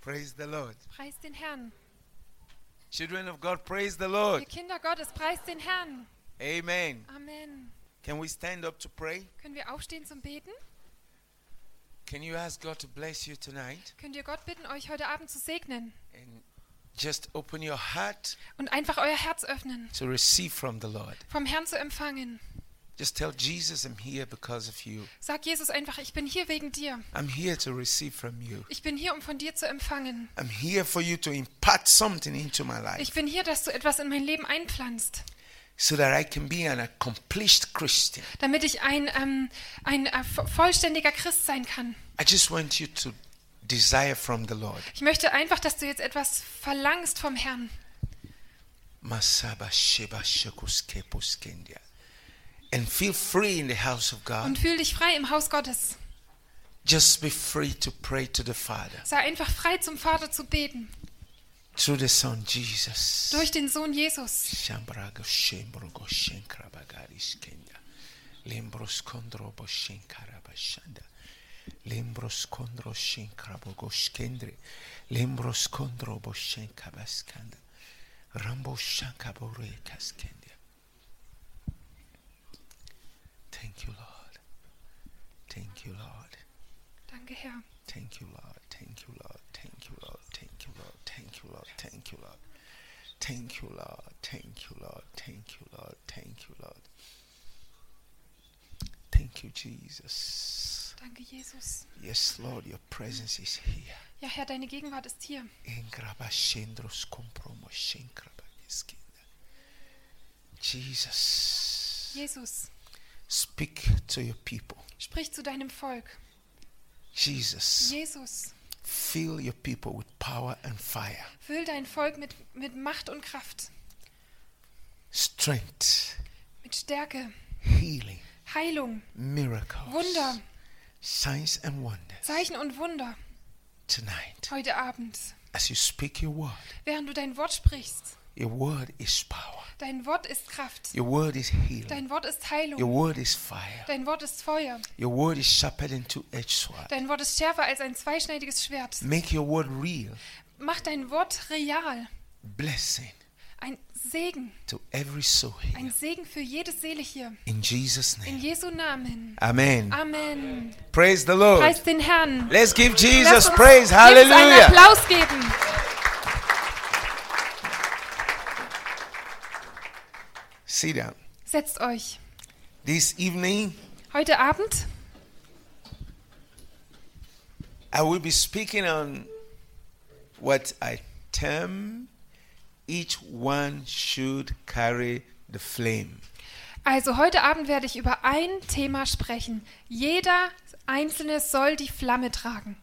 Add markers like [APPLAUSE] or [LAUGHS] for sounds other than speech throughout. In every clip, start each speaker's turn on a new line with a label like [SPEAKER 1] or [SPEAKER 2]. [SPEAKER 1] Praise the Lord.
[SPEAKER 2] Preist den Herrn.
[SPEAKER 1] Children of God, praise the Lord.
[SPEAKER 2] Ihr Kinder Gottes, preist den Herrn.
[SPEAKER 1] Amen.
[SPEAKER 2] Amen.
[SPEAKER 1] Can we stand up to pray?
[SPEAKER 2] Können wir aufstehen zum Beten?
[SPEAKER 1] Can you ask God to bless you tonight?
[SPEAKER 2] Könnt ihr Gott bitten, euch heute Abend zu segnen
[SPEAKER 1] And just open your heart
[SPEAKER 2] und einfach euer Herz öffnen,
[SPEAKER 1] to receive from the Lord.
[SPEAKER 2] vom Herrn zu empfangen.
[SPEAKER 1] Just tell Jesus, I'm here because of you.
[SPEAKER 2] Sag Jesus einfach, ich bin hier wegen dir.
[SPEAKER 1] I'm here to receive from you.
[SPEAKER 2] Ich bin hier, um von dir zu empfangen.
[SPEAKER 1] I'm here for you to impart something into my life
[SPEAKER 2] Ich bin hier, dass du etwas in mein Leben einpflanzt,
[SPEAKER 1] so that I can be an accomplished Christian.
[SPEAKER 2] damit ich ein, ähm, ein äh, vo- vollständiger Christ sein kann.
[SPEAKER 1] I just want you to desire from the Lord.
[SPEAKER 2] Ich möchte einfach, dass du jetzt etwas verlangst vom Herrn.
[SPEAKER 1] Masaba sheba shekuske puskendia. And feel free in the house of God.
[SPEAKER 2] Und fühl dich frei im Haus Gottes.
[SPEAKER 1] Just be free to pray to the Father
[SPEAKER 2] Sei einfach frei, zum Vater zu beten.
[SPEAKER 1] through the Son Jesus.
[SPEAKER 2] Durch den Sohn Jesus.
[SPEAKER 1] Shambrago shembrogo shenkrabagaris kenya. Lembros kondrobo shenkarabashanda. Lembros kondro shenkrabogo shkendre. Lembros kondrobo shenkabaskanda. Rambo shankabore kaskendia. Thank you, Lord. Thank you, Lord.
[SPEAKER 2] Danke, Herr.
[SPEAKER 1] Thank you, Lord. Thank you, Lord. Thank you, Lord. Thank you, Lord. Thank you, Lord. Thank you, Lord. Thank you, Lord. Thank you, Lord. Thank you, Lord. Thank you, Lord. Thank you, Jesus.
[SPEAKER 2] Danke, Jesus.
[SPEAKER 1] Yes, Lord, your presence is here.
[SPEAKER 2] Ja, Herr, deine Gegenwart ist hier.
[SPEAKER 1] Engrabashendros kompromoshenkrabageskida. Jesus,
[SPEAKER 2] Jesus,
[SPEAKER 1] speak to your people.
[SPEAKER 2] sprich zu deinem Volk.
[SPEAKER 1] Jesus,
[SPEAKER 2] Jesus,
[SPEAKER 1] fill your people with power and fire,
[SPEAKER 2] füll dein Volk mit, mit Macht und Kraft,
[SPEAKER 1] strength,
[SPEAKER 2] mit Stärke,
[SPEAKER 1] healing,
[SPEAKER 2] Heilung,
[SPEAKER 1] miracles,
[SPEAKER 2] Wunder,
[SPEAKER 1] signs and wonders
[SPEAKER 2] Zeichen und Wunder
[SPEAKER 1] tonight.
[SPEAKER 2] heute Abend.
[SPEAKER 1] As you speak your word,
[SPEAKER 2] Während du dein Wort sprichst,
[SPEAKER 1] your word is power.
[SPEAKER 2] dein Wort ist Kraft,
[SPEAKER 1] Your word is healing.
[SPEAKER 2] dein Wort ist
[SPEAKER 1] Your
[SPEAKER 2] Heilung,
[SPEAKER 1] word is fire.
[SPEAKER 2] dein Wort ist Feuer,
[SPEAKER 1] Your word is sharper than two-edged sword.
[SPEAKER 2] dein Wort ist schärfer als ein zweischneidiges Schwert.
[SPEAKER 1] Make your word real,
[SPEAKER 2] Mach dein Wort real,
[SPEAKER 1] blessing
[SPEAKER 2] ein Segen,
[SPEAKER 1] to every soul
[SPEAKER 2] ein
[SPEAKER 1] here.
[SPEAKER 2] Segen für jede Seele hier.
[SPEAKER 1] In Jesus'
[SPEAKER 2] In
[SPEAKER 1] name.
[SPEAKER 2] Jesu Namen.
[SPEAKER 1] Amen.
[SPEAKER 2] Amen.
[SPEAKER 1] Praise the Lord.
[SPEAKER 2] Preis den Herrn.
[SPEAKER 1] Let's give Jesus
[SPEAKER 2] Lass uns
[SPEAKER 1] praise.
[SPEAKER 2] Jesus einen
[SPEAKER 1] Hallelujah.
[SPEAKER 2] Applaus geben.
[SPEAKER 1] Sit down.
[SPEAKER 2] Setzt euch.
[SPEAKER 1] This evening,
[SPEAKER 2] Heute Abend
[SPEAKER 1] I will be speaking on what I term each one should carry the flame.
[SPEAKER 2] Also heute Abend werde ich über ein Thema sprechen. Jeder Einzelne soll die Flamme tragen.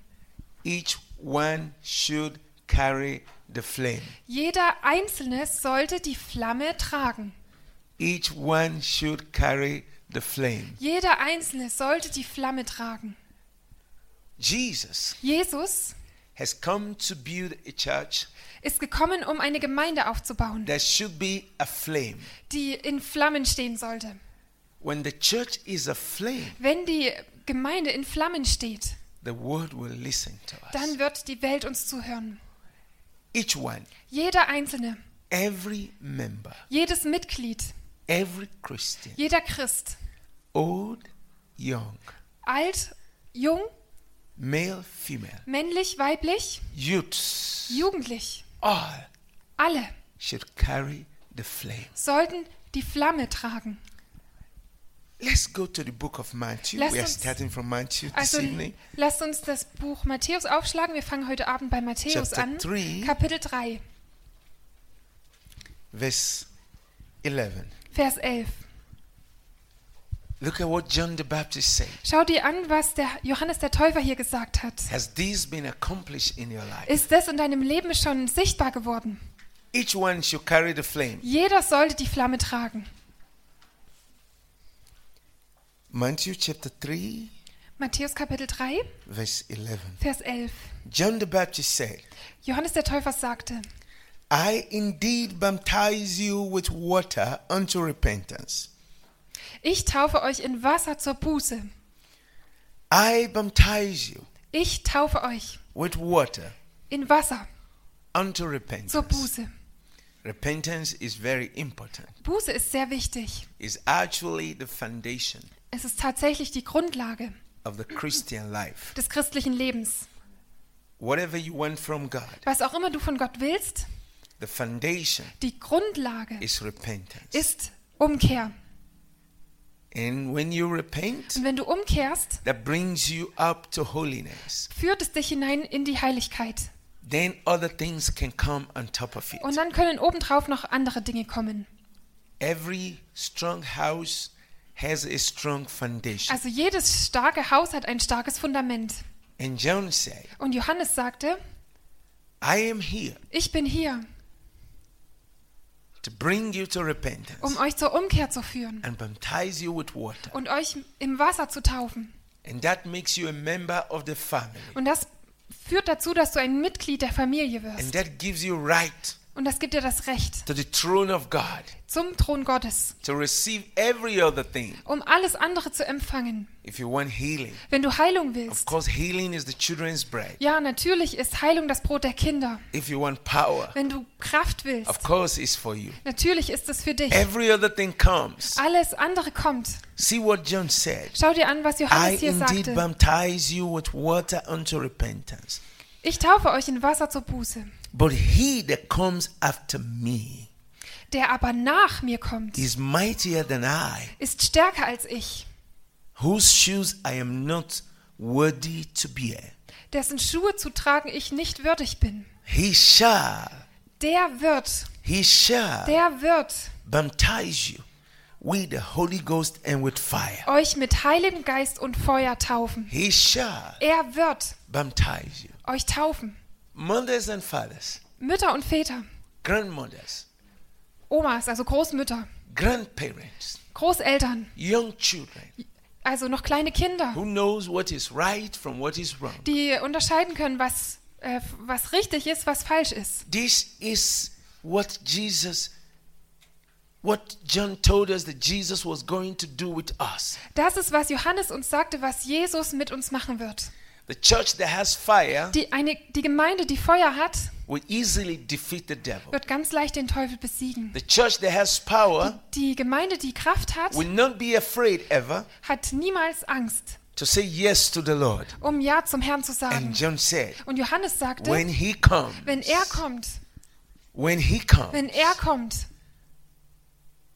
[SPEAKER 1] Each one should carry the flame.
[SPEAKER 2] Jeder Einzelne sollte die Flamme tragen.
[SPEAKER 1] Each one should carry the flame.
[SPEAKER 2] Jeder Einzelne sollte die Flamme tragen.
[SPEAKER 1] Jesus
[SPEAKER 2] Jesus
[SPEAKER 1] has come to build a church
[SPEAKER 2] ist gekommen, um eine Gemeinde aufzubauen,
[SPEAKER 1] that should be a flame.
[SPEAKER 2] die in Flammen stehen sollte.
[SPEAKER 1] When the church is a flame,
[SPEAKER 2] Wenn die Gemeinde in Flammen steht,
[SPEAKER 1] the world will listen to us.
[SPEAKER 2] dann wird die Welt uns zuhören.
[SPEAKER 1] Each one,
[SPEAKER 2] Jeder Einzelne,
[SPEAKER 1] every member,
[SPEAKER 2] jedes Mitglied,
[SPEAKER 1] every Christian,
[SPEAKER 2] jeder Christ,
[SPEAKER 1] old, young,
[SPEAKER 2] alt, jung,
[SPEAKER 1] male, female,
[SPEAKER 2] männlich, weiblich,
[SPEAKER 1] youths,
[SPEAKER 2] jugendlich,
[SPEAKER 1] all
[SPEAKER 2] alle
[SPEAKER 1] should carry the flame.
[SPEAKER 2] sollten die Flamme tragen.
[SPEAKER 1] Let's go to the book of Matthew.
[SPEAKER 2] Lass
[SPEAKER 1] we are
[SPEAKER 2] uns-
[SPEAKER 1] starting from Matthew this
[SPEAKER 2] Also
[SPEAKER 1] evening.
[SPEAKER 2] lasst uns das Buch Matthäus aufschlagen. Wir fangen heute Abend bei Matthäus
[SPEAKER 1] Chapter
[SPEAKER 2] an.
[SPEAKER 1] 3.
[SPEAKER 2] Kapitel 3,
[SPEAKER 1] Verse 11.
[SPEAKER 2] Vers 11.
[SPEAKER 1] Look at what John the Baptist said.
[SPEAKER 2] Schau dir an, was der Johannes der Täufer hier gesagt hat.
[SPEAKER 1] Has this been accomplished in your life?
[SPEAKER 2] Ist das in deinem Leben schon sichtbar geworden?
[SPEAKER 1] Each one should carry the flame.
[SPEAKER 2] Jeder sollte die Flamme tragen.
[SPEAKER 1] Matthew chapter 3,
[SPEAKER 2] Matthäus Kapitel 3,
[SPEAKER 1] verse 11.
[SPEAKER 2] Vers 11.
[SPEAKER 1] John the Baptist said,
[SPEAKER 2] Johannes der Täufer sagte,
[SPEAKER 1] I indeed baptize you with water unto repentance.
[SPEAKER 2] ich taufe euch in Wasser zur Buße.
[SPEAKER 1] I baptize you
[SPEAKER 2] Ich taufe euch.
[SPEAKER 1] with water
[SPEAKER 2] in Wasser
[SPEAKER 1] unto
[SPEAKER 2] zur
[SPEAKER 1] repentance.
[SPEAKER 2] Buße.
[SPEAKER 1] Repentance is very important.
[SPEAKER 2] Buße ist sehr wichtig.
[SPEAKER 1] It's actually the foundation
[SPEAKER 2] Es ist tatsächlich die Grundlage
[SPEAKER 1] of the Christian life.
[SPEAKER 2] des christlichen Lebens.
[SPEAKER 1] Whatever you want from God,
[SPEAKER 2] Was auch immer du von Gott willst,
[SPEAKER 1] the foundation
[SPEAKER 2] die Grundlage
[SPEAKER 1] is repentance.
[SPEAKER 2] ist Umkehr.
[SPEAKER 1] And when you repent,
[SPEAKER 2] Und wenn du umkehrst,
[SPEAKER 1] that brings you up to holiness.
[SPEAKER 2] führt es dich hinein in die Heiligkeit.
[SPEAKER 1] Then other things can come on top of
[SPEAKER 2] Und
[SPEAKER 1] it.
[SPEAKER 2] dann können obendrauf noch andere Dinge kommen.
[SPEAKER 1] Every strong house has a strong foundation.
[SPEAKER 2] Also jedes starke Haus hat ein starkes Fundament.
[SPEAKER 1] And John said,
[SPEAKER 2] Und Johannes sagte,
[SPEAKER 1] I am here
[SPEAKER 2] ich bin hier,
[SPEAKER 1] to bring you to repentance
[SPEAKER 2] um euch zur Umkehr zu führen
[SPEAKER 1] and baptize you with water.
[SPEAKER 2] und euch im Wasser zu taufen.
[SPEAKER 1] And that makes you a member of the family.
[SPEAKER 2] Und das führt dazu, dass du ein Mitglied der Familie
[SPEAKER 1] And
[SPEAKER 2] wirst.
[SPEAKER 1] that gives you right
[SPEAKER 2] Und das gibt dir das Recht,
[SPEAKER 1] to the throne of God
[SPEAKER 2] zum Thron Gottes,
[SPEAKER 1] to receive every other thing.
[SPEAKER 2] um alles andere zu empfangen.
[SPEAKER 1] If you want healing,
[SPEAKER 2] Wenn du Heilung
[SPEAKER 1] of
[SPEAKER 2] willst,
[SPEAKER 1] course, healing is the children's bread.
[SPEAKER 2] ja, natürlich ist Heilung das Brot der Kinder.
[SPEAKER 1] If you want power,
[SPEAKER 2] Wenn du Kraft
[SPEAKER 1] of
[SPEAKER 2] willst,
[SPEAKER 1] course, it's for you.
[SPEAKER 2] natürlich ist es für dich.
[SPEAKER 1] Every other thing comes.
[SPEAKER 2] Alles andere kommt.
[SPEAKER 1] See what John said.
[SPEAKER 2] Schau dir an, was
[SPEAKER 1] I
[SPEAKER 2] Johannes hier
[SPEAKER 1] indeed
[SPEAKER 2] sagte.
[SPEAKER 1] baptize you with water unto repentance.
[SPEAKER 2] Ich taufe euch in Wasser zur Buße.
[SPEAKER 1] But he that comes after me
[SPEAKER 2] Der aber nach mir kommt,
[SPEAKER 1] is mightier than I,
[SPEAKER 2] ist stärker als ich,
[SPEAKER 1] whose shoes I am not worthy to bear.
[SPEAKER 2] dessen Schuhe zu tragen ich nicht würdig bin.
[SPEAKER 1] He shall,
[SPEAKER 2] Der wird,
[SPEAKER 1] he shall
[SPEAKER 2] der wird
[SPEAKER 1] baptize you with the Holy Ghost and with fire.
[SPEAKER 2] euch mit Heiligem Geist und Feuer taufen.
[SPEAKER 1] He shall
[SPEAKER 2] Er wird
[SPEAKER 1] baptize you.
[SPEAKER 2] euch taufen.
[SPEAKER 1] Mothers and fathers,
[SPEAKER 2] Mütter und Väter,
[SPEAKER 1] grandmothers,
[SPEAKER 2] Omas, also Großmütter,
[SPEAKER 1] grandparents,
[SPEAKER 2] Großeltern,
[SPEAKER 1] young children,
[SPEAKER 2] also noch kleine Kinder,
[SPEAKER 1] who knows what is right from what is wrong.
[SPEAKER 2] die unterscheiden können, was, äh, was richtig ist, was falsch ist.
[SPEAKER 1] This is what Jesus, what John told us that Jesus was going to do with us.
[SPEAKER 2] Das ist, was Johannes uns sagte, was Jesus mit uns machen wird.
[SPEAKER 1] The church that has fire
[SPEAKER 2] Die, eine, die Gemeinde, die Feuer hat,
[SPEAKER 1] will easily defeat the devil.
[SPEAKER 2] wird ganz leicht den Teufel besiegen.
[SPEAKER 1] The church that has power
[SPEAKER 2] Die Gemeinde, die Kraft hat,
[SPEAKER 1] will not be afraid ever
[SPEAKER 2] hat niemals Angst,
[SPEAKER 1] to say yes to the Lord.
[SPEAKER 2] um Ja zum Herrn zu
[SPEAKER 1] And
[SPEAKER 2] sagen.
[SPEAKER 1] John said,
[SPEAKER 2] Und Johannes sagte,
[SPEAKER 1] Um, when he comes,
[SPEAKER 2] wenn er kommt,
[SPEAKER 1] when he comes,
[SPEAKER 2] wenn er kommt,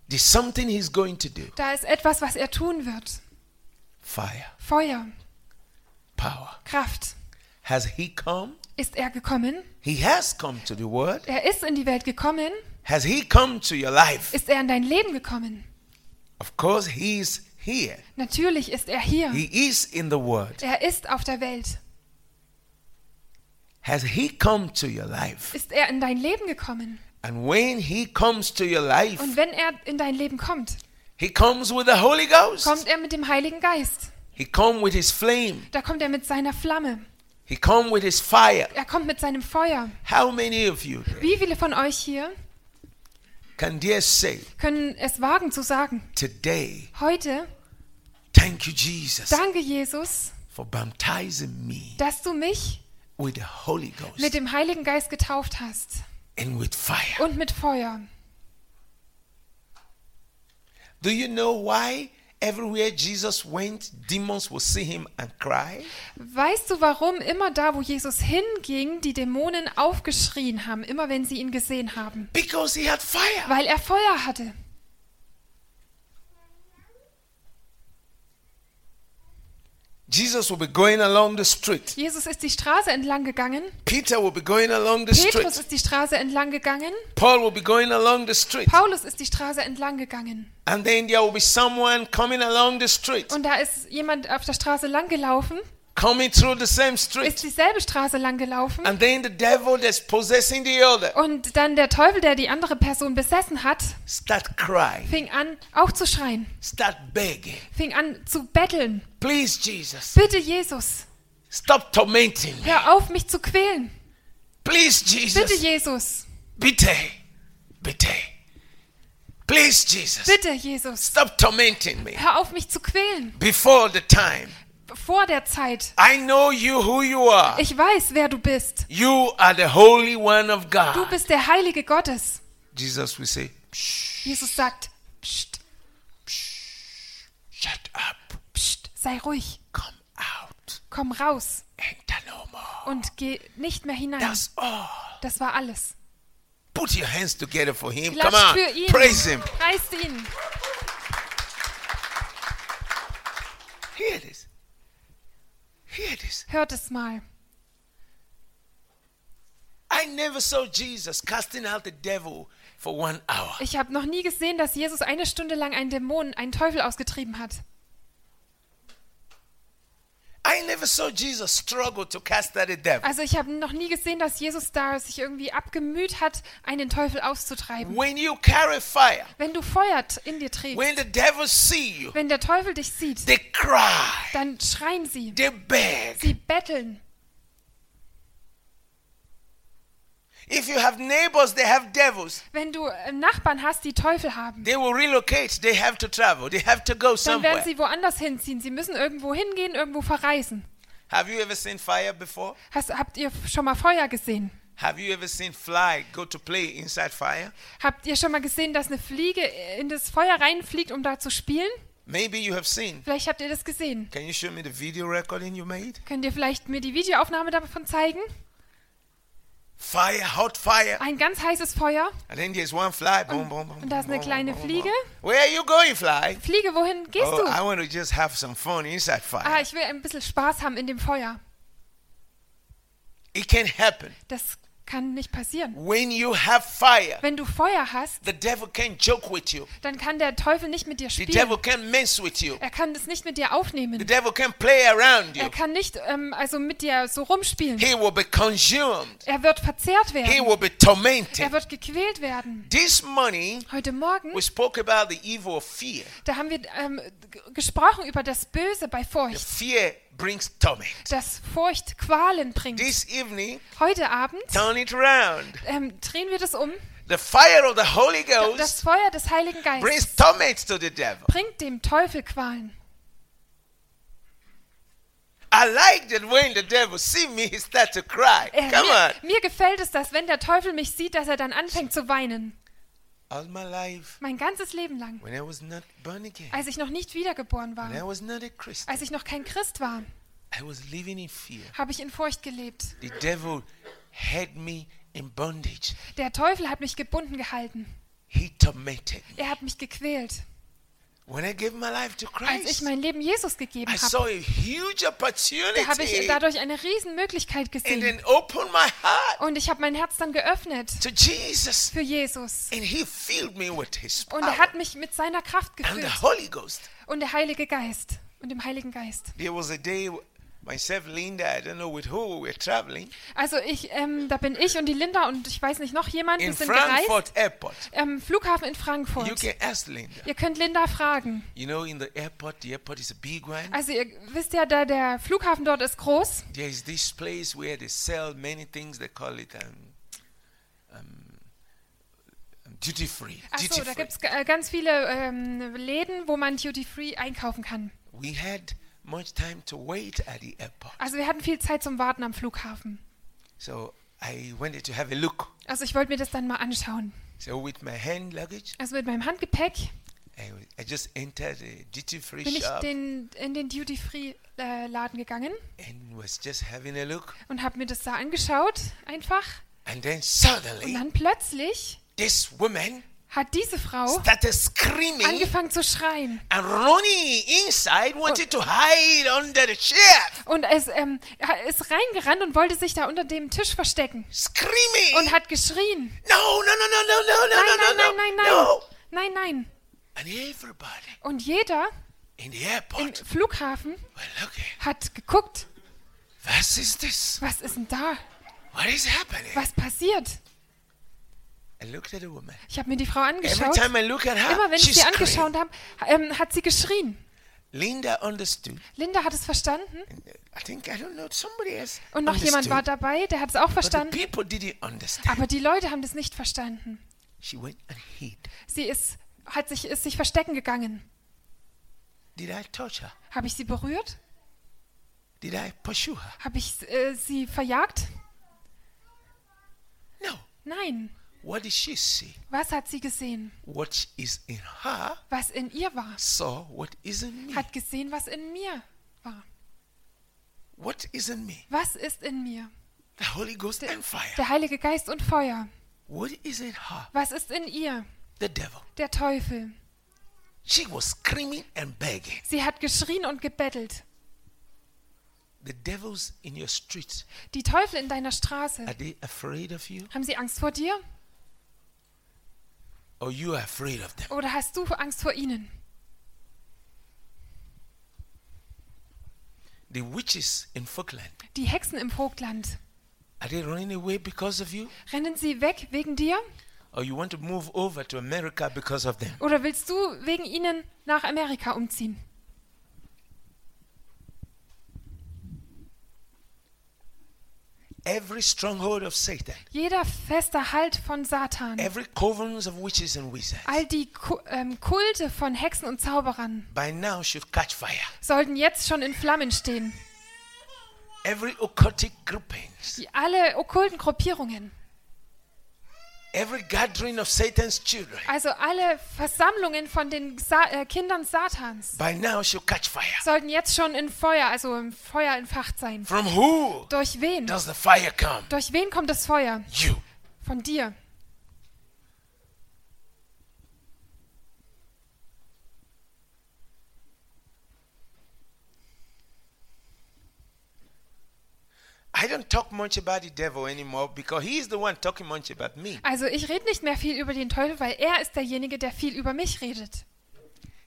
[SPEAKER 1] there's something he's going to do.
[SPEAKER 2] da ist etwas, was er tun wird.
[SPEAKER 1] Fire,
[SPEAKER 2] Feuer,
[SPEAKER 1] power.
[SPEAKER 2] Kraft.
[SPEAKER 1] Has he come?
[SPEAKER 2] Ist er gekommen?
[SPEAKER 1] He has come to the world.
[SPEAKER 2] Er ist in die Welt gekommen.
[SPEAKER 1] Has he come to your life?
[SPEAKER 2] Ist er in dein Leben gekommen?
[SPEAKER 1] Of course, he is here.
[SPEAKER 2] Natürlich ist er hier.
[SPEAKER 1] He is in the world.
[SPEAKER 2] Er ist auf der Welt.
[SPEAKER 1] Has he come to your life?
[SPEAKER 2] Ist er in dein Leben gekommen?
[SPEAKER 1] And when he comes to your
[SPEAKER 2] Und
[SPEAKER 1] life,
[SPEAKER 2] wenn er in dein Leben kommt,
[SPEAKER 1] he comes with the Holy Ghost.
[SPEAKER 2] kommt er mit dem Heiligen Geist.
[SPEAKER 1] He come with his flame.
[SPEAKER 2] Da kommt er mit seiner Flamme.
[SPEAKER 1] He come with his fire.
[SPEAKER 2] Er kommt mit seinem Feuer.
[SPEAKER 1] How many of you
[SPEAKER 2] Wie viele von euch hier
[SPEAKER 1] can dare say
[SPEAKER 2] können es wagen zu sagen,
[SPEAKER 1] today,
[SPEAKER 2] heute
[SPEAKER 1] thank you Jesus
[SPEAKER 2] danke Jesus,
[SPEAKER 1] for baptizing me
[SPEAKER 2] dass du mich
[SPEAKER 1] with the Holy
[SPEAKER 2] mit
[SPEAKER 1] Ghost
[SPEAKER 2] dem Heiligen Geist getauft hast
[SPEAKER 1] and with fire.
[SPEAKER 2] und mit Feuer.
[SPEAKER 1] Do you know why everywhere Jesus went, demons will see him and cry?
[SPEAKER 2] Weißt du, warum immer da, wo Jesus hinging, die Dämonen aufgeschrien haben, immer wenn sie ihn gesehen haben?
[SPEAKER 1] Because he had fire.
[SPEAKER 2] Weil er Feuer hatte.
[SPEAKER 1] Jesus will be going along the street.
[SPEAKER 2] Jesus ist die Straße entlang gegangen.
[SPEAKER 1] Peter will be going along the
[SPEAKER 2] Petrus
[SPEAKER 1] street.
[SPEAKER 2] ist die Straße entlang gegangen.
[SPEAKER 1] Paul will be going along the street.
[SPEAKER 2] Paulus ist die Straße entlang gegangen.
[SPEAKER 1] And then there will be someone coming along the street,
[SPEAKER 2] Und da ist jemand auf der Straße lang gelaufen,
[SPEAKER 1] coming through the same
[SPEAKER 2] ist
[SPEAKER 1] street.
[SPEAKER 2] dieselbe Straße lang gelaufen.
[SPEAKER 1] And then the devil that's possessing the other
[SPEAKER 2] Und dann der Teufel, der die andere Person besessen hat,
[SPEAKER 1] start crying,
[SPEAKER 2] fing an aufzuschreien,
[SPEAKER 1] start begging.
[SPEAKER 2] fing an zu betteln.
[SPEAKER 1] Please, Jesus,
[SPEAKER 2] Bitte, Jesus,
[SPEAKER 1] stop tormenting me.
[SPEAKER 2] hör auf, mich zu quälen.
[SPEAKER 1] Please,
[SPEAKER 2] Bitte,
[SPEAKER 1] Jesus,
[SPEAKER 2] Jesus,
[SPEAKER 1] bitte, bitte. Please, Jesus,
[SPEAKER 2] bitte, Jesus,
[SPEAKER 1] stop tormenting me
[SPEAKER 2] hör auf, mich zu quälen.
[SPEAKER 1] before the time.
[SPEAKER 2] vor der Zeit.
[SPEAKER 1] I know you who you are.
[SPEAKER 2] Ich weiß, wer du bist.
[SPEAKER 1] You are the Holy One of
[SPEAKER 2] Du
[SPEAKER 1] God.
[SPEAKER 2] bist der Heilige Gottes.
[SPEAKER 1] Jesus will say,
[SPEAKER 2] Jesus sagt, Psst,
[SPEAKER 1] Shut up,
[SPEAKER 2] psst, sei ruhig,
[SPEAKER 1] come out,
[SPEAKER 2] komm raus
[SPEAKER 1] enter no more.
[SPEAKER 2] und geh nicht mehr hinein.
[SPEAKER 1] That's all.
[SPEAKER 2] Das war alles.
[SPEAKER 1] Put your hands together for Him. Come
[SPEAKER 2] Klatsch
[SPEAKER 1] on,
[SPEAKER 2] für ihn.
[SPEAKER 1] praise Him.
[SPEAKER 2] Preist ihn.
[SPEAKER 1] Hear this. Hear this.
[SPEAKER 2] Hört es mal.
[SPEAKER 1] I never saw Jesus casting out the devil for one hour.
[SPEAKER 2] Ich habe noch nie gesehen, dass Jesus eine Stunde lang einen Dämon, einen Teufel ausgetrieben hat.
[SPEAKER 1] I never saw Jesus struggle to cast out the devil.
[SPEAKER 2] Also ich habe noch nie gesehen, dass Jesus da sich irgendwie abgemüht hat, einen Teufel auszutreiben.
[SPEAKER 1] When you carry fire,
[SPEAKER 2] Wenn du Feuer t- in dir trägst,
[SPEAKER 1] when the devil see you,
[SPEAKER 2] wenn der Teufel dich sieht,
[SPEAKER 1] they cry,
[SPEAKER 2] dann schreien sie.
[SPEAKER 1] they beg.
[SPEAKER 2] Sie betteln.
[SPEAKER 1] If you have neighbors, they have devils.
[SPEAKER 2] Wenn du äh, Nachbarn hast, die Teufel haben,
[SPEAKER 1] They will relocate. They have to travel. They have to go
[SPEAKER 2] dann werden
[SPEAKER 1] somewhere.
[SPEAKER 2] sie woanders hinziehen. Sie müssen irgendwo hingehen, irgendwo verreisen.
[SPEAKER 1] Have you ever seen fire before?
[SPEAKER 2] Hast, habt ihr schon mal Feuer gesehen?
[SPEAKER 1] Have you ever seen fly go to play inside fire?
[SPEAKER 2] Habt ihr schon mal gesehen, dass eine Fliege in das Feuer reinfliegt, um da zu spielen?
[SPEAKER 1] Maybe you have seen.
[SPEAKER 2] Vielleicht habt ihr das gesehen.
[SPEAKER 1] Can you show me the video recording you made?
[SPEAKER 2] Könnt ihr vielleicht mir die Videoaufnahme davon zeigen?
[SPEAKER 1] Fire, hot fire.
[SPEAKER 2] Ein ganz heißes Feuer.
[SPEAKER 1] And then there's one fly. Boom, boom, boom.
[SPEAKER 2] und da ist eine
[SPEAKER 1] boom,
[SPEAKER 2] kleine
[SPEAKER 1] boom,
[SPEAKER 2] Fliege.
[SPEAKER 1] boom. Where are you going, fly?
[SPEAKER 2] Fliege, wohin gehst
[SPEAKER 1] Oh, I
[SPEAKER 2] du?
[SPEAKER 1] want to just have some fun inside fire.
[SPEAKER 2] Ah, ich will ein bisschen Spaß haben in dem Feuer.
[SPEAKER 1] It can happen.
[SPEAKER 2] Das kann nicht passieren.
[SPEAKER 1] When you have fire,
[SPEAKER 2] Wenn du Feuer hast,
[SPEAKER 1] the devil can joke with you.
[SPEAKER 2] dann kann der Teufel nicht mit dir
[SPEAKER 1] The
[SPEAKER 2] spielen.
[SPEAKER 1] devil can mess with you.
[SPEAKER 2] Er kann das nicht mit dir
[SPEAKER 1] The
[SPEAKER 2] aufnehmen.
[SPEAKER 1] devil can play around
[SPEAKER 2] Er
[SPEAKER 1] you.
[SPEAKER 2] kann nicht ähm, also mit dir so rumspielen.
[SPEAKER 1] He will be consumed.
[SPEAKER 2] Er wird verzehrt
[SPEAKER 1] He
[SPEAKER 2] werden.
[SPEAKER 1] will be
[SPEAKER 2] Er
[SPEAKER 1] tormented.
[SPEAKER 2] wird gequält werden.
[SPEAKER 1] This morning,
[SPEAKER 2] Heute Morgen,
[SPEAKER 1] we spoke about the evil of fear.
[SPEAKER 2] da haben wir ähm, g- gesprochen über das Böse bei
[SPEAKER 1] The
[SPEAKER 2] Furcht,
[SPEAKER 1] fear brings torment.
[SPEAKER 2] dass Furcht Qualen bringt.
[SPEAKER 1] This evening,
[SPEAKER 2] Heute Abend
[SPEAKER 1] turn it around.
[SPEAKER 2] ähm, drehen wir das um.
[SPEAKER 1] The fire of the Holy
[SPEAKER 2] Das
[SPEAKER 1] Ghost
[SPEAKER 2] Feuer des Heiligen Geistes
[SPEAKER 1] brings torment to the devil.
[SPEAKER 2] bringt dem Teufel Qualen.
[SPEAKER 1] I like that when the devil see me, he start to cry.
[SPEAKER 2] Äh,
[SPEAKER 1] Come on.
[SPEAKER 2] mir, mir gefällt es, dass wenn der Teufel mich sieht, dass er dann anfängt zu weinen.
[SPEAKER 1] All my life,
[SPEAKER 2] Mein ganzes Leben lang.
[SPEAKER 1] when I was not born again,
[SPEAKER 2] Als ich noch nicht wiedergeboren
[SPEAKER 1] when I
[SPEAKER 2] war,
[SPEAKER 1] was not a Christian,
[SPEAKER 2] als ich noch kein Christ war,
[SPEAKER 1] I was living in fear.
[SPEAKER 2] habe ich in Furcht gelebt.
[SPEAKER 1] The devil had me in bondage.
[SPEAKER 2] Der Teufel hat mich gebunden gehalten.
[SPEAKER 1] He tormented me.
[SPEAKER 2] Er hat mich gequält.
[SPEAKER 1] When I gave my life to
[SPEAKER 2] Als ich
[SPEAKER 1] Christ,
[SPEAKER 2] mein Leben Jesus gegeben
[SPEAKER 1] I
[SPEAKER 2] habe,
[SPEAKER 1] saw a huge
[SPEAKER 2] da habe ich
[SPEAKER 1] opportunity
[SPEAKER 2] dadurch eine Riesenmöglichkeit
[SPEAKER 1] and
[SPEAKER 2] gesehen.
[SPEAKER 1] then opened my heart
[SPEAKER 2] Und ich habe mein Herz dann geöffnet
[SPEAKER 1] to Jesus.
[SPEAKER 2] für Jesus.
[SPEAKER 1] And he filled me with his
[SPEAKER 2] Und er hat
[SPEAKER 1] power
[SPEAKER 2] mich mit seiner Kraft
[SPEAKER 1] and the
[SPEAKER 2] gefüllt.
[SPEAKER 1] Holy Ghost.
[SPEAKER 2] Und der Heilige Geist. Und dem Heiligen Geist.
[SPEAKER 1] There was a day, myself, Linda, I don't know with who we were traveling,
[SPEAKER 2] Also ich, ähm, da bin ich und die Linda und ich weiß nicht noch jemand,
[SPEAKER 1] in
[SPEAKER 2] wir sind gereist.
[SPEAKER 1] Frankfurt Airport.
[SPEAKER 2] Ähm, Flughafen in
[SPEAKER 1] You
[SPEAKER 2] Frankfurt.
[SPEAKER 1] can ask Linda.
[SPEAKER 2] Ihr könnt Linda fragen.
[SPEAKER 1] You know, in the airport, the airport is a big one.
[SPEAKER 2] Also ihr wisst ja, da der Flughafen dort ist groß.
[SPEAKER 1] There is this place where they sell many things. They call it um, um, duty free. Duty
[SPEAKER 2] Achso, da
[SPEAKER 1] free.
[SPEAKER 2] gibt es ganz viele ähm, Läden, wo man Duty-Free einkaufen kann.
[SPEAKER 1] We had much time to wait at the airport,
[SPEAKER 2] Also wir hatten viel Zeit zum Warten am Flughafen.
[SPEAKER 1] so I wanted to have a look.
[SPEAKER 2] Also ich wollte mir das dann mal anschauen.
[SPEAKER 1] So with my hand luggage,
[SPEAKER 2] Also mit meinem Handgepäck
[SPEAKER 1] I, I just entered the duty free
[SPEAKER 2] bin ich
[SPEAKER 1] shop
[SPEAKER 2] den, in den Duty-Free-Laden gegangen
[SPEAKER 1] and was just having a look.
[SPEAKER 2] und habe mir das da angeschaut, einfach.
[SPEAKER 1] And then
[SPEAKER 2] Und
[SPEAKER 1] suddenly,
[SPEAKER 2] dann plötzlich
[SPEAKER 1] this woman
[SPEAKER 2] hat diese Frau
[SPEAKER 1] started screaming
[SPEAKER 2] angefangen zu schreien.
[SPEAKER 1] and running inside, wanted to hide under the chair,
[SPEAKER 2] Und es, ähm, er ist reingerannt und wollte sich da unter dem Tisch verstecken.
[SPEAKER 1] screaming.
[SPEAKER 2] Und hat geschrien.
[SPEAKER 1] No, no, no, no, no, no, no, no, no,
[SPEAKER 2] Nein, nein, nein, nein, nein.
[SPEAKER 1] no.
[SPEAKER 2] Nein, nein.
[SPEAKER 1] And everybody
[SPEAKER 2] Und jeder
[SPEAKER 1] in the
[SPEAKER 2] im
[SPEAKER 1] airport
[SPEAKER 2] Flughafen
[SPEAKER 1] were looking.
[SPEAKER 2] hat geguckt,
[SPEAKER 1] What is this?
[SPEAKER 2] was ist denn da?
[SPEAKER 1] What is happening?
[SPEAKER 2] Was passiert?
[SPEAKER 1] I looked at the woman.
[SPEAKER 2] Ich habe mir die Frau
[SPEAKER 1] Every
[SPEAKER 2] angeschaut.
[SPEAKER 1] time I look at
[SPEAKER 2] Immer
[SPEAKER 1] her,
[SPEAKER 2] wenn ich
[SPEAKER 1] she
[SPEAKER 2] sie
[SPEAKER 1] screamed.
[SPEAKER 2] angeschaut habe, ähm, hat sie geschrien.
[SPEAKER 1] Linda understood. uh,
[SPEAKER 2] Linda hat es verstanden
[SPEAKER 1] I think I don't know. Somebody else
[SPEAKER 2] und noch jemand
[SPEAKER 1] understood,
[SPEAKER 2] war dabei, der hat es auch
[SPEAKER 1] But the
[SPEAKER 2] verstanden.
[SPEAKER 1] people didn't understand.
[SPEAKER 2] Aber die Leute haben das nicht verstanden.
[SPEAKER 1] She went and hid.
[SPEAKER 2] Sie ist, hat sich, ist sich verstecken gegangen.
[SPEAKER 1] Did I touch her?
[SPEAKER 2] Habe ich sie berührt?
[SPEAKER 1] Did I pursue her?
[SPEAKER 2] Habe ich äh, sie verjagt?
[SPEAKER 1] No.
[SPEAKER 2] Nein.
[SPEAKER 1] What did she see?
[SPEAKER 2] Was hat sie gesehen?
[SPEAKER 1] What is in her
[SPEAKER 2] Was in ihr war.
[SPEAKER 1] saw what is in me.
[SPEAKER 2] Hat gesehen, was in mir war.
[SPEAKER 1] What is in me?
[SPEAKER 2] Was ist in mir?
[SPEAKER 1] The Holy Ghost and fire.
[SPEAKER 2] Der Heilige Geist und Feuer.
[SPEAKER 1] What is in her?
[SPEAKER 2] Was ist in ihr?
[SPEAKER 1] The devil.
[SPEAKER 2] Der Teufel.
[SPEAKER 1] She was screaming and begging.
[SPEAKER 2] Sie hat geschrien und gebettelt.
[SPEAKER 1] The devils in your street,
[SPEAKER 2] Die Teufel in deiner Straße.
[SPEAKER 1] are they afraid of you?
[SPEAKER 2] Haben sie Angst vor dir?
[SPEAKER 1] Or you are afraid of them?
[SPEAKER 2] Oder hast du Angst vor ihnen?
[SPEAKER 1] The witches in Falkland,
[SPEAKER 2] Die Hexen im Vogtland.
[SPEAKER 1] are they running away because of you?
[SPEAKER 2] Rennen sie weg wegen dir?
[SPEAKER 1] Or you want to move over to America because of them?
[SPEAKER 2] Oder willst du wegen ihnen nach Amerika umziehen?
[SPEAKER 1] Every stronghold of Satan,
[SPEAKER 2] Jeder fester Halt von Satan.
[SPEAKER 1] every covens of witches and wizards,
[SPEAKER 2] All die Ku ähm, Kulte von Hexen und Zauberern
[SPEAKER 1] by now should catch fire.
[SPEAKER 2] sollten jetzt schon in Flammen stehen.
[SPEAKER 1] Every occultic groupings,
[SPEAKER 2] Die alle okkulten Gruppierungen,
[SPEAKER 1] every gathering of Satan's children,
[SPEAKER 2] also alle Versammlungen von den Sa äh, Kindern Satans,
[SPEAKER 1] by now should catch fire.
[SPEAKER 2] sollten jetzt schon in Feuer, also im Feuer entfacht sein.
[SPEAKER 1] From who
[SPEAKER 2] Durch wen?
[SPEAKER 1] does the fire come?
[SPEAKER 2] Durch wen kommt das Feuer?
[SPEAKER 1] You.
[SPEAKER 2] Von dir.
[SPEAKER 1] I don't talk much about the devil anymore because he's the one talking much about me.
[SPEAKER 2] Also ich rede nicht mehr viel über den Teufel, weil er ist derjenige, der viel über mich redet.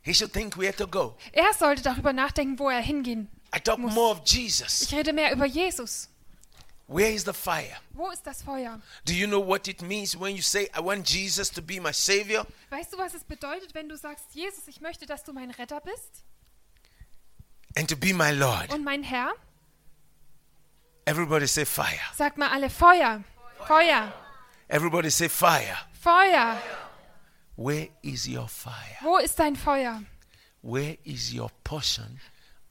[SPEAKER 1] He should think where to go.
[SPEAKER 2] Er sollte darüber nachdenken, wo er hingehen.
[SPEAKER 1] I talk more of Jesus.
[SPEAKER 2] Ich rede mehr über Jesus.
[SPEAKER 1] Where is the fire?
[SPEAKER 2] Wo ist das Feuer?
[SPEAKER 1] Do you know what it means when you say, I want Jesus to be my savior?
[SPEAKER 2] Weißt du, was es bedeutet, wenn du sagst, Jesus, ich möchte, dass du mein Retter bist
[SPEAKER 1] and to be my Lord.
[SPEAKER 2] und mein Herr?
[SPEAKER 1] Everybody say fire.
[SPEAKER 2] Sag mal alle Feuer, Feuer,
[SPEAKER 1] Everybody say fire.
[SPEAKER 2] Feuer.
[SPEAKER 1] Where is your fire?
[SPEAKER 2] Wo ist dein Feuer?
[SPEAKER 1] Where is your portion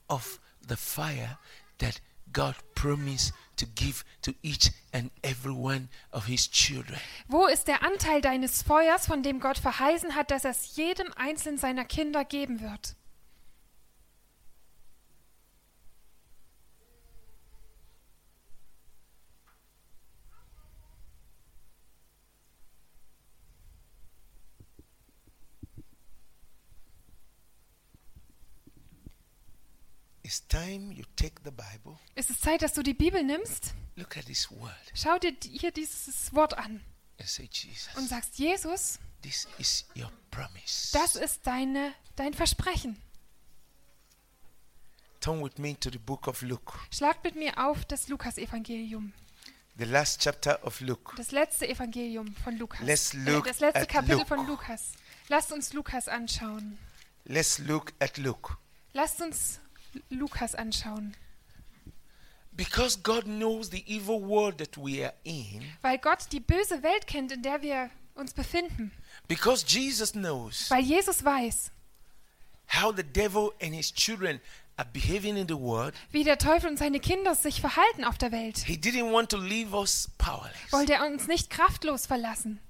[SPEAKER 1] of the fire that God promised to give to each and every one of his children?
[SPEAKER 2] Wo ist der Anteil deines Feuers, von dem Gott verheißen hat, dass er es jedem einzelnen seiner Kinder geben wird?
[SPEAKER 1] It's time you take the Bible.
[SPEAKER 2] Ist es Zeit, dass du die Bibel nimmst?
[SPEAKER 1] Look at this word
[SPEAKER 2] Schau dir die- hier dieses Wort an
[SPEAKER 1] and say, Jesus,
[SPEAKER 2] und sagst, Jesus,
[SPEAKER 1] this is your promise.
[SPEAKER 2] das ist deine, dein Versprechen.
[SPEAKER 1] Turn with me to the book of Luke,
[SPEAKER 2] Schlagt mit mir auf das Lukasevangelium,
[SPEAKER 1] the last chapter of Luke.
[SPEAKER 2] das letzte Evangelium von Lukas.
[SPEAKER 1] Let's
[SPEAKER 2] Äh,
[SPEAKER 1] look
[SPEAKER 2] das letzte
[SPEAKER 1] at
[SPEAKER 2] Kapitel
[SPEAKER 1] Luke.
[SPEAKER 2] von Lukas. Lasst uns Lukas anschauen.
[SPEAKER 1] Let's look at Luke.
[SPEAKER 2] Lasst uns Lukas anschauen.
[SPEAKER 1] Because God knows the evil world that we are in,
[SPEAKER 2] Weil Gott die böse Welt kennt, in der wir uns befinden.
[SPEAKER 1] Because Jesus knows
[SPEAKER 2] Weil Jesus weiß,
[SPEAKER 1] how the devil and his children are behaving in the world,
[SPEAKER 2] wie der Teufel und seine Kinder sich verhalten auf der Welt,
[SPEAKER 1] he didn't want to leave us powerless.
[SPEAKER 2] wollte er uns nicht kraftlos verlassen.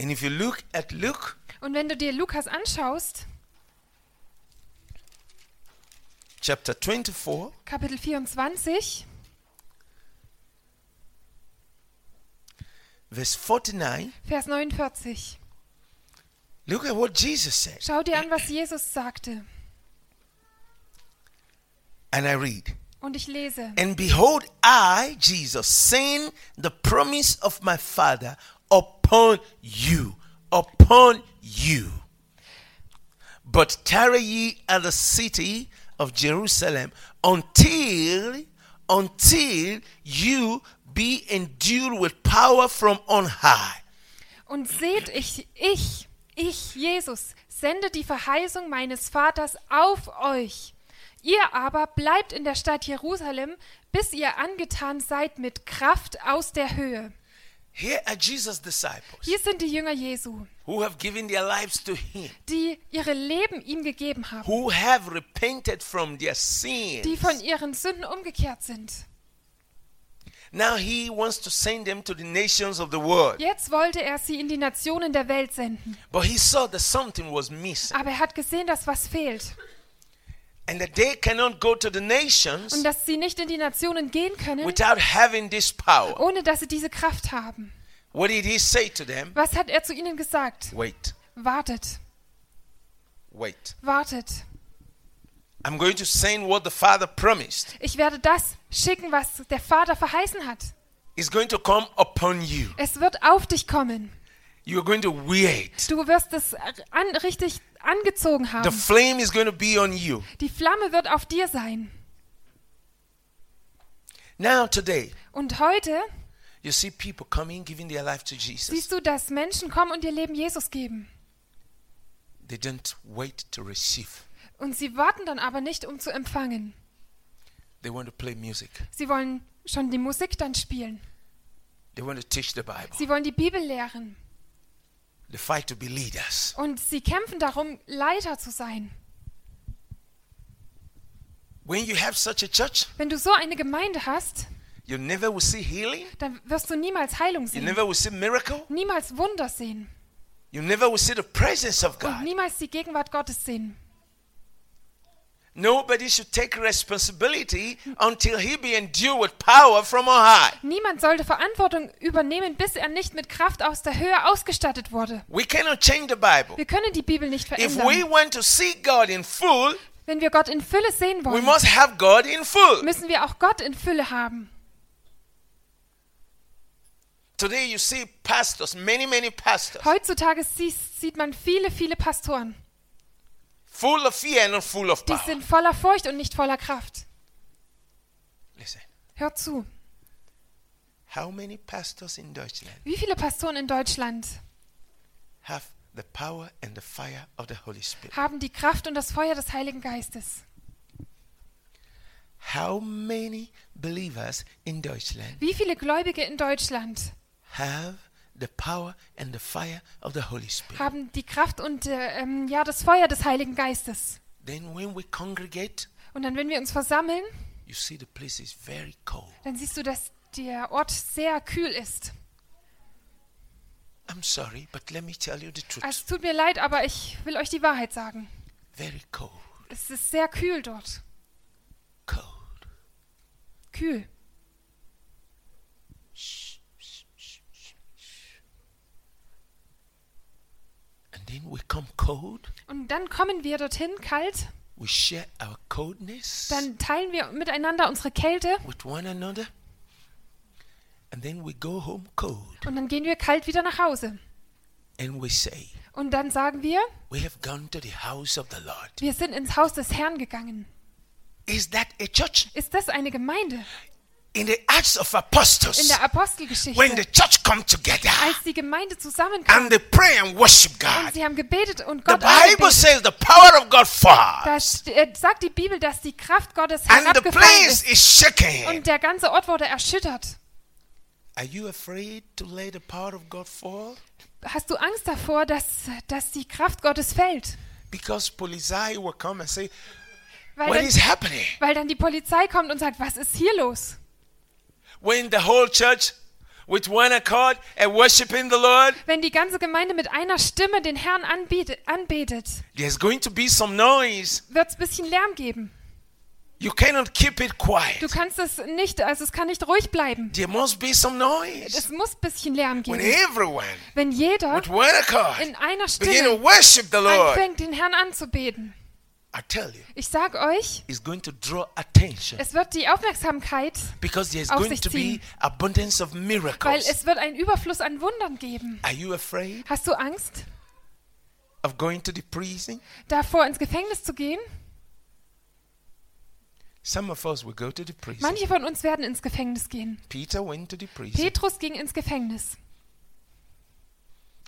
[SPEAKER 1] And if you look at Luke,
[SPEAKER 2] Und wenn du dir Lukas anschaust,
[SPEAKER 1] chapter 24,
[SPEAKER 2] Kapitel 24,
[SPEAKER 1] verse 49,
[SPEAKER 2] Vers 49,
[SPEAKER 1] look at what Jesus said.
[SPEAKER 2] schau dir an, was Jesus sagte.
[SPEAKER 1] And I read,
[SPEAKER 2] Und ich lese.
[SPEAKER 1] And behold, I, Jesus, send the promise of my Father upon you, upon you. But tarry ye at the city of Jerusalem until, until you be endued with power from on high.
[SPEAKER 2] Und seht, ich, ich, ich, Jesus, sende die Verheißung meines Vaters auf euch. Ihr aber bleibt in der Stadt Jerusalem, bis ihr angetan seid mit Kraft aus der Höhe.
[SPEAKER 1] Here are Jesus' disciples
[SPEAKER 2] Hier sind die Jünger Jesu,
[SPEAKER 1] who have given their lives to Him,
[SPEAKER 2] die ihre Leben ihm gegeben haben,
[SPEAKER 1] who have repented from their
[SPEAKER 2] die
[SPEAKER 1] sins.
[SPEAKER 2] von ihren Sünden umgekehrt sind.
[SPEAKER 1] Now He wants to send them to the nations of the world.
[SPEAKER 2] Jetzt wollte er sie in die Nationen der Welt senden,
[SPEAKER 1] But He saw that something was missing
[SPEAKER 2] aber er hat gesehen, dass was fehlt
[SPEAKER 1] and that they cannot go to the
[SPEAKER 2] und
[SPEAKER 1] nations
[SPEAKER 2] dass sie nicht in die Nationen gehen können,
[SPEAKER 1] without having this power.
[SPEAKER 2] ohne dass sie diese Kraft haben.
[SPEAKER 1] What did He say to them?
[SPEAKER 2] Was hat er zu ihnen gesagt?
[SPEAKER 1] Wait,
[SPEAKER 2] Wartet,
[SPEAKER 1] wait.
[SPEAKER 2] wartet.
[SPEAKER 1] I'm going to send what the Father promised.
[SPEAKER 2] Ich werde das schicken, was der Vater verheißen hat.
[SPEAKER 1] It's going to come upon you.
[SPEAKER 2] Es wird auf dich kommen.
[SPEAKER 1] You're going to wear it.
[SPEAKER 2] Du wirst es an, richtig angezogen
[SPEAKER 1] The
[SPEAKER 2] haben.
[SPEAKER 1] flame is going to be on you.
[SPEAKER 2] Die Flamme wird auf dir sein.
[SPEAKER 1] Now, today,
[SPEAKER 2] Und heute
[SPEAKER 1] you see people coming, giving their life to Jesus.
[SPEAKER 2] siehst du, dass Menschen kommen und ihr Leben Jesus geben.
[SPEAKER 1] They don't wait to receive,
[SPEAKER 2] Und sie warten dann aber nicht, um zu empfangen.
[SPEAKER 1] they want to play music,
[SPEAKER 2] Sie wollen schon die Musik dann spielen.
[SPEAKER 1] they want to teach the Bible,
[SPEAKER 2] Sie wollen die Bibel lehren.
[SPEAKER 1] they fight to be leaders.
[SPEAKER 2] Und sie kämpfen darum, Leiter zu sein.
[SPEAKER 1] When you have such a church,
[SPEAKER 2] Wenn du so eine Gemeinde hast,
[SPEAKER 1] you never will see healing,
[SPEAKER 2] dann wirst du niemals Heilung
[SPEAKER 1] you
[SPEAKER 2] sehen.
[SPEAKER 1] never will see miracle,
[SPEAKER 2] Niemals Wunder sehen.
[SPEAKER 1] you never will see the presence of
[SPEAKER 2] Und
[SPEAKER 1] God.
[SPEAKER 2] niemals die Gegenwart Gottes sehen.
[SPEAKER 1] Nobody should take responsibility until he be endued with power from on high.
[SPEAKER 2] Niemand sollte Verantwortung übernehmen, bis er nicht mit Kraft aus der Höhe ausgestattet wurde.
[SPEAKER 1] We cannot change the Bible.
[SPEAKER 2] Wir können die Bibel nicht
[SPEAKER 1] If we
[SPEAKER 2] verändern.
[SPEAKER 1] want to see God in full,
[SPEAKER 2] Wenn wir Gott in Fülle sehen
[SPEAKER 1] we
[SPEAKER 2] wollen,
[SPEAKER 1] must have God in full.
[SPEAKER 2] müssen wir auch Gott in Fülle haben.
[SPEAKER 1] Today you see pastors, many, many pastors,
[SPEAKER 2] Heutzutage siehst, sieht man viele, viele Pastoren.
[SPEAKER 1] full of fear and not full of
[SPEAKER 2] Die
[SPEAKER 1] power.
[SPEAKER 2] sind voller Furcht und nicht voller Kraft.
[SPEAKER 1] Listen,
[SPEAKER 2] Hört zu.
[SPEAKER 1] how many pastors in Deutschland
[SPEAKER 2] Wie viele Pastoren in Deutschland
[SPEAKER 1] have the power and the fire of the Holy Spirit?
[SPEAKER 2] haben die Kraft und das Feuer des Heiligen Geistes?
[SPEAKER 1] How many believers in Deutschland
[SPEAKER 2] Wie viele Gläubige in Deutschland
[SPEAKER 1] have the power and the fire of the Holy Spirit?
[SPEAKER 2] haben die Kraft und äh, ähm, ja das Feuer des Heiligen Geistes?
[SPEAKER 1] Then when we congregate,
[SPEAKER 2] Und dann, wenn wir uns versammeln,
[SPEAKER 1] you see the place is very cold.
[SPEAKER 2] dann siehst du, dass der Ort sehr kühl ist.
[SPEAKER 1] I'm sorry, but let me tell you the truth.
[SPEAKER 2] Also, es tut mir leid, aber ich will euch die Wahrheit sagen.
[SPEAKER 1] Very cold,
[SPEAKER 2] Es ist sehr kühl dort.
[SPEAKER 1] cold.
[SPEAKER 2] Kühl.
[SPEAKER 1] And then we come cold,
[SPEAKER 2] Und dann kommen wir dorthin, kalt.
[SPEAKER 1] we share our coldness
[SPEAKER 2] Dann teilen wir miteinander unsere Kälte.
[SPEAKER 1] with one another, and then we go home cold
[SPEAKER 2] Und dann gehen wir kalt wieder nach Hause.
[SPEAKER 1] and we say,
[SPEAKER 2] Und dann sagen wir,
[SPEAKER 1] We have gone to the house of the Lord.
[SPEAKER 2] wir sind ins Haus des Herrn gegangen.
[SPEAKER 1] Is that a church?
[SPEAKER 2] Ist das eine Gemeinde?
[SPEAKER 1] In the Acts of
[SPEAKER 2] In
[SPEAKER 1] Apostles,
[SPEAKER 2] der Apostelgeschichte.
[SPEAKER 1] when the church come together
[SPEAKER 2] Als die Gemeinde zusammenkam
[SPEAKER 1] and they pray and worship
[SPEAKER 2] und
[SPEAKER 1] God,
[SPEAKER 2] sie haben gebetet und
[SPEAKER 1] the
[SPEAKER 2] Gott
[SPEAKER 1] Bible
[SPEAKER 2] angebetet.
[SPEAKER 1] says the power of God falls,
[SPEAKER 2] Da st- äh, sagt die Bibel, dass die Kraft Gottes
[SPEAKER 1] and the
[SPEAKER 2] herabgefallen
[SPEAKER 1] place
[SPEAKER 2] ist.
[SPEAKER 1] is shaking.
[SPEAKER 2] Und der ganze Ort wurde erschüttert.
[SPEAKER 1] Are you afraid to let the power of God fall?
[SPEAKER 2] Hast du Angst davor, dass, dass die Kraft Gottes fällt?
[SPEAKER 1] Because Polizei will come and say,
[SPEAKER 2] Weil
[SPEAKER 1] What is
[SPEAKER 2] dann,
[SPEAKER 1] happening?
[SPEAKER 2] weil dann die Polizei kommt und sagt, was ist hier los?
[SPEAKER 1] When the whole church with one accord and worshiping the Lord,
[SPEAKER 2] Wenn die ganze Gemeinde mit einer Stimme den Herrn anbietet, anbetet,
[SPEAKER 1] there's going to be some noise.
[SPEAKER 2] wird es ein bisschen Lärm geben.
[SPEAKER 1] You cannot keep it quiet.
[SPEAKER 2] Du kannst es nicht, also es kann nicht ruhig bleiben.
[SPEAKER 1] There must be some noise.
[SPEAKER 2] Es muss ein bisschen Lärm
[SPEAKER 1] When
[SPEAKER 2] geben.
[SPEAKER 1] everyone
[SPEAKER 2] Wenn jeder
[SPEAKER 1] with one accord
[SPEAKER 2] in einer
[SPEAKER 1] begin to
[SPEAKER 2] Stimme
[SPEAKER 1] worship the Lord,
[SPEAKER 2] anfängt, den Herrn anzubeten.
[SPEAKER 1] I tell you,
[SPEAKER 2] Ich sag euch,
[SPEAKER 1] it's going to draw attention
[SPEAKER 2] es wird die Aufmerksamkeit,
[SPEAKER 1] because there's
[SPEAKER 2] auf
[SPEAKER 1] going
[SPEAKER 2] sich
[SPEAKER 1] to be
[SPEAKER 2] ziehen.
[SPEAKER 1] abundance of
[SPEAKER 2] weil
[SPEAKER 1] miracles.
[SPEAKER 2] es wird einen Überfluss an Wundern geben.
[SPEAKER 1] Are you afraid
[SPEAKER 2] Hast du Angst,
[SPEAKER 1] of going to the prison?
[SPEAKER 2] davor ins Gefängnis zu gehen?
[SPEAKER 1] Some of us will go to the prison.
[SPEAKER 2] Manche von uns werden ins Gefängnis gehen.
[SPEAKER 1] Peter went to the prison.
[SPEAKER 2] Petrus ging ins Gefängnis.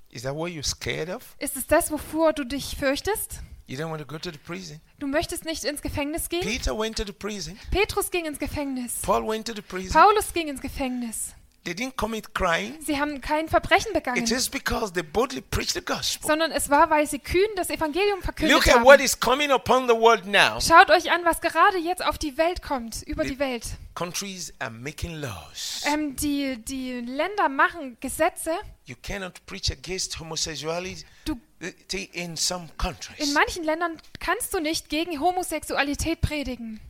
[SPEAKER 1] Is that what you're scared of?
[SPEAKER 2] Ist es das, wovor du dich fürchtest?
[SPEAKER 1] You don't want to go to the prison.
[SPEAKER 2] Du möchtest nicht ins Gefängnis gehen?
[SPEAKER 1] Peter went to the prison.
[SPEAKER 2] Petrus ging ins Gefängnis.
[SPEAKER 1] Paul went to the prison.
[SPEAKER 2] Paulus ging ins Gefängnis.
[SPEAKER 1] They didn't commit crime.
[SPEAKER 2] Sie haben kein Verbrechen begangen,
[SPEAKER 1] It is because they boldly preached the gospel.
[SPEAKER 2] sondern es war, weil sie kühn das Evangelium verkündet
[SPEAKER 1] Look at
[SPEAKER 2] haben.
[SPEAKER 1] what is coming upon the world now.
[SPEAKER 2] Schaut euch an, was gerade jetzt auf die Welt kommt, über die Welt.
[SPEAKER 1] Countries are making laws.
[SPEAKER 2] Ähm, die, die Länder machen Gesetze.
[SPEAKER 1] You cannot preach against homosexuality
[SPEAKER 2] Du,
[SPEAKER 1] in some
[SPEAKER 2] in
[SPEAKER 1] countries.
[SPEAKER 2] manchen Ländern kannst du nicht gegen Homosexualität predigen.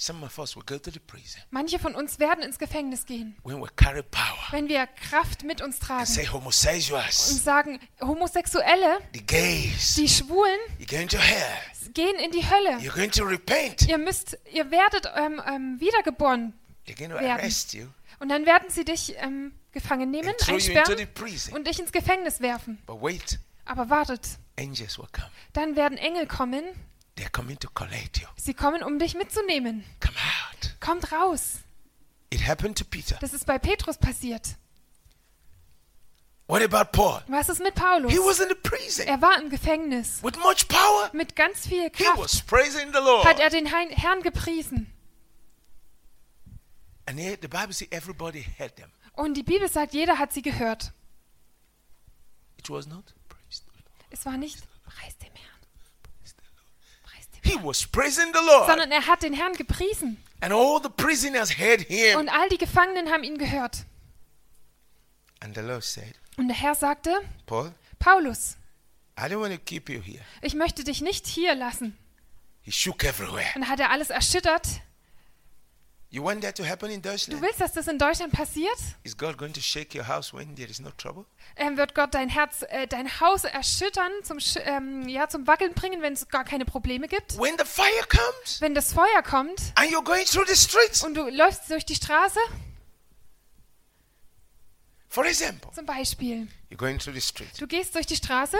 [SPEAKER 1] Some of us will go to the prison
[SPEAKER 2] Manche von uns werden ins Gefängnis gehen,
[SPEAKER 1] when we carry power
[SPEAKER 2] wenn wir Kraft mit uns
[SPEAKER 1] and say
[SPEAKER 2] tragen und
[SPEAKER 1] homosexuals,
[SPEAKER 2] sagen, Homosexuelle,
[SPEAKER 1] the gays,
[SPEAKER 2] die Schwulen,
[SPEAKER 1] you're going to hell.
[SPEAKER 2] gehen in die Hölle.
[SPEAKER 1] You're going to repent.
[SPEAKER 2] Ihr müsst, ihr werdet ähm, ähm, wiedergeboren
[SPEAKER 1] They're going to
[SPEAKER 2] Werden.
[SPEAKER 1] arrest you
[SPEAKER 2] und dann werden sie dich ähm, gefangen nehmen,
[SPEAKER 1] and throw you into the
[SPEAKER 2] einsperren
[SPEAKER 1] prison.
[SPEAKER 2] und dich ins Gefängnis werfen.
[SPEAKER 1] But wait,
[SPEAKER 2] Aber wartet,
[SPEAKER 1] angels will come.
[SPEAKER 2] dann werden Engel kommen.
[SPEAKER 1] They're coming to collect you.
[SPEAKER 2] Sie kommen, um dich mitzunehmen.
[SPEAKER 1] Come out.
[SPEAKER 2] Kommt raus.
[SPEAKER 1] It happened to Peter.
[SPEAKER 2] Das ist bei Petrus passiert.
[SPEAKER 1] What about Paul?
[SPEAKER 2] Was ist mit
[SPEAKER 1] He
[SPEAKER 2] Paulus?
[SPEAKER 1] was in the prison
[SPEAKER 2] Er war im Gefängnis.
[SPEAKER 1] with much power.
[SPEAKER 2] Mit ganz viel
[SPEAKER 1] He was
[SPEAKER 2] Kraft
[SPEAKER 1] praising the Lord.
[SPEAKER 2] hat er den Hein- Herrn gepriesen.
[SPEAKER 1] And here the Bible says everybody heard them.
[SPEAKER 2] Und die Bibel sagt, jeder hat sie gehört.
[SPEAKER 1] It was not praise the Lord.
[SPEAKER 2] Es war nicht, preis dem Herrn, preis dem
[SPEAKER 1] He was praising the
[SPEAKER 2] Herrn.
[SPEAKER 1] Lord.
[SPEAKER 2] Sondern er hat den Herrn gepriesen.
[SPEAKER 1] And all the prisoners heard him.
[SPEAKER 2] Und all die Gefangenen haben ihn gehört.
[SPEAKER 1] And the Lord said,
[SPEAKER 2] Und der Herr sagte,
[SPEAKER 1] Paul,
[SPEAKER 2] Paulus,
[SPEAKER 1] I don't want to keep you here.
[SPEAKER 2] ich möchte dich nicht hier lassen.
[SPEAKER 1] He shook everywhere.
[SPEAKER 2] Und hat er alles erschüttert.
[SPEAKER 1] You want that to happen in
[SPEAKER 2] Du
[SPEAKER 1] Deutschland?
[SPEAKER 2] willst, dass das in Deutschland passiert?
[SPEAKER 1] Is God going to shake your house when there is no trouble?
[SPEAKER 2] Ähm, wird Gott dein Herz, äh, dein Haus erschüttern, zum, Sch ähm, ja, zum Wackeln bringen, wenn es gar keine Probleme gibt?
[SPEAKER 1] When the fire comes
[SPEAKER 2] Wenn das Feuer kommt
[SPEAKER 1] and you're going through the streets,
[SPEAKER 2] und du läufst durch die Straße,
[SPEAKER 1] for example,
[SPEAKER 2] zum Beispiel.
[SPEAKER 1] you're going through the street
[SPEAKER 2] Du gehst durch die Straße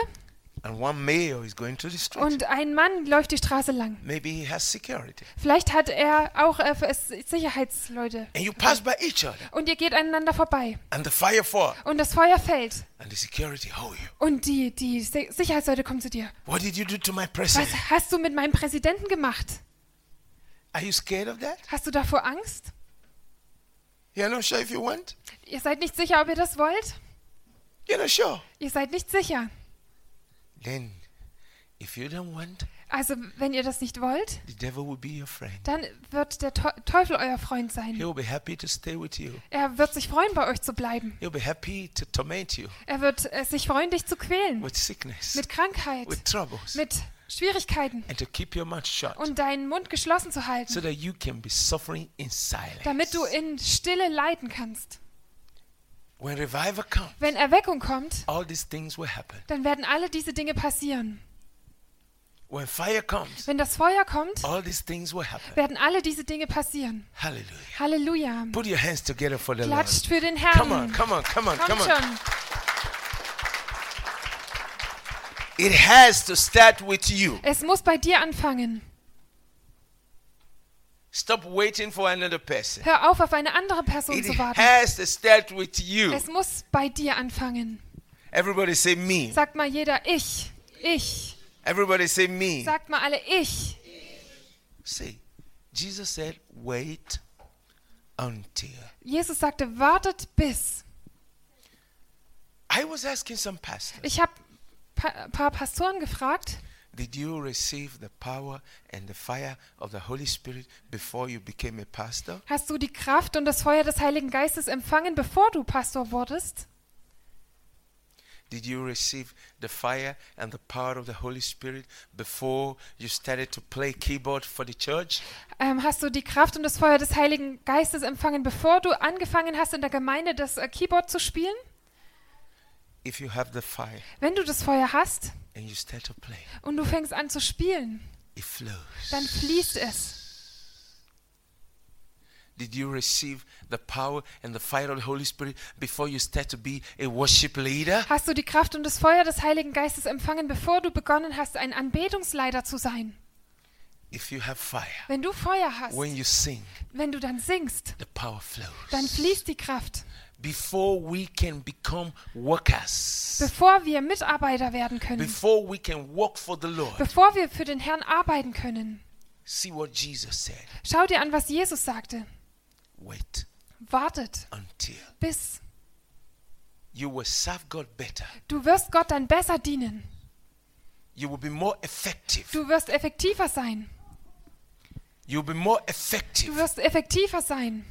[SPEAKER 1] and one mayor is going through the street.
[SPEAKER 2] und ein Mann läuft die Straße lang.
[SPEAKER 1] Maybe he has security.
[SPEAKER 2] Vielleicht hat er auch äh, für- Sicherheitsleute.
[SPEAKER 1] And you pass by each other
[SPEAKER 2] Und ihr geht aneinander vorbei.
[SPEAKER 1] and the fire falls
[SPEAKER 2] Und das Feuer fällt.
[SPEAKER 1] and the security hold you.
[SPEAKER 2] Und die, die Si- Sicherheitsleute kommen zu dir.
[SPEAKER 1] What did you do to my
[SPEAKER 2] Was
[SPEAKER 1] president?
[SPEAKER 2] hast du mit meinem Präsidenten gemacht?
[SPEAKER 1] Are you scared of that?
[SPEAKER 2] Hast du davor Angst?
[SPEAKER 1] You're not sure if you want?
[SPEAKER 2] Ihr seid nicht sicher, ob ihr das wollt?
[SPEAKER 1] You're not sure.
[SPEAKER 2] Ihr seid nicht sicher.
[SPEAKER 1] Then, if you don't want,
[SPEAKER 2] Also, wenn ihr das nicht wollt,
[SPEAKER 1] the devil will be your friend.
[SPEAKER 2] dann wird der Teu- Teufel euer Freund sein.
[SPEAKER 1] He'll be happy to stay with you.
[SPEAKER 2] Er wird sich freuen, bei euch zu bleiben.
[SPEAKER 1] He'll be happy to torment you
[SPEAKER 2] Er wird äh, sich freuen, dich zu quälen.
[SPEAKER 1] with sickness,
[SPEAKER 2] Mit Krankheit,
[SPEAKER 1] with troubles,
[SPEAKER 2] mit Schwierigkeiten
[SPEAKER 1] and to keep your mouth shut
[SPEAKER 2] und deinen Mund geschlossen zu
[SPEAKER 1] so
[SPEAKER 2] halten,
[SPEAKER 1] that you can be suffering in silence.
[SPEAKER 2] damit du in Stille leiden kannst.
[SPEAKER 1] When revival comes,
[SPEAKER 2] Wenn Erweckung kommt,
[SPEAKER 1] all these things will happen.
[SPEAKER 2] dann werden alle diese Dinge passieren.
[SPEAKER 1] When fire comes,
[SPEAKER 2] Wenn das Feuer kommt,
[SPEAKER 1] all these things will happen.
[SPEAKER 2] werden alle diese Dinge passieren.
[SPEAKER 1] Hallelujah.
[SPEAKER 2] Halleluja.
[SPEAKER 1] Put your hands together for the Lord.
[SPEAKER 2] Klatscht für den
[SPEAKER 1] Come on,
[SPEAKER 2] Herrn.
[SPEAKER 1] come on, come on, come
[SPEAKER 2] Kommt
[SPEAKER 1] on.
[SPEAKER 2] schon.
[SPEAKER 1] It has to start with you.
[SPEAKER 2] Es muss bei dir anfangen.
[SPEAKER 1] Stop waiting for another person.
[SPEAKER 2] Hör auf, auf eine andere Person
[SPEAKER 1] It
[SPEAKER 2] zu warten.
[SPEAKER 1] has to start with you.
[SPEAKER 2] Es muss bei dir anfangen.
[SPEAKER 1] Everybody say me.
[SPEAKER 2] Sagt mal jeder ich, ich.
[SPEAKER 1] Everybody say me.
[SPEAKER 2] Sagt mal alle ich.
[SPEAKER 1] See, Jesus said, wait until.
[SPEAKER 2] Jesus sagte, wartet bis.
[SPEAKER 1] I was asking some pastors,
[SPEAKER 2] Ich habe pa paar Pastoren gefragt,
[SPEAKER 1] did you receive the power and the fire of the Holy Spirit before you became a pastor?
[SPEAKER 2] hast du die Kraft und das Feuer des Heiligen Geistes empfangen, bevor du Pastor wurdest?
[SPEAKER 1] Did you receive the fire and the power of the Holy Spirit before you started to play keyboard for the church?
[SPEAKER 2] Ähm, hast du die Kraft und das Feuer des Heiligen Geistes empfangen, bevor du angefangen hast, in der Gemeinde das äh, Keyboard zu spielen?
[SPEAKER 1] If you have the fire
[SPEAKER 2] Wenn du das Feuer hast
[SPEAKER 1] and you start to play,
[SPEAKER 2] und du fängst an zu spielen,
[SPEAKER 1] it flows.
[SPEAKER 2] dann fließt es.
[SPEAKER 1] Did you receive the power and the fire of the Holy Spirit before you start to be a worship leader?
[SPEAKER 2] Hast du die Kraft und das Feuer des Heiligen Geistes empfangen, bevor du begonnen hast, ein Anbetungsleiter zu sein?
[SPEAKER 1] If you have fire,
[SPEAKER 2] Wenn du Feuer hast,
[SPEAKER 1] when you sing,
[SPEAKER 2] wenn du dann singst,
[SPEAKER 1] the power flows.
[SPEAKER 2] dann fließt die Kraft.
[SPEAKER 1] Before we can become workers,
[SPEAKER 2] Bevor wir Mitarbeiter werden können,
[SPEAKER 1] before we can work for the Lord,
[SPEAKER 2] bevor wir für den Herrn arbeiten können,
[SPEAKER 1] see what Jesus said.
[SPEAKER 2] schau dir an, was Jesus sagte.
[SPEAKER 1] Wait
[SPEAKER 2] wartet,
[SPEAKER 1] until
[SPEAKER 2] bis
[SPEAKER 1] you will serve God better.
[SPEAKER 2] du wirst Gott dann besser dienen.
[SPEAKER 1] You will be more effective.
[SPEAKER 2] Du wirst effektiver sein.
[SPEAKER 1] You will be more
[SPEAKER 2] Du
[SPEAKER 1] effective
[SPEAKER 2] wirst effektiver sein,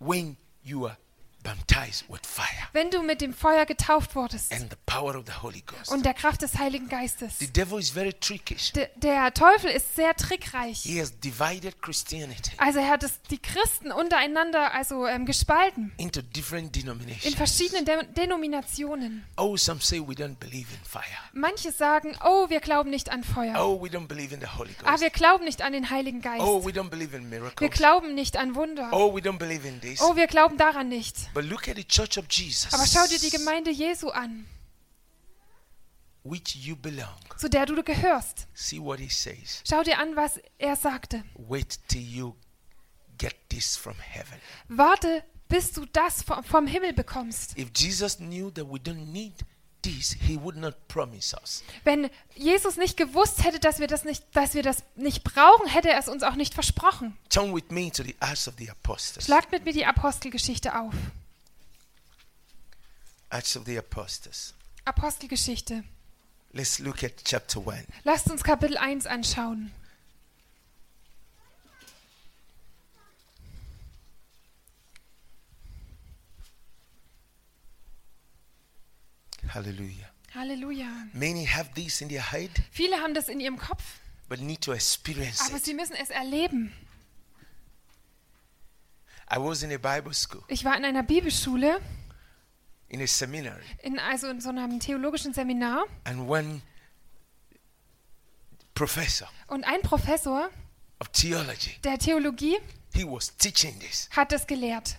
[SPEAKER 1] when you are baptized with fire
[SPEAKER 2] wenn du mit dem Feuer getauft wurdest
[SPEAKER 1] and the power of the Holy Ghost.
[SPEAKER 2] und der Kraft des Heiligen
[SPEAKER 1] The
[SPEAKER 2] Geistes.
[SPEAKER 1] devil is very trickish.
[SPEAKER 2] D der Teufel ist sehr trickreich.
[SPEAKER 1] He has divided Christianity
[SPEAKER 2] Also er hat es die Christen untereinander also ähm, gespalten
[SPEAKER 1] into different
[SPEAKER 2] in
[SPEAKER 1] denominations.
[SPEAKER 2] verschiedenen De Denominationen.
[SPEAKER 1] Oh, some say we don't believe in fire.
[SPEAKER 2] Manche sagen, oh, wir glauben nicht an Feuer.
[SPEAKER 1] Oh, we don't believe in the Holy
[SPEAKER 2] Ah,
[SPEAKER 1] Ghost.
[SPEAKER 2] wir glauben nicht an den Heiligen
[SPEAKER 1] Oh,
[SPEAKER 2] Geist.
[SPEAKER 1] we don't believe in
[SPEAKER 2] Wir
[SPEAKER 1] miracles.
[SPEAKER 2] glauben nicht an Wunder.
[SPEAKER 1] Oh, we don't believe in this.
[SPEAKER 2] Oh, wir glauben daran nicht.
[SPEAKER 1] But look at the church of
[SPEAKER 2] Aber schau dir die
[SPEAKER 1] Jesus,
[SPEAKER 2] Gemeinde Jesu an,
[SPEAKER 1] which you belong.
[SPEAKER 2] zu der du gehörst.
[SPEAKER 1] See what he says.
[SPEAKER 2] Schau dir an, was er sagte.
[SPEAKER 1] Wait till you get this from heaven.
[SPEAKER 2] Warte, bis du das vo- vom Himmel bekommst.
[SPEAKER 1] If Jesus knew that we don't need this, he would not promise us.
[SPEAKER 2] Wenn Jesus nicht gewusst hätte, dass wir das nicht, dass wir das nicht brauchen, hätte er es uns auch nicht versprochen.
[SPEAKER 1] Turn with me to the Acts of the Apostles.
[SPEAKER 2] Schlagt mit mir die Apostelgeschichte auf.
[SPEAKER 1] Acts of the Apostles.
[SPEAKER 2] Apostelgeschichte.
[SPEAKER 1] Let's look at chapter 1.
[SPEAKER 2] Lasst uns Kapitel 1 anschauen.
[SPEAKER 1] Hallelujah.
[SPEAKER 2] Halleluja.
[SPEAKER 1] Many have this in their head,
[SPEAKER 2] Viele haben das in ihrem Kopf,
[SPEAKER 1] but need to experience
[SPEAKER 2] aber
[SPEAKER 1] it.
[SPEAKER 2] sie müssen es erleben.
[SPEAKER 1] I was in a Bible school,
[SPEAKER 2] Ich war in einer Bibelschule,
[SPEAKER 1] in a seminary,
[SPEAKER 2] in, also in so einem theologischen Seminar,
[SPEAKER 1] and one professor
[SPEAKER 2] und ein Professor
[SPEAKER 1] of theology,
[SPEAKER 2] der Theologie
[SPEAKER 1] he was teaching this.
[SPEAKER 2] hat das gelehrt.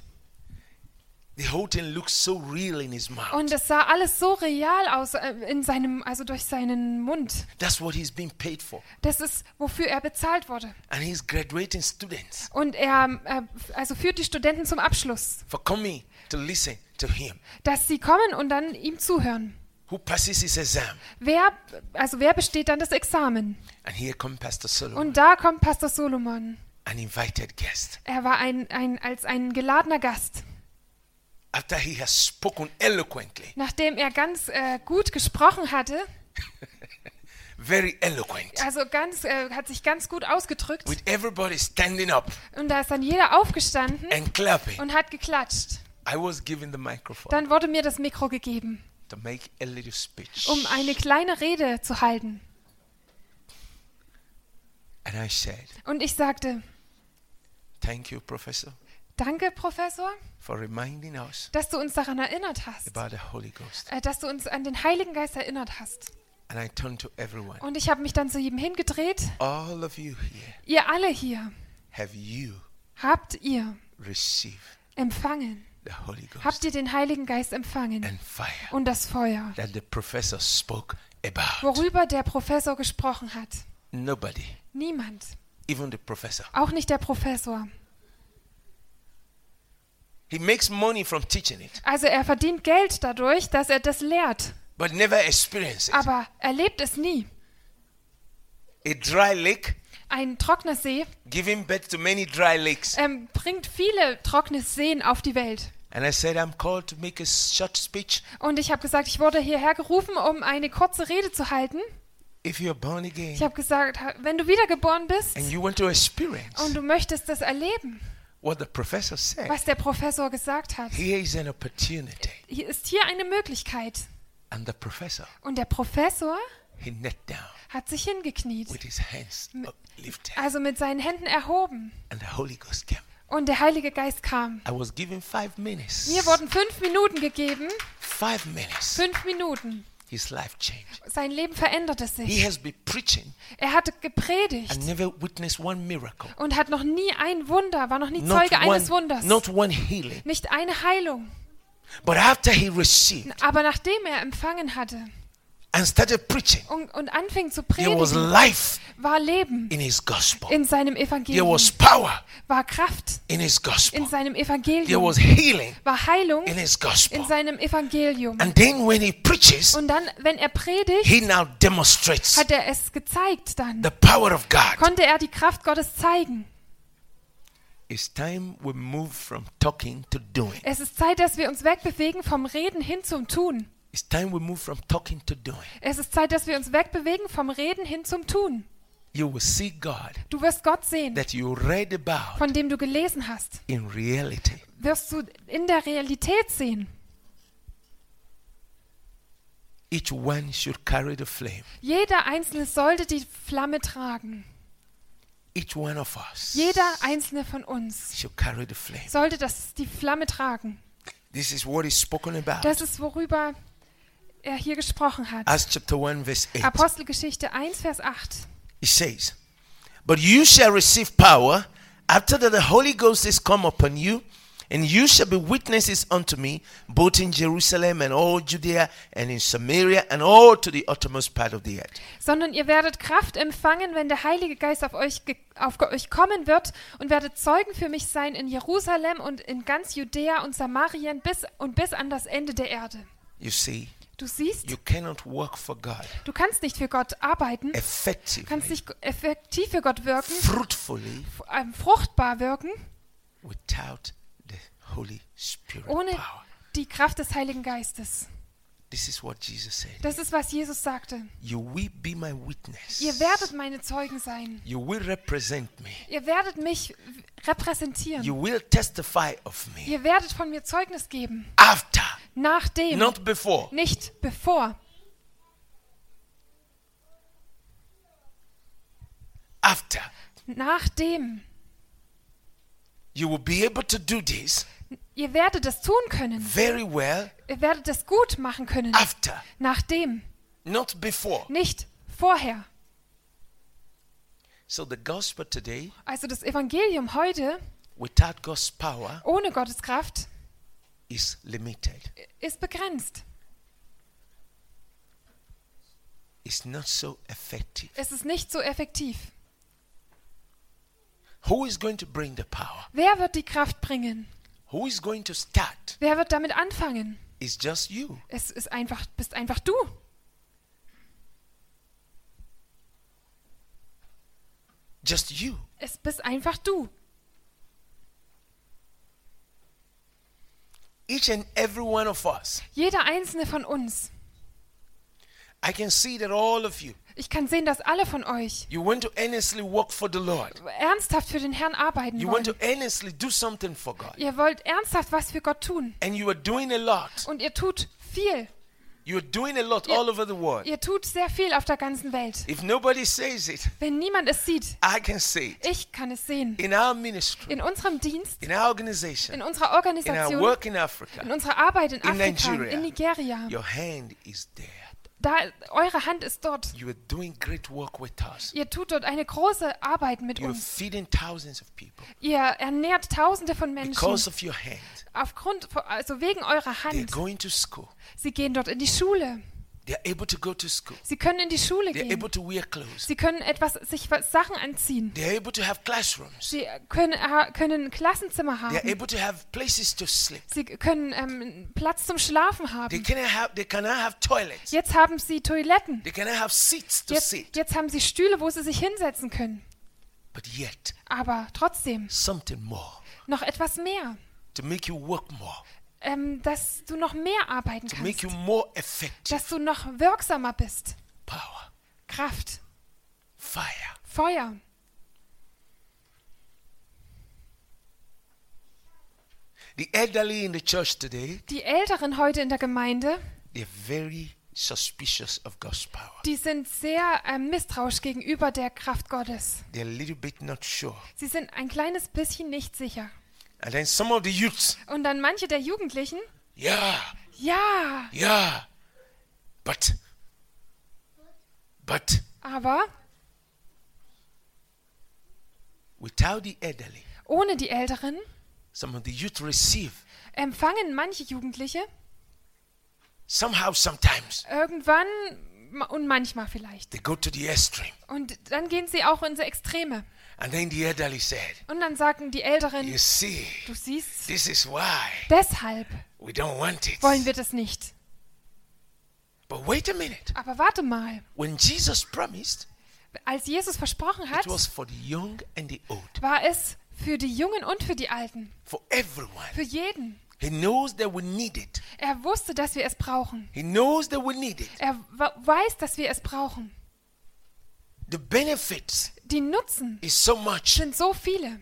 [SPEAKER 1] The whole thing looked so real in his mouth.
[SPEAKER 2] Und es sah alles so real aus äh, in seinem, also durch seinen Mund.
[SPEAKER 1] That's what he's being paid for.
[SPEAKER 2] Das ist, wofür er bezahlt wurde.
[SPEAKER 1] And he's graduating students
[SPEAKER 2] Und er äh, also führt die Studenten zum Abschluss,
[SPEAKER 1] for coming to listen to him,
[SPEAKER 2] dass sie kommen und dann ihm zuhören.
[SPEAKER 1] who passes his exam.
[SPEAKER 2] Wer, also wer besteht dann das Examen?
[SPEAKER 1] And here comes Pastor Solomon,
[SPEAKER 2] Und da kommt Pastor Solomon.
[SPEAKER 1] an invited guest.
[SPEAKER 2] Er war ein, ein, als ein geladener Gast.
[SPEAKER 1] After he has spoken eloquently,
[SPEAKER 2] Nachdem er ganz äh, gut gesprochen hatte,
[SPEAKER 1] very eloquent,
[SPEAKER 2] also ganz, äh, hat sich ganz gut ausgedrückt.
[SPEAKER 1] with everybody standing up
[SPEAKER 2] Und da ist dann jeder aufgestanden
[SPEAKER 1] and clapping,
[SPEAKER 2] und hat geklatscht.
[SPEAKER 1] I was given the microphone
[SPEAKER 2] Dann wurde mir das Mikro gegeben,
[SPEAKER 1] to make a little speech.
[SPEAKER 2] um eine kleine Rede zu halten.
[SPEAKER 1] And I said,
[SPEAKER 2] Und ich sagte,
[SPEAKER 1] Thank you, Professor,
[SPEAKER 2] danke, Professor,
[SPEAKER 1] for reminding us
[SPEAKER 2] dass du uns daran erinnert hast,
[SPEAKER 1] about the Holy Ghost.
[SPEAKER 2] äh, dass du uns an den Heiligen Geist erinnert hast.
[SPEAKER 1] And I turned to everyone.
[SPEAKER 2] Und ich habe mich dann zu jedem hingedreht.
[SPEAKER 1] All of you here,
[SPEAKER 2] Ihr alle hier,
[SPEAKER 1] have you
[SPEAKER 2] habt ihr
[SPEAKER 1] received
[SPEAKER 2] empfangen?
[SPEAKER 1] the Holy Ghost
[SPEAKER 2] Habt ihr den Heiligen Geist empfangen?
[SPEAKER 1] and fire
[SPEAKER 2] Und das Feuer,
[SPEAKER 1] that the professor spoke about?
[SPEAKER 2] worüber der Professor gesprochen hat.
[SPEAKER 1] Nobody,
[SPEAKER 2] Niemand,
[SPEAKER 1] even the professor.
[SPEAKER 2] auch nicht der Professor.
[SPEAKER 1] He makes money from teaching it,
[SPEAKER 2] Also er verdient Geld dadurch, dass er das lehrt,
[SPEAKER 1] but never experiences it.
[SPEAKER 2] aber er lebt es nie.
[SPEAKER 1] A dry lake,
[SPEAKER 2] Ein trockener See
[SPEAKER 1] giving birth to many dry lakes.
[SPEAKER 2] ähm, bringt viele trockene Seen auf die Welt.
[SPEAKER 1] And I said, I'm called to make a short speech.
[SPEAKER 2] Und ich habe gesagt, ich wurde hierher gerufen, um eine kurze Rede zu halten.
[SPEAKER 1] If you're born
[SPEAKER 2] Ich
[SPEAKER 1] again
[SPEAKER 2] habe gesagt, ha- wenn du wiedergeboren bist
[SPEAKER 1] and you want to
[SPEAKER 2] und
[SPEAKER 1] experience
[SPEAKER 2] du möchtest das erleben,
[SPEAKER 1] what the professor said,
[SPEAKER 2] was der Professor gesagt hat,
[SPEAKER 1] here is an opportunity.
[SPEAKER 2] hier ist hier eine Möglichkeit.
[SPEAKER 1] And the professor,
[SPEAKER 2] Und der Professor
[SPEAKER 1] he knelt down
[SPEAKER 2] hat sich hingekniet,
[SPEAKER 1] with his hands uplifted,
[SPEAKER 2] also mit seinen Händen erhoben.
[SPEAKER 1] and the Holy Ghost came.
[SPEAKER 2] Und der Heilige Geist kam.
[SPEAKER 1] I was given five minutes.
[SPEAKER 2] Mir wurden fünf Minuten gegeben.
[SPEAKER 1] Five minutes.
[SPEAKER 2] Fünf Minuten.
[SPEAKER 1] His life changed.
[SPEAKER 2] Sein Leben veränderte
[SPEAKER 1] He
[SPEAKER 2] sich.
[SPEAKER 1] has been preaching
[SPEAKER 2] Er hatte
[SPEAKER 1] and
[SPEAKER 2] gepredigt
[SPEAKER 1] never witnessed one miracle.
[SPEAKER 2] und hat noch nie ein Wunder, war noch nie Zeuge eines
[SPEAKER 1] one,
[SPEAKER 2] Wunders.
[SPEAKER 1] not one healing.
[SPEAKER 2] Nicht eine Heilung.
[SPEAKER 1] But after he received
[SPEAKER 2] Aber nachdem er empfangen hatte
[SPEAKER 1] and started preaching,
[SPEAKER 2] und, und anfing zu
[SPEAKER 1] there was
[SPEAKER 2] predigen,
[SPEAKER 1] life
[SPEAKER 2] war Leben
[SPEAKER 1] in his gospel.
[SPEAKER 2] in seinem
[SPEAKER 1] There
[SPEAKER 2] Evangelium,
[SPEAKER 1] was power
[SPEAKER 2] war Kraft
[SPEAKER 1] in his
[SPEAKER 2] in
[SPEAKER 1] gospel.
[SPEAKER 2] seinem
[SPEAKER 1] There
[SPEAKER 2] Evangelium,
[SPEAKER 1] was healing
[SPEAKER 2] war Heilung
[SPEAKER 1] in his
[SPEAKER 2] in
[SPEAKER 1] gospel.
[SPEAKER 2] seinem Evangelium.
[SPEAKER 1] And then when he preaches,
[SPEAKER 2] Und dann, wenn er predigt,
[SPEAKER 1] he now demonstrates
[SPEAKER 2] hat er es gezeigt dann.
[SPEAKER 1] the power of God.
[SPEAKER 2] Konnte er die Kraft Gottes zeigen.
[SPEAKER 1] It's time we move from talking to doing.
[SPEAKER 2] Es ist Zeit, dass wir uns wegbewegen vom Reden hin zum Tun.
[SPEAKER 1] It's time we move from talking to doing.
[SPEAKER 2] Es ist Zeit, dass wir uns wegbewegen vom Reden hin zum Tun.
[SPEAKER 1] You will see God
[SPEAKER 2] Du wirst Gott sehen,
[SPEAKER 1] that you read about
[SPEAKER 2] von dem du gelesen hast,
[SPEAKER 1] in reality.
[SPEAKER 2] wirst du in der Realität sehen.
[SPEAKER 1] Each one should carry the flame.
[SPEAKER 2] Jeder Einzelne sollte die Flamme tragen.
[SPEAKER 1] Each one of us
[SPEAKER 2] Jeder Einzelne von uns
[SPEAKER 1] should carry the flame.
[SPEAKER 2] sollte das, die Flamme tragen.
[SPEAKER 1] This is what is spoken about.
[SPEAKER 2] Das ist, worüber er hier gesprochen hat.
[SPEAKER 1] Acts chapter 1, verse 8.
[SPEAKER 2] Apostelgeschichte 1, Vers 8.
[SPEAKER 1] It says, But you shall receive power after that the Holy Ghost is come upon you, and you shall be witnesses unto me, both in Jerusalem and all Judea and in Samaria and all to the uttermost part of the earth.
[SPEAKER 2] Sondern ihr werdet Kraft empfangen, wenn der Heilige Geist auf euch, ge- auf ge- euch kommen wird und werdet Zeugen für mich sein in Jerusalem und in ganz Judäa und Samarien bis und bis an das Ende der Erde.
[SPEAKER 1] You see,
[SPEAKER 2] Du siehst,
[SPEAKER 1] you cannot work for God
[SPEAKER 2] du kannst nicht für Gott arbeiten, kannst
[SPEAKER 1] effectively,
[SPEAKER 2] nicht effektiv für Gott wirken,
[SPEAKER 1] fruitfully,
[SPEAKER 2] f- ähm, fruchtbar wirken,
[SPEAKER 1] without the Holy Spirit
[SPEAKER 2] ohne
[SPEAKER 1] power.
[SPEAKER 2] die Kraft des Heiligen Geistes.
[SPEAKER 1] This is what Jesus said.
[SPEAKER 2] Das ist, was Jesus sagte.
[SPEAKER 1] You will be my witness.
[SPEAKER 2] Ihr werdet meine Zeugen sein.
[SPEAKER 1] You will represent me.
[SPEAKER 2] Ihr werdet mich repräsentieren.
[SPEAKER 1] You will testify of me
[SPEAKER 2] Ihr werdet von mir Zeugnis geben.
[SPEAKER 1] after,
[SPEAKER 2] Nachdem,
[SPEAKER 1] not before.
[SPEAKER 2] nicht bevor.
[SPEAKER 1] After.
[SPEAKER 2] Nachdem.
[SPEAKER 1] You will be able to do this
[SPEAKER 2] Ihr werdet es tun können.
[SPEAKER 1] very well
[SPEAKER 2] Ihr werdet es gut machen können.
[SPEAKER 1] after,
[SPEAKER 2] Nachdem,
[SPEAKER 1] not before.
[SPEAKER 2] nicht vorher.
[SPEAKER 1] So the gospel today,
[SPEAKER 2] Also das Evangelium heute
[SPEAKER 1] without God's power,
[SPEAKER 2] ohne Gottes Kraft
[SPEAKER 1] is limited.
[SPEAKER 2] ist begrenzt.
[SPEAKER 1] It's not so effective.
[SPEAKER 2] Es ist nicht so effektiv.
[SPEAKER 1] Who is going to bring the power?
[SPEAKER 2] Wer wird die Kraft bringen?
[SPEAKER 1] Who is going to start?
[SPEAKER 2] Wer wird damit anfangen?
[SPEAKER 1] It's just you.
[SPEAKER 2] Es ist einfach, bist einfach du.
[SPEAKER 1] Just you.
[SPEAKER 2] Es bist einfach du.
[SPEAKER 1] Each and every one of us.
[SPEAKER 2] Jeder einzelne von uns.
[SPEAKER 1] I can see that all of you,
[SPEAKER 2] Ich kann sehen, dass alle von euch
[SPEAKER 1] you want to earnestly work for the Lord.
[SPEAKER 2] ernsthaft für den Herrn arbeiten
[SPEAKER 1] You want
[SPEAKER 2] wollen.
[SPEAKER 1] to earnestly do something for God.
[SPEAKER 2] Ihr wollt ernsthaft was für Gott tun.
[SPEAKER 1] And you are doing a lot.
[SPEAKER 2] Und ihr tut viel.
[SPEAKER 1] You are doing a lot all over the world.
[SPEAKER 2] Ihr tut sehr viel auf der ganzen Welt.
[SPEAKER 1] If nobody says it,
[SPEAKER 2] Wenn niemand es sieht,
[SPEAKER 1] I can say it.
[SPEAKER 2] ich kann es sehen.
[SPEAKER 1] In our ministry,
[SPEAKER 2] In unserem Dienst,
[SPEAKER 1] in our organization,
[SPEAKER 2] in unserer
[SPEAKER 1] in our
[SPEAKER 2] Organisation,
[SPEAKER 1] work in
[SPEAKER 2] in
[SPEAKER 1] Africa,
[SPEAKER 2] unserer Arbeit in
[SPEAKER 1] in
[SPEAKER 2] Afrika,
[SPEAKER 1] Nigeria.
[SPEAKER 2] in Nigeria,
[SPEAKER 1] your hand is there.
[SPEAKER 2] da eure Hand ist dort.
[SPEAKER 1] You are doing great work with us.
[SPEAKER 2] Ihr tut dort eine große Arbeit mit
[SPEAKER 1] You are
[SPEAKER 2] uns.
[SPEAKER 1] feeding thousands of people.
[SPEAKER 2] Ihr ernährt Tausende von Menschen.
[SPEAKER 1] Because of your hand,
[SPEAKER 2] Aufgrund, von- also wegen eurer
[SPEAKER 1] they're
[SPEAKER 2] Hand.
[SPEAKER 1] going to school.
[SPEAKER 2] Sie gehen dort in die Schule.
[SPEAKER 1] They're able to go to school.
[SPEAKER 2] Sie können in die Schule
[SPEAKER 1] They're
[SPEAKER 2] gehen.
[SPEAKER 1] able to wear clothes.
[SPEAKER 2] Sie können etwas, sich was- Sachen anziehen.
[SPEAKER 1] They're able to have classrooms.
[SPEAKER 2] Sie können, äh, können ein Klassenzimmer haben.
[SPEAKER 1] They're able to have places to sleep.
[SPEAKER 2] Sie können ähm, Platz zum Schlafen
[SPEAKER 1] They
[SPEAKER 2] haben.
[SPEAKER 1] cannot have, they cannot have toilets.
[SPEAKER 2] Jetzt haben sie Toiletten.
[SPEAKER 1] They cannot have seats to
[SPEAKER 2] Jetzt,
[SPEAKER 1] sit.
[SPEAKER 2] jetzt haben sie Stühle, wo sie sich hinsetzen können.
[SPEAKER 1] But yet,
[SPEAKER 2] Aber trotzdem
[SPEAKER 1] something more
[SPEAKER 2] noch etwas mehr,
[SPEAKER 1] to make you work more,
[SPEAKER 2] ähm, dass du noch mehr arbeiten
[SPEAKER 1] to make
[SPEAKER 2] kannst,
[SPEAKER 1] you more effective.
[SPEAKER 2] dass du noch wirksamer bist.
[SPEAKER 1] Power,
[SPEAKER 2] Kraft,
[SPEAKER 1] fire.
[SPEAKER 2] Feuer.
[SPEAKER 1] The elderly in the church today,
[SPEAKER 2] Die Älteren heute in der Gemeinde,
[SPEAKER 1] they're very suspicious of God's power.
[SPEAKER 2] die sind sehr ähm, misstrauisch gegenüber der Kraft Gottes.
[SPEAKER 1] They're a little bit not sure.
[SPEAKER 2] Sie sind ein kleines bisschen nicht sicher.
[SPEAKER 1] And then some of the youths,
[SPEAKER 2] Und dann manche der Jugendlichen,
[SPEAKER 1] yeah,
[SPEAKER 2] ja,
[SPEAKER 1] yeah, but, but
[SPEAKER 2] aber
[SPEAKER 1] without the elderly,
[SPEAKER 2] ohne die Älteren
[SPEAKER 1] some of the youth receive
[SPEAKER 2] empfangen manche Jugendliche
[SPEAKER 1] somehow, sometimes
[SPEAKER 2] irgendwann ma- und manchmal vielleicht.
[SPEAKER 1] they go to the extreme.
[SPEAKER 2] Und dann gehen sie auch in so Extreme.
[SPEAKER 1] And then the elderly said,
[SPEAKER 2] Und dann sagen die Älteren,
[SPEAKER 1] You see,
[SPEAKER 2] du siehst,
[SPEAKER 1] this is why
[SPEAKER 2] deshalb
[SPEAKER 1] we don't want it.
[SPEAKER 2] wollen wir das nicht.
[SPEAKER 1] But wait a minute.
[SPEAKER 2] Aber warte mal,
[SPEAKER 1] When Jesus promised,
[SPEAKER 2] als Jesus versprochen
[SPEAKER 1] it
[SPEAKER 2] hat,
[SPEAKER 1] was for the young and the old.
[SPEAKER 2] war es Für die Jungen und für die Alten.
[SPEAKER 1] for everyone.
[SPEAKER 2] Für jeden.
[SPEAKER 1] He knows that we need it.
[SPEAKER 2] Er wusste, dass wir es brauchen.
[SPEAKER 1] He knows that we need it.
[SPEAKER 2] Er wa- weiß, dass wir es brauchen.
[SPEAKER 1] The benefits
[SPEAKER 2] Die Nutzen
[SPEAKER 1] is so much.
[SPEAKER 2] sind so viele.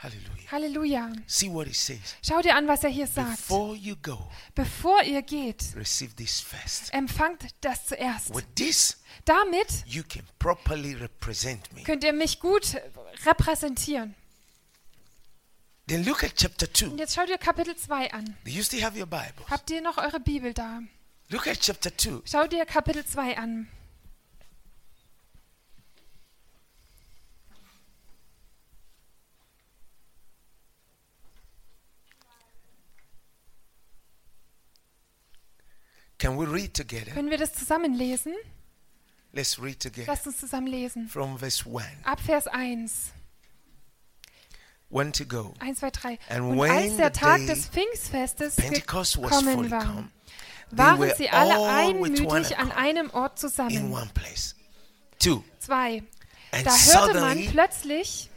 [SPEAKER 1] Hallelujah.
[SPEAKER 2] Halleluja.
[SPEAKER 1] See what it says.
[SPEAKER 2] Schau dir an, was er hier sagt.
[SPEAKER 1] Before you go,
[SPEAKER 2] Bevor ihr geht,
[SPEAKER 1] receive this first.
[SPEAKER 2] empfangt das zuerst.
[SPEAKER 1] With this,
[SPEAKER 2] Damit
[SPEAKER 1] you can properly represent me.
[SPEAKER 2] könnt ihr mich gut repräsentieren.
[SPEAKER 1] Then look at chapter
[SPEAKER 2] Und
[SPEAKER 1] 2.
[SPEAKER 2] jetzt schau dir Kapitel 2 an.
[SPEAKER 1] Do you still have your Bible?
[SPEAKER 2] Habt ihr noch eure Bibel da?
[SPEAKER 1] Look at chapter 2.
[SPEAKER 2] Schau dir Kapitel 2 an.
[SPEAKER 1] Can we read together?
[SPEAKER 2] Können wir das zusammenlesen?
[SPEAKER 1] Let's read together.
[SPEAKER 2] Lasst uns zusammen lesen.
[SPEAKER 1] From verse 1.
[SPEAKER 2] Ab Vers 1.
[SPEAKER 1] One to go.
[SPEAKER 2] 1, 2, 3.
[SPEAKER 1] And
[SPEAKER 2] Und
[SPEAKER 1] when
[SPEAKER 2] als der
[SPEAKER 1] the
[SPEAKER 2] Tag
[SPEAKER 1] day
[SPEAKER 2] des Pfingstfestes
[SPEAKER 1] Pentecost was fully
[SPEAKER 2] gekommen war,
[SPEAKER 1] come. they
[SPEAKER 2] waren
[SPEAKER 1] were
[SPEAKER 2] sie alle
[SPEAKER 1] all with one
[SPEAKER 2] einmütig an
[SPEAKER 1] accord
[SPEAKER 2] einem Ort
[SPEAKER 1] In
[SPEAKER 2] zusammen.
[SPEAKER 1] one place. Two.
[SPEAKER 2] 2.
[SPEAKER 1] And
[SPEAKER 2] Da hörte man
[SPEAKER 1] suddenly,
[SPEAKER 2] plötzlich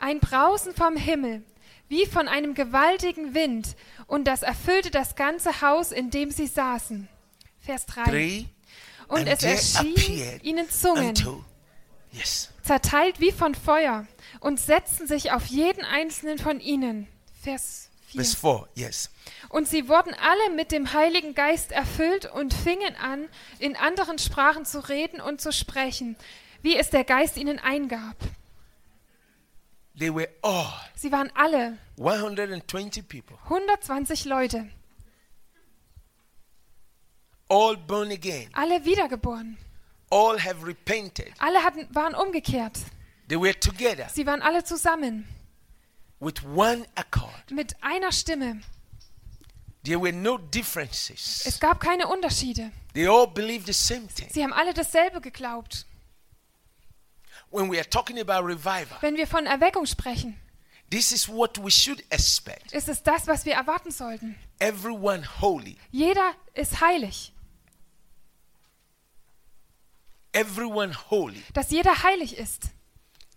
[SPEAKER 2] ein Brausen vom Himmel, wie von einem gewaltigen Wind, und das erfüllte das ganze Haus, in dem sie saßen. Vers 3.
[SPEAKER 1] three.
[SPEAKER 2] Und
[SPEAKER 1] and
[SPEAKER 2] es
[SPEAKER 1] there
[SPEAKER 2] erschienen
[SPEAKER 1] appeared
[SPEAKER 2] ihnen Zungen,
[SPEAKER 1] unto- Yes.
[SPEAKER 2] zerteilt wie von Feuer, und setzten sich auf jeden einzelnen von ihnen. Vers 4.
[SPEAKER 1] Verse 4. Yes.
[SPEAKER 2] Und sie wurden alle mit dem Heiligen Geist erfüllt und fingen an, in anderen Sprachen zu reden und zu sprechen, wie es der Geist ihnen eingab.
[SPEAKER 1] They were all
[SPEAKER 2] Sie waren alle
[SPEAKER 1] 120 people,
[SPEAKER 2] 120 Leute,
[SPEAKER 1] all born again,
[SPEAKER 2] alle wiedergeboren.
[SPEAKER 1] all have repented.
[SPEAKER 2] Alle hatten, waren umgekehrt.
[SPEAKER 1] They were together
[SPEAKER 2] Sie waren alle zusammen,
[SPEAKER 1] with one accord.
[SPEAKER 2] mit einer Stimme.
[SPEAKER 1] There were no
[SPEAKER 2] Es
[SPEAKER 1] differences.
[SPEAKER 2] gab keine Unterschiede.
[SPEAKER 1] They all believed the same thing.
[SPEAKER 2] Sie haben alle dasselbe geglaubt.
[SPEAKER 1] When we are talking about revival,
[SPEAKER 2] Wenn wir von Erweckung sprechen,
[SPEAKER 1] this is what we should expect.
[SPEAKER 2] ist es das, was wir erwarten sollten.
[SPEAKER 1] Everyone holy,
[SPEAKER 2] Jeder ist heilig,
[SPEAKER 1] everyone holy,
[SPEAKER 2] dass jeder heilig ist,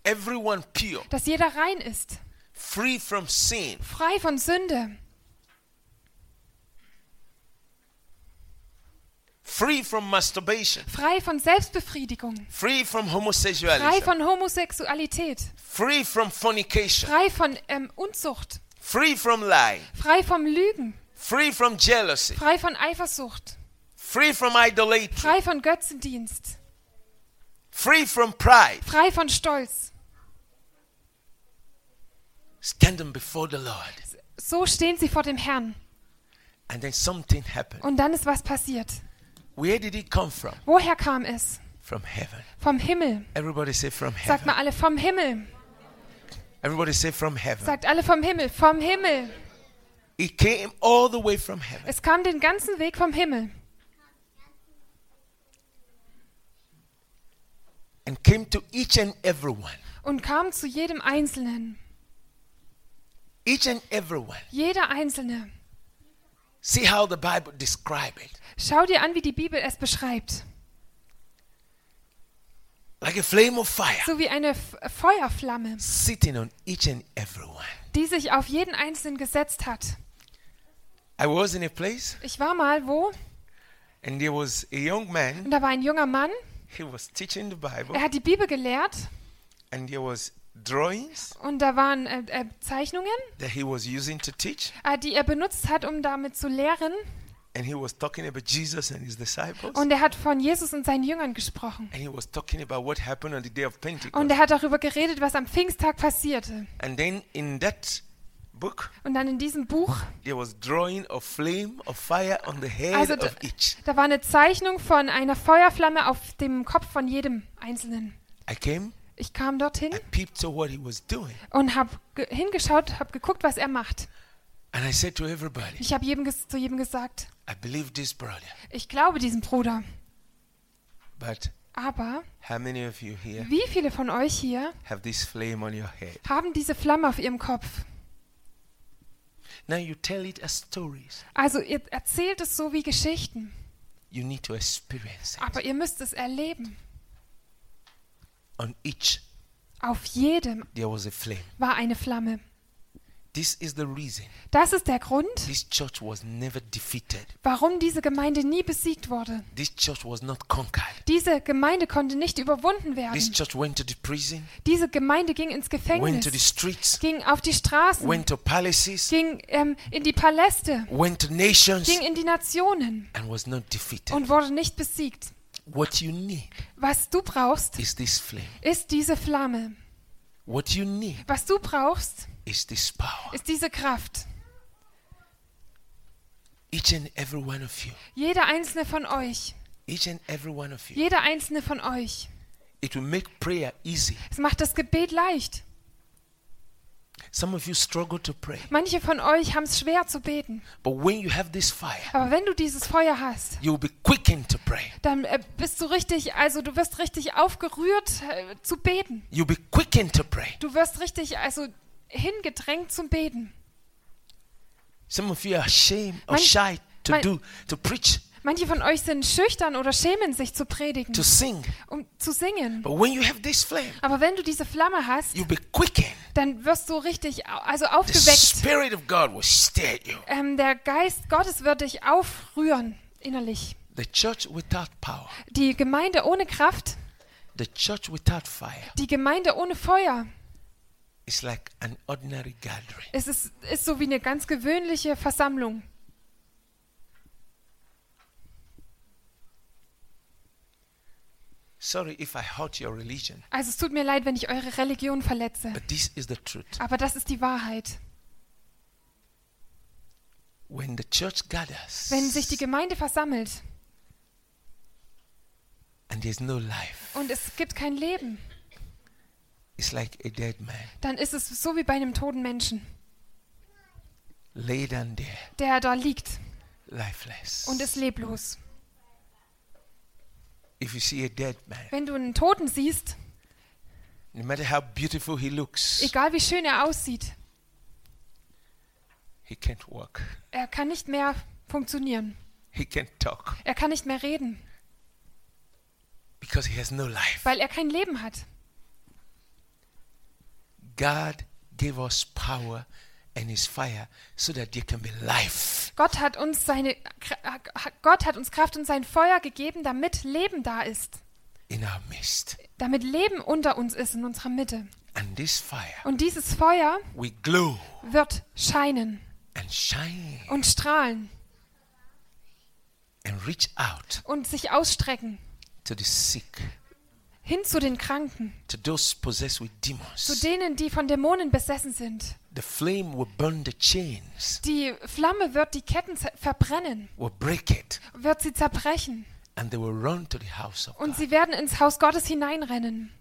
[SPEAKER 1] everyone pure,
[SPEAKER 2] dass jeder rein ist,
[SPEAKER 1] free from sin.
[SPEAKER 2] frei von Sünde,
[SPEAKER 1] free from masturbation,
[SPEAKER 2] frei von Selbstbefriedigung,
[SPEAKER 1] free from
[SPEAKER 2] frei
[SPEAKER 1] homosexuality,
[SPEAKER 2] von Homosexualität,
[SPEAKER 1] free from fornication,
[SPEAKER 2] frei von ähm, Unzucht,
[SPEAKER 1] free from lying,
[SPEAKER 2] frei vom Lügen,
[SPEAKER 1] free from jealousy,
[SPEAKER 2] frei von Eifersucht,
[SPEAKER 1] free from idolatry,
[SPEAKER 2] frei von Götzendienst.
[SPEAKER 1] free from pride,
[SPEAKER 2] frei von Stolz.
[SPEAKER 1] standing before the Lord.
[SPEAKER 2] So stehen sie vor dem Herrn.
[SPEAKER 1] And then something happened.
[SPEAKER 2] Und dann ist was passiert.
[SPEAKER 1] Where did it come from?
[SPEAKER 2] Woher kam es?
[SPEAKER 1] From heaven.
[SPEAKER 2] Vom Himmel.
[SPEAKER 1] Everybody say from
[SPEAKER 2] Sagt
[SPEAKER 1] heaven.
[SPEAKER 2] mal alle vom Himmel.
[SPEAKER 1] Everybody say from heaven.
[SPEAKER 2] Sagt alle vom Himmel. Vom Himmel.
[SPEAKER 1] It came all the way from heaven.
[SPEAKER 2] Es kam den ganzen Weg vom Himmel
[SPEAKER 1] and came to each and everyone.
[SPEAKER 2] und kam zu jedem Einzelnen.
[SPEAKER 1] Each and everyone.
[SPEAKER 2] Jeder Einzelne.
[SPEAKER 1] See how the Bible describes it.
[SPEAKER 2] Schau dir an, wie die Bibel es beschreibt.
[SPEAKER 1] Like a flame of fire
[SPEAKER 2] So wie eine F Feuerflamme,
[SPEAKER 1] sitting on each and everyone.
[SPEAKER 2] die sich auf jeden Einzelnen gesetzt hat.
[SPEAKER 1] I was in a place
[SPEAKER 2] Ich war mal wo
[SPEAKER 1] and there was a young man.
[SPEAKER 2] und da war ein junger Mann.
[SPEAKER 1] He was teaching the Bible
[SPEAKER 2] Er hat die Bibel gelehrt
[SPEAKER 1] and there was drawings
[SPEAKER 2] und da waren äh, äh, Zeichnungen.
[SPEAKER 1] that he was using to teach
[SPEAKER 2] äh, die er benutzt hat, um damit zu lehren.
[SPEAKER 1] and he was talking about Jesus and his disciples
[SPEAKER 2] Und er hat von Jesus und seinen Jüngern gesprochen.
[SPEAKER 1] and he was talking about what happened on the day of Pentecost.
[SPEAKER 2] Und er hat darüber geredet, was am Pfingsttag passierte.
[SPEAKER 1] and then in that book
[SPEAKER 2] Und dann in diesem Buch,
[SPEAKER 1] there was drawing of flame of fire on the head
[SPEAKER 2] also da,
[SPEAKER 1] of each.
[SPEAKER 2] da war eine Zeichnung von einer Feuerflamme auf dem Kopf von jedem Einzelnen.
[SPEAKER 1] I came,
[SPEAKER 2] Ich kam dorthin
[SPEAKER 1] I peeped to what he was doing
[SPEAKER 2] und habe ge hingeschaut, habe geguckt, was er macht.
[SPEAKER 1] and I said to everybody,
[SPEAKER 2] Ich habe jedem ges zu jedem gesagt,
[SPEAKER 1] I believe this brother,
[SPEAKER 2] ich glaube diesem Bruder.
[SPEAKER 1] but
[SPEAKER 2] Aber
[SPEAKER 1] how many of you here
[SPEAKER 2] wie viele von euch hier
[SPEAKER 1] have this flame on your head?
[SPEAKER 2] haben diese Flamme auf ihrem Kopf?
[SPEAKER 1] Now you tell it as stories.
[SPEAKER 2] Also ihr erzählt es so wie Geschichten,
[SPEAKER 1] You need to experience it.
[SPEAKER 2] aber ihr müsst es erleben.
[SPEAKER 1] on each
[SPEAKER 2] Auf jedem
[SPEAKER 1] there was a flame.
[SPEAKER 2] war eine Flamme.
[SPEAKER 1] This is the reason
[SPEAKER 2] Das ist der Grund,
[SPEAKER 1] this church was never defeated.
[SPEAKER 2] warum diese Gemeinde nie besiegt wurde.
[SPEAKER 1] This church was not conquered.
[SPEAKER 2] Diese Gemeinde konnte nicht
[SPEAKER 1] This
[SPEAKER 2] überwunden werden.
[SPEAKER 1] church went to the prison,
[SPEAKER 2] Diese Gemeinde ging ins
[SPEAKER 1] went to the
[SPEAKER 2] Gefängnis,
[SPEAKER 1] streets,
[SPEAKER 2] ging auf die Straßen,
[SPEAKER 1] went to palaces,
[SPEAKER 2] ging ähm, in die Paläste,
[SPEAKER 1] went to nations,
[SPEAKER 2] ging in die Nationen
[SPEAKER 1] and was not defeated.
[SPEAKER 2] und wurde nicht besiegt.
[SPEAKER 1] What you need
[SPEAKER 2] Was du brauchst,
[SPEAKER 1] is this flame.
[SPEAKER 2] ist diese Flamme.
[SPEAKER 1] What you need
[SPEAKER 2] Was du brauchst,
[SPEAKER 1] is this power.
[SPEAKER 2] ist diese Kraft.
[SPEAKER 1] Each and every one of you,
[SPEAKER 2] Jeder einzelne von euch,
[SPEAKER 1] each and every one of you,
[SPEAKER 2] jeder einzelne von euch.
[SPEAKER 1] it will make prayer easy.
[SPEAKER 2] Es macht das Gebet leicht.
[SPEAKER 1] Some of you struggle to pray,
[SPEAKER 2] Manche von euch haben es schwer zu beten,
[SPEAKER 1] but when you have this fire,
[SPEAKER 2] aber wenn du dieses Feuer hast,
[SPEAKER 1] you will be quickened to pray.
[SPEAKER 2] dann äh, bist du richtig, also du wirst richtig aufgerührt äh, zu beten.
[SPEAKER 1] You'll be quickened to pray.
[SPEAKER 2] Du wirst richtig, also hingedrängt zum Beten.
[SPEAKER 1] Some of you are ashamed or
[SPEAKER 2] Man-
[SPEAKER 1] shy to
[SPEAKER 2] man-
[SPEAKER 1] do, to preach,
[SPEAKER 2] Manche von euch sind schüchtern oder schämen sich zu predigen,
[SPEAKER 1] to sing.
[SPEAKER 2] um zu singen.
[SPEAKER 1] But when you have this flame,
[SPEAKER 2] Aber wenn du diese Flamme hast,
[SPEAKER 1] you'll be quickened.
[SPEAKER 2] dann wirst du richtig, au- also
[SPEAKER 1] The
[SPEAKER 2] aufgeweckt.
[SPEAKER 1] Spirit of God will stare at you.
[SPEAKER 2] Ähm, der Geist Gottes wird dich aufrühren innerlich.
[SPEAKER 1] The church without power,
[SPEAKER 2] Die Gemeinde ohne Kraft,
[SPEAKER 1] the church without fire,
[SPEAKER 2] die Gemeinde ohne Feuer,
[SPEAKER 1] is like an ordinary gathering.
[SPEAKER 2] es ist, ist so wie eine ganz gewöhnliche Versammlung.
[SPEAKER 1] Sorry if I hurt your religion,
[SPEAKER 2] Also es tut mir leid, wenn ich eure Religion verletze,
[SPEAKER 1] but this is the truth.
[SPEAKER 2] aber das ist die Wahrheit.
[SPEAKER 1] When the church gathers
[SPEAKER 2] Wenn sich die Gemeinde versammelt
[SPEAKER 1] and there's no life,
[SPEAKER 2] und es gibt kein Leben,
[SPEAKER 1] it's like a dead man
[SPEAKER 2] dann ist es so wie bei einem toten Menschen,
[SPEAKER 1] laid down there,
[SPEAKER 2] der da liegt
[SPEAKER 1] lifeless.
[SPEAKER 2] und ist leblos.
[SPEAKER 1] If you see a dead man,
[SPEAKER 2] Wenn du einen Toten siehst,
[SPEAKER 1] no matter how beautiful he looks,
[SPEAKER 2] egal wie schön er aussieht,
[SPEAKER 1] he can't walk, [LAUGHS]
[SPEAKER 2] er kann nicht mehr funktionieren.
[SPEAKER 1] he can't talk
[SPEAKER 2] Er kann nicht mehr reden,
[SPEAKER 1] because he has no life.
[SPEAKER 2] weil er kein Leben hat.
[SPEAKER 1] God gave us power and his fire so that there can be life.
[SPEAKER 2] Gott hat uns seine Kr- Gott hat uns Kraft und sein Feuer gegeben, damit Leben da ist,
[SPEAKER 1] in our midst.
[SPEAKER 2] damit Leben unter uns ist in unserer Mitte.
[SPEAKER 1] And this fire
[SPEAKER 2] Und dieses Feuer
[SPEAKER 1] will glow
[SPEAKER 2] wird scheinen
[SPEAKER 1] and shine
[SPEAKER 2] und strahlen
[SPEAKER 1] and reach out
[SPEAKER 2] und sich ausstrecken
[SPEAKER 1] to the sick,
[SPEAKER 2] hin zu den Kranken,
[SPEAKER 1] to those possessed with
[SPEAKER 2] zu
[SPEAKER 1] demons.
[SPEAKER 2] denen, die von Dämonen besessen sind.
[SPEAKER 1] The flame will burn the chains,
[SPEAKER 2] Die Flamme wird die Ketten zer- verbrennen,
[SPEAKER 1] will break it,
[SPEAKER 2] wird sie zerbrechen
[SPEAKER 1] and they will run to the house of
[SPEAKER 2] und
[SPEAKER 1] God.
[SPEAKER 2] sie werden ins Haus Gottes hineinrennen.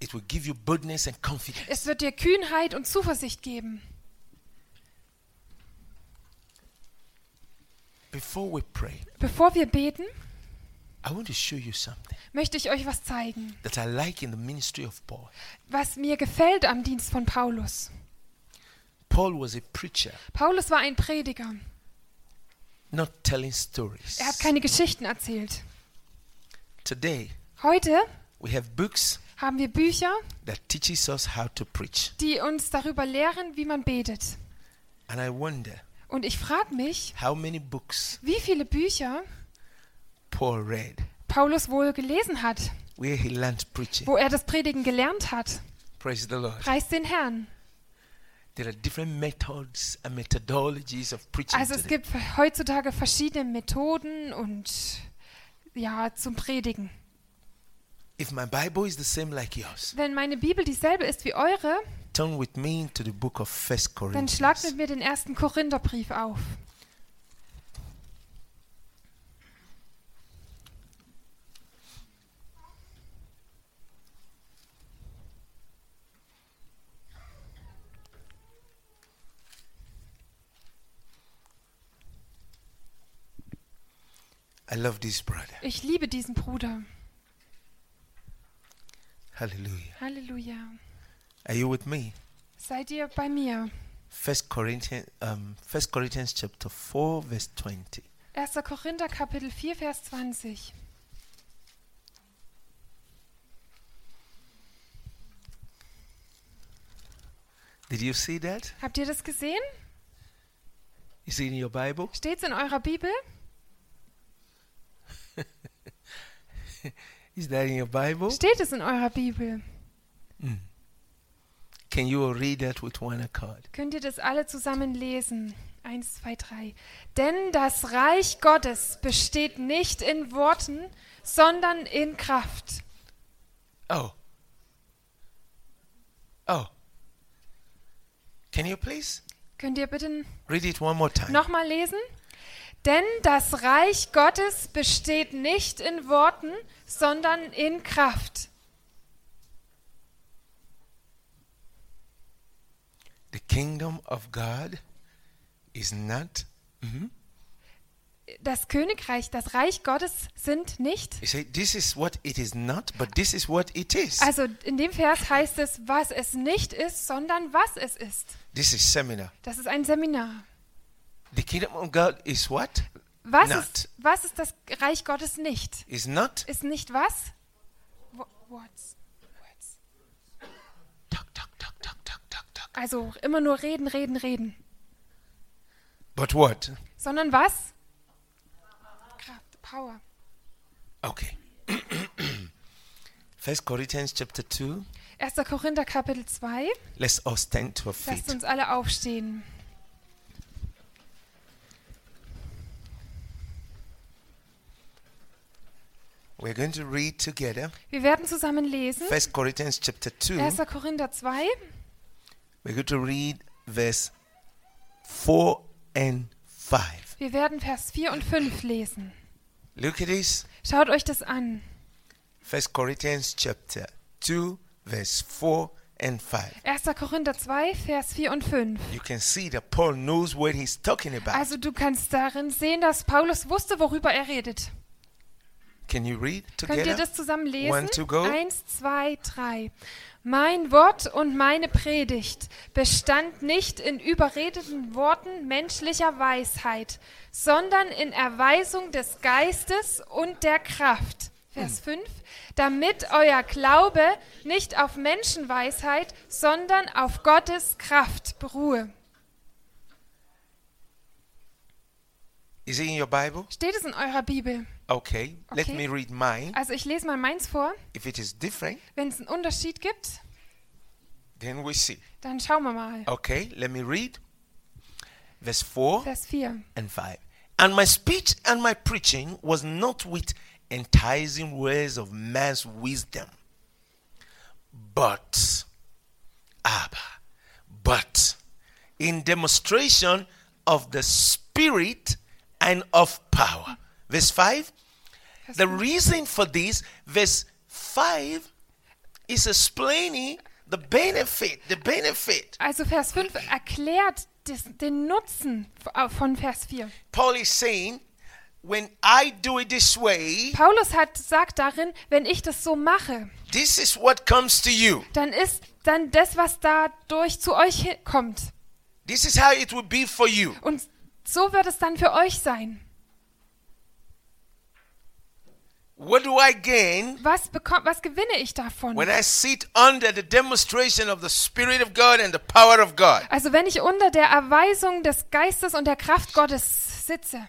[SPEAKER 1] It will give you boldness and confidence.
[SPEAKER 2] Es wird dir Kühnheit und Zuversicht geben.
[SPEAKER 1] Before we pray,
[SPEAKER 2] Bevor wir beten,
[SPEAKER 1] I want to show you something
[SPEAKER 2] möchte ich euch was zeigen,
[SPEAKER 1] that I like in the ministry of Paul.
[SPEAKER 2] was mir gefällt am Dienst von Paulus.
[SPEAKER 1] Paul was a preacher,
[SPEAKER 2] Paulus war ein Prediger.
[SPEAKER 1] not telling stories.
[SPEAKER 2] Er hat keine Geschichten erzählt.
[SPEAKER 1] Today,
[SPEAKER 2] Heute
[SPEAKER 1] we have books
[SPEAKER 2] haben wir Bücher,
[SPEAKER 1] that teaches us how to preach.
[SPEAKER 2] die uns darüber lehren, wie man betet.
[SPEAKER 1] And I wonder
[SPEAKER 2] Und ich frage mich,
[SPEAKER 1] how many books
[SPEAKER 2] wie viele Bücher
[SPEAKER 1] Paul read
[SPEAKER 2] Paulus wohl gelesen hat,
[SPEAKER 1] where he learned preaching.
[SPEAKER 2] wo er das Predigen gelernt hat.
[SPEAKER 1] Praise the Lord.
[SPEAKER 2] Preis den Herrn.
[SPEAKER 1] There are different methods and methodologies of preaching.
[SPEAKER 2] Also es
[SPEAKER 1] today.
[SPEAKER 2] gibt heutzutage verschiedene Methoden und ja, zum Predigen.
[SPEAKER 1] If my Bible is the same like yours,
[SPEAKER 2] Wenn meine Bibel dieselbe ist wie eure,
[SPEAKER 1] turn with me to the book of First
[SPEAKER 2] dann schlagt
[SPEAKER 1] Corinthians.
[SPEAKER 2] mit mir den ersten Korintherbrief auf.
[SPEAKER 1] I love this brother.
[SPEAKER 2] Ich liebe diesen Bruder.
[SPEAKER 1] Hallelujah.
[SPEAKER 2] Halleluja.
[SPEAKER 1] Are you with me?
[SPEAKER 2] Seid ihr bei mir?
[SPEAKER 1] First Corinthians, um, First Corinthians chapter four, verse twenty.
[SPEAKER 2] 1. Korinther Kapitel 4 Vers 20.
[SPEAKER 1] Did you see that?
[SPEAKER 2] Habt ihr das gesehen?
[SPEAKER 1] Is it in your Bible?
[SPEAKER 2] Steht's in eurer Bibel?
[SPEAKER 1] Is that in your Bible?
[SPEAKER 2] Steht es in eurer Bibel?
[SPEAKER 1] Can you all read that with one accord?
[SPEAKER 2] Könnt ihr das alle zusammen lesen? Eins, zwei, drei. Denn das Reich Gottes besteht nicht in Worten, sondern in Kraft.
[SPEAKER 1] Oh. Oh. Can you please
[SPEAKER 2] Könnt ihr bitte
[SPEAKER 1] read it one more time?
[SPEAKER 2] nochmal lesen? Denn das Reich Gottes besteht nicht in Worten, sondern in Kraft.
[SPEAKER 1] The kingdom of God is not. Mhm.
[SPEAKER 2] Das Königreich, das Reich Gottes sind nicht.
[SPEAKER 1] You say this is what it is not, but this is what it is.
[SPEAKER 2] Also in dem Vers heißt es, was es nicht ist, sondern was es ist.
[SPEAKER 1] This is seminar.
[SPEAKER 2] Das ist ein Seminar.
[SPEAKER 1] The kingdom of God is what?
[SPEAKER 2] Was,
[SPEAKER 1] Not.
[SPEAKER 2] ist, was ist das Reich Gottes nicht?
[SPEAKER 1] Is not.
[SPEAKER 2] Ist nicht was? Wo- What's, what's.
[SPEAKER 1] Talk, talk, talk, talk, talk, talk, talk.
[SPEAKER 2] Also immer nur reden, reden, reden.
[SPEAKER 1] But what?
[SPEAKER 2] Sondern was? Kraft, Power.
[SPEAKER 1] Okay. [CLEARS THROAT] First Corinthians chapter two.
[SPEAKER 2] 1. Korinther Kapitel 2.
[SPEAKER 1] Let's all stand to our
[SPEAKER 2] Lasst
[SPEAKER 1] feet.
[SPEAKER 2] uns alle aufstehen.
[SPEAKER 1] We're going to read together.
[SPEAKER 2] Wir werden zusammen lesen.
[SPEAKER 1] First Corinthians chapter two.
[SPEAKER 2] 1. Korinther 2.
[SPEAKER 1] We're going to read verse four and five.
[SPEAKER 2] Wir werden Vers 4 und 5 lesen.
[SPEAKER 1] Look at this.
[SPEAKER 2] Schaut euch das an.
[SPEAKER 1] First Corinthians chapter two, verse four and five.
[SPEAKER 2] 1. Korinther 2, Vers 4 und 5.
[SPEAKER 1] You can see that Paul knows what he's talking about.
[SPEAKER 2] Also du kannst darin sehen, dass Paulus wusste, worüber er redet.
[SPEAKER 1] Can you read
[SPEAKER 2] Könnt ihr
[SPEAKER 1] together?
[SPEAKER 2] das zusammen lesen?
[SPEAKER 1] One to go.
[SPEAKER 2] Eins, zwei, drei. Mein Wort und meine Predigt bestand nicht in überredeten Worten menschlicher Weisheit, sondern in Erweisung des Geistes und der Kraft.
[SPEAKER 1] Hm.
[SPEAKER 2] Vers 5. Damit euer Glaube nicht auf Menschenweisheit, sondern auf Gottes Kraft beruhe.
[SPEAKER 1] Is it in your Bible?
[SPEAKER 2] Steht es in eurer Bibel?
[SPEAKER 1] Okay. Let
[SPEAKER 2] Okay.
[SPEAKER 1] me read mine.
[SPEAKER 2] Also ich lese mal meins vor.
[SPEAKER 1] If it is different,
[SPEAKER 2] Wenn es einen Unterschied gibt,
[SPEAKER 1] then we see.
[SPEAKER 2] dann schauen wir mal.
[SPEAKER 1] Okay, let me read. Verse 4
[SPEAKER 2] Vers 4.
[SPEAKER 1] and 5. And my speech and my preaching was not with enticing words of man's wisdom, but, Abba, but in demonstration of the Spirit and of power. Verse 5. The reason for this, verse 5, is explaining the benefit, the benefit.
[SPEAKER 2] Also Vers 5 erklärt des, den Nutzen f- äh, von Vers 4.
[SPEAKER 1] Paul is saying, when I do it this way,
[SPEAKER 2] Paulus hat sagt darin, wenn ich das so mache,
[SPEAKER 1] this is what comes to you.
[SPEAKER 2] dann ist dann das, was dadurch zu euch hi- kommt.
[SPEAKER 1] This is how it will be for you.
[SPEAKER 2] Und so wird es dann für euch sein.
[SPEAKER 1] What do I gain
[SPEAKER 2] Was bekomme, was gewinne ich davon?
[SPEAKER 1] when I sit under the demonstration of the Spirit of God and the power of God?
[SPEAKER 2] Also wenn ich unter der Erweisung des Geistes und der Kraft Gottes sitze.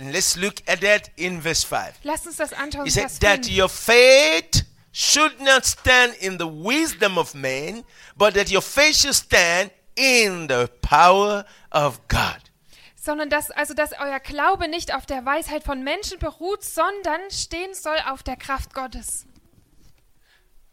[SPEAKER 1] And let's look at that in verse 5.
[SPEAKER 2] Lasst uns das anschauen.
[SPEAKER 1] He
[SPEAKER 2] in
[SPEAKER 1] said
[SPEAKER 2] Vers
[SPEAKER 1] that
[SPEAKER 2] 5.
[SPEAKER 1] your faith should not stand in the wisdom of man, but that your faith should stand in the power of God.
[SPEAKER 2] sondern dass also dass euer Glaube nicht auf der Weisheit von Menschen beruht, sondern stehen soll auf der Kraft Gottes.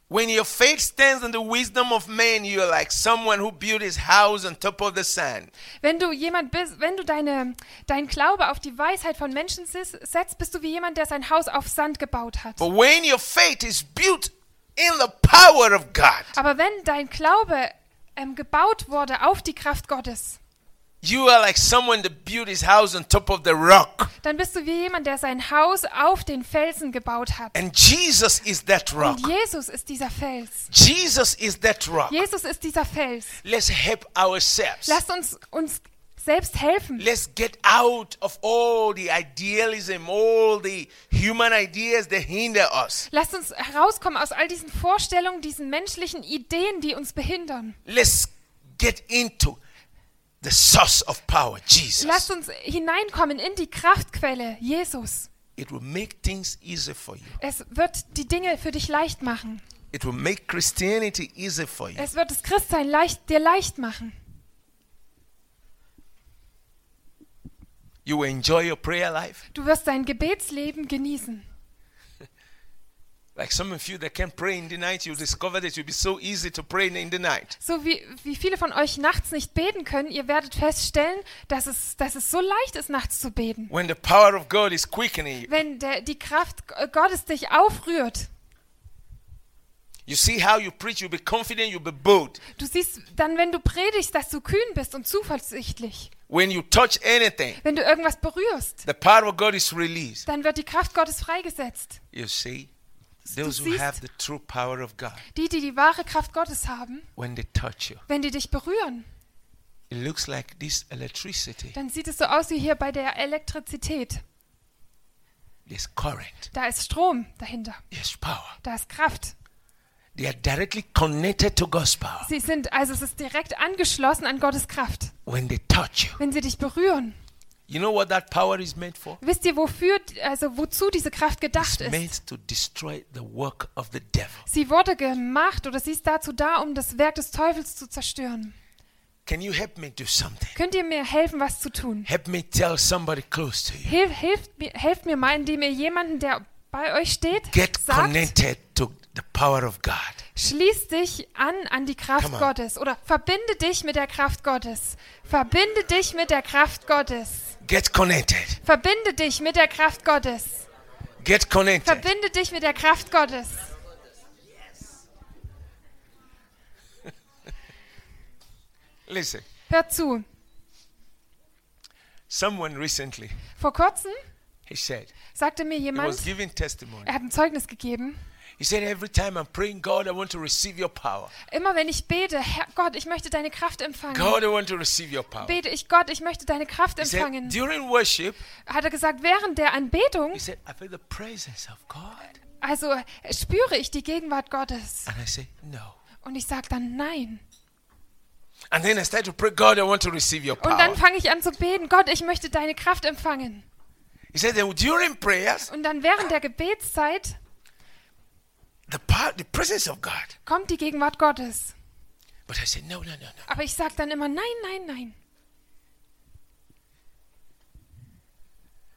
[SPEAKER 1] When your faith stands in the wisdom of man, you are like someone who built his house on top of the sand.
[SPEAKER 2] Wenn du jemand bist, wenn du deine, dein Glaube auf die Weisheit von Menschen sis- setzt, bist du wie jemand, der sein Haus auf Sand gebaut hat.
[SPEAKER 1] But when your faith is built in the power of God,
[SPEAKER 2] Aber wenn dein Glaube ähm, gebaut wurde auf die Kraft Gottes,
[SPEAKER 1] you are like someone that built his house on top of the rock.
[SPEAKER 2] dann bist du wie jemand, der sein Haus auf den Felsen gebaut hat.
[SPEAKER 1] And Jesus is that rock.
[SPEAKER 2] Und Jesus ist dieser Fels.
[SPEAKER 1] Jesus is that rock.
[SPEAKER 2] Jesus ist dieser Fels.
[SPEAKER 1] Let's help ourselves.
[SPEAKER 2] Lasst uns uns selbst helfen.
[SPEAKER 1] Let's get out of all the idealism, all the human ideas that hinder us.
[SPEAKER 2] Lasst uns herauskommen aus all diesen Vorstellungen, diesen menschlichen Ideen, die uns behindern.
[SPEAKER 1] Let's get into the source of power, Jesus.
[SPEAKER 2] Lasst uns hineinkommen in die Kraftquelle, Jesus.
[SPEAKER 1] It will make things easy for you.
[SPEAKER 2] Es wird die Dinge für dich leicht machen.
[SPEAKER 1] It will make Christianity easy for you.
[SPEAKER 2] Es wird das Christsein leicht, dir leicht machen.
[SPEAKER 1] You will enjoy your prayer life.
[SPEAKER 2] Du wirst dein Gebetsleben genießen.
[SPEAKER 1] Like some of you that can pray in the night, you'll discover that it'll be so easy to pray in the night.
[SPEAKER 2] So wie, wie viele von euch nachts nicht beten können, ihr werdet feststellen, dass es, dass es so leicht ist, nachts zu beten.
[SPEAKER 1] When the power of God is quickening you,
[SPEAKER 2] Wenn der, die Kraft G- Gottes dich aufrührt,
[SPEAKER 1] you see how you preach, you'll be confident, you'll be bold.
[SPEAKER 2] du siehst dann, wenn du predigst, dass du kühn bist und zuversichtlich.
[SPEAKER 1] When you touch anything,
[SPEAKER 2] Wenn du irgendwas berührst,
[SPEAKER 1] the power of God is released.
[SPEAKER 2] dann wird die Kraft Gottes freigesetzt.
[SPEAKER 1] You see, those
[SPEAKER 2] Du
[SPEAKER 1] who
[SPEAKER 2] siehst-
[SPEAKER 1] have the true power of God,
[SPEAKER 2] Die, die die wahre Kraft Gottes haben,
[SPEAKER 1] when they touch you,
[SPEAKER 2] wenn die dich berühren,
[SPEAKER 1] it looks like this electricity,
[SPEAKER 2] dann sieht es so aus wie hier bei der Elektrizität.
[SPEAKER 1] there's current,
[SPEAKER 2] Da ist Strom dahinter,
[SPEAKER 1] there's power.
[SPEAKER 2] da ist Kraft.
[SPEAKER 1] They are directly connected to God's power.
[SPEAKER 2] Sie sind, also es ist direkt angeschlossen an Gottes Kraft.
[SPEAKER 1] When they touch you,
[SPEAKER 2] Wenn sie dich berühren,
[SPEAKER 1] you know what that power is meant for?
[SPEAKER 2] wisst ihr, wofür, also wozu diese Kraft
[SPEAKER 1] It's
[SPEAKER 2] gedacht
[SPEAKER 1] meant
[SPEAKER 2] ist?
[SPEAKER 1] to destroy the work of the devil.
[SPEAKER 2] Sie wurde gemacht oder sie ist dazu da, um das Werk des Teufels zu zerstören.
[SPEAKER 1] Can you help me do something?
[SPEAKER 2] Könnt ihr mir helfen, was zu tun?
[SPEAKER 1] Help me tell somebody close to you.
[SPEAKER 2] Hilf, hilft, mir, helft mir mal, indem ihr jemanden, der bei euch steht,
[SPEAKER 1] Get
[SPEAKER 2] sagt,
[SPEAKER 1] connected to the power of God.
[SPEAKER 2] schließ dich an an die Kraft
[SPEAKER 1] Come on.
[SPEAKER 2] Gottes oder verbinde dich mit der Kraft Gottes. Verbinde dich mit der Kraft Gottes.
[SPEAKER 1] Get connected.
[SPEAKER 2] Verbinde dich mit der Kraft Gottes.
[SPEAKER 1] Get connected.
[SPEAKER 2] Verbinde dich mit der Kraft Gottes.
[SPEAKER 1] Listen,
[SPEAKER 2] Hör zu.
[SPEAKER 1] someone recently
[SPEAKER 2] Vor kurzem
[SPEAKER 1] he said
[SPEAKER 2] sagte mir
[SPEAKER 1] he was
[SPEAKER 2] jemand,
[SPEAKER 1] giving testimony.
[SPEAKER 2] er hat ein Zeugnis gegeben.
[SPEAKER 1] He said every time I'm praying, God, I want to receive your power.
[SPEAKER 2] Immer wenn ich bete, Herr Gott, ich möchte deine Kraft empfangen.
[SPEAKER 1] God, I want to receive your power.
[SPEAKER 2] Bete ich Gott, ich möchte deine Kraft
[SPEAKER 1] He said
[SPEAKER 2] empfangen.
[SPEAKER 1] during worship,
[SPEAKER 2] Hat er gesagt, während der Anbetung,
[SPEAKER 1] he said I feel the presence of God,
[SPEAKER 2] also äh, spüre ich die Gegenwart Gottes.
[SPEAKER 1] and I said no.
[SPEAKER 2] Und ich sage dann nein.
[SPEAKER 1] And then I started to pray, God, I want to receive your
[SPEAKER 2] Und dann
[SPEAKER 1] power.
[SPEAKER 2] fange ich an zu beten, Gott, ich möchte deine Kraft empfangen.
[SPEAKER 1] He said that during prayers,
[SPEAKER 2] Und dann während der Gebetszeit
[SPEAKER 1] the power, the presence of God.
[SPEAKER 2] kommt die Gegenwart Gottes.
[SPEAKER 1] But I said no, no, no, no.
[SPEAKER 2] Aber ich sage dann immer nein, nein, nein.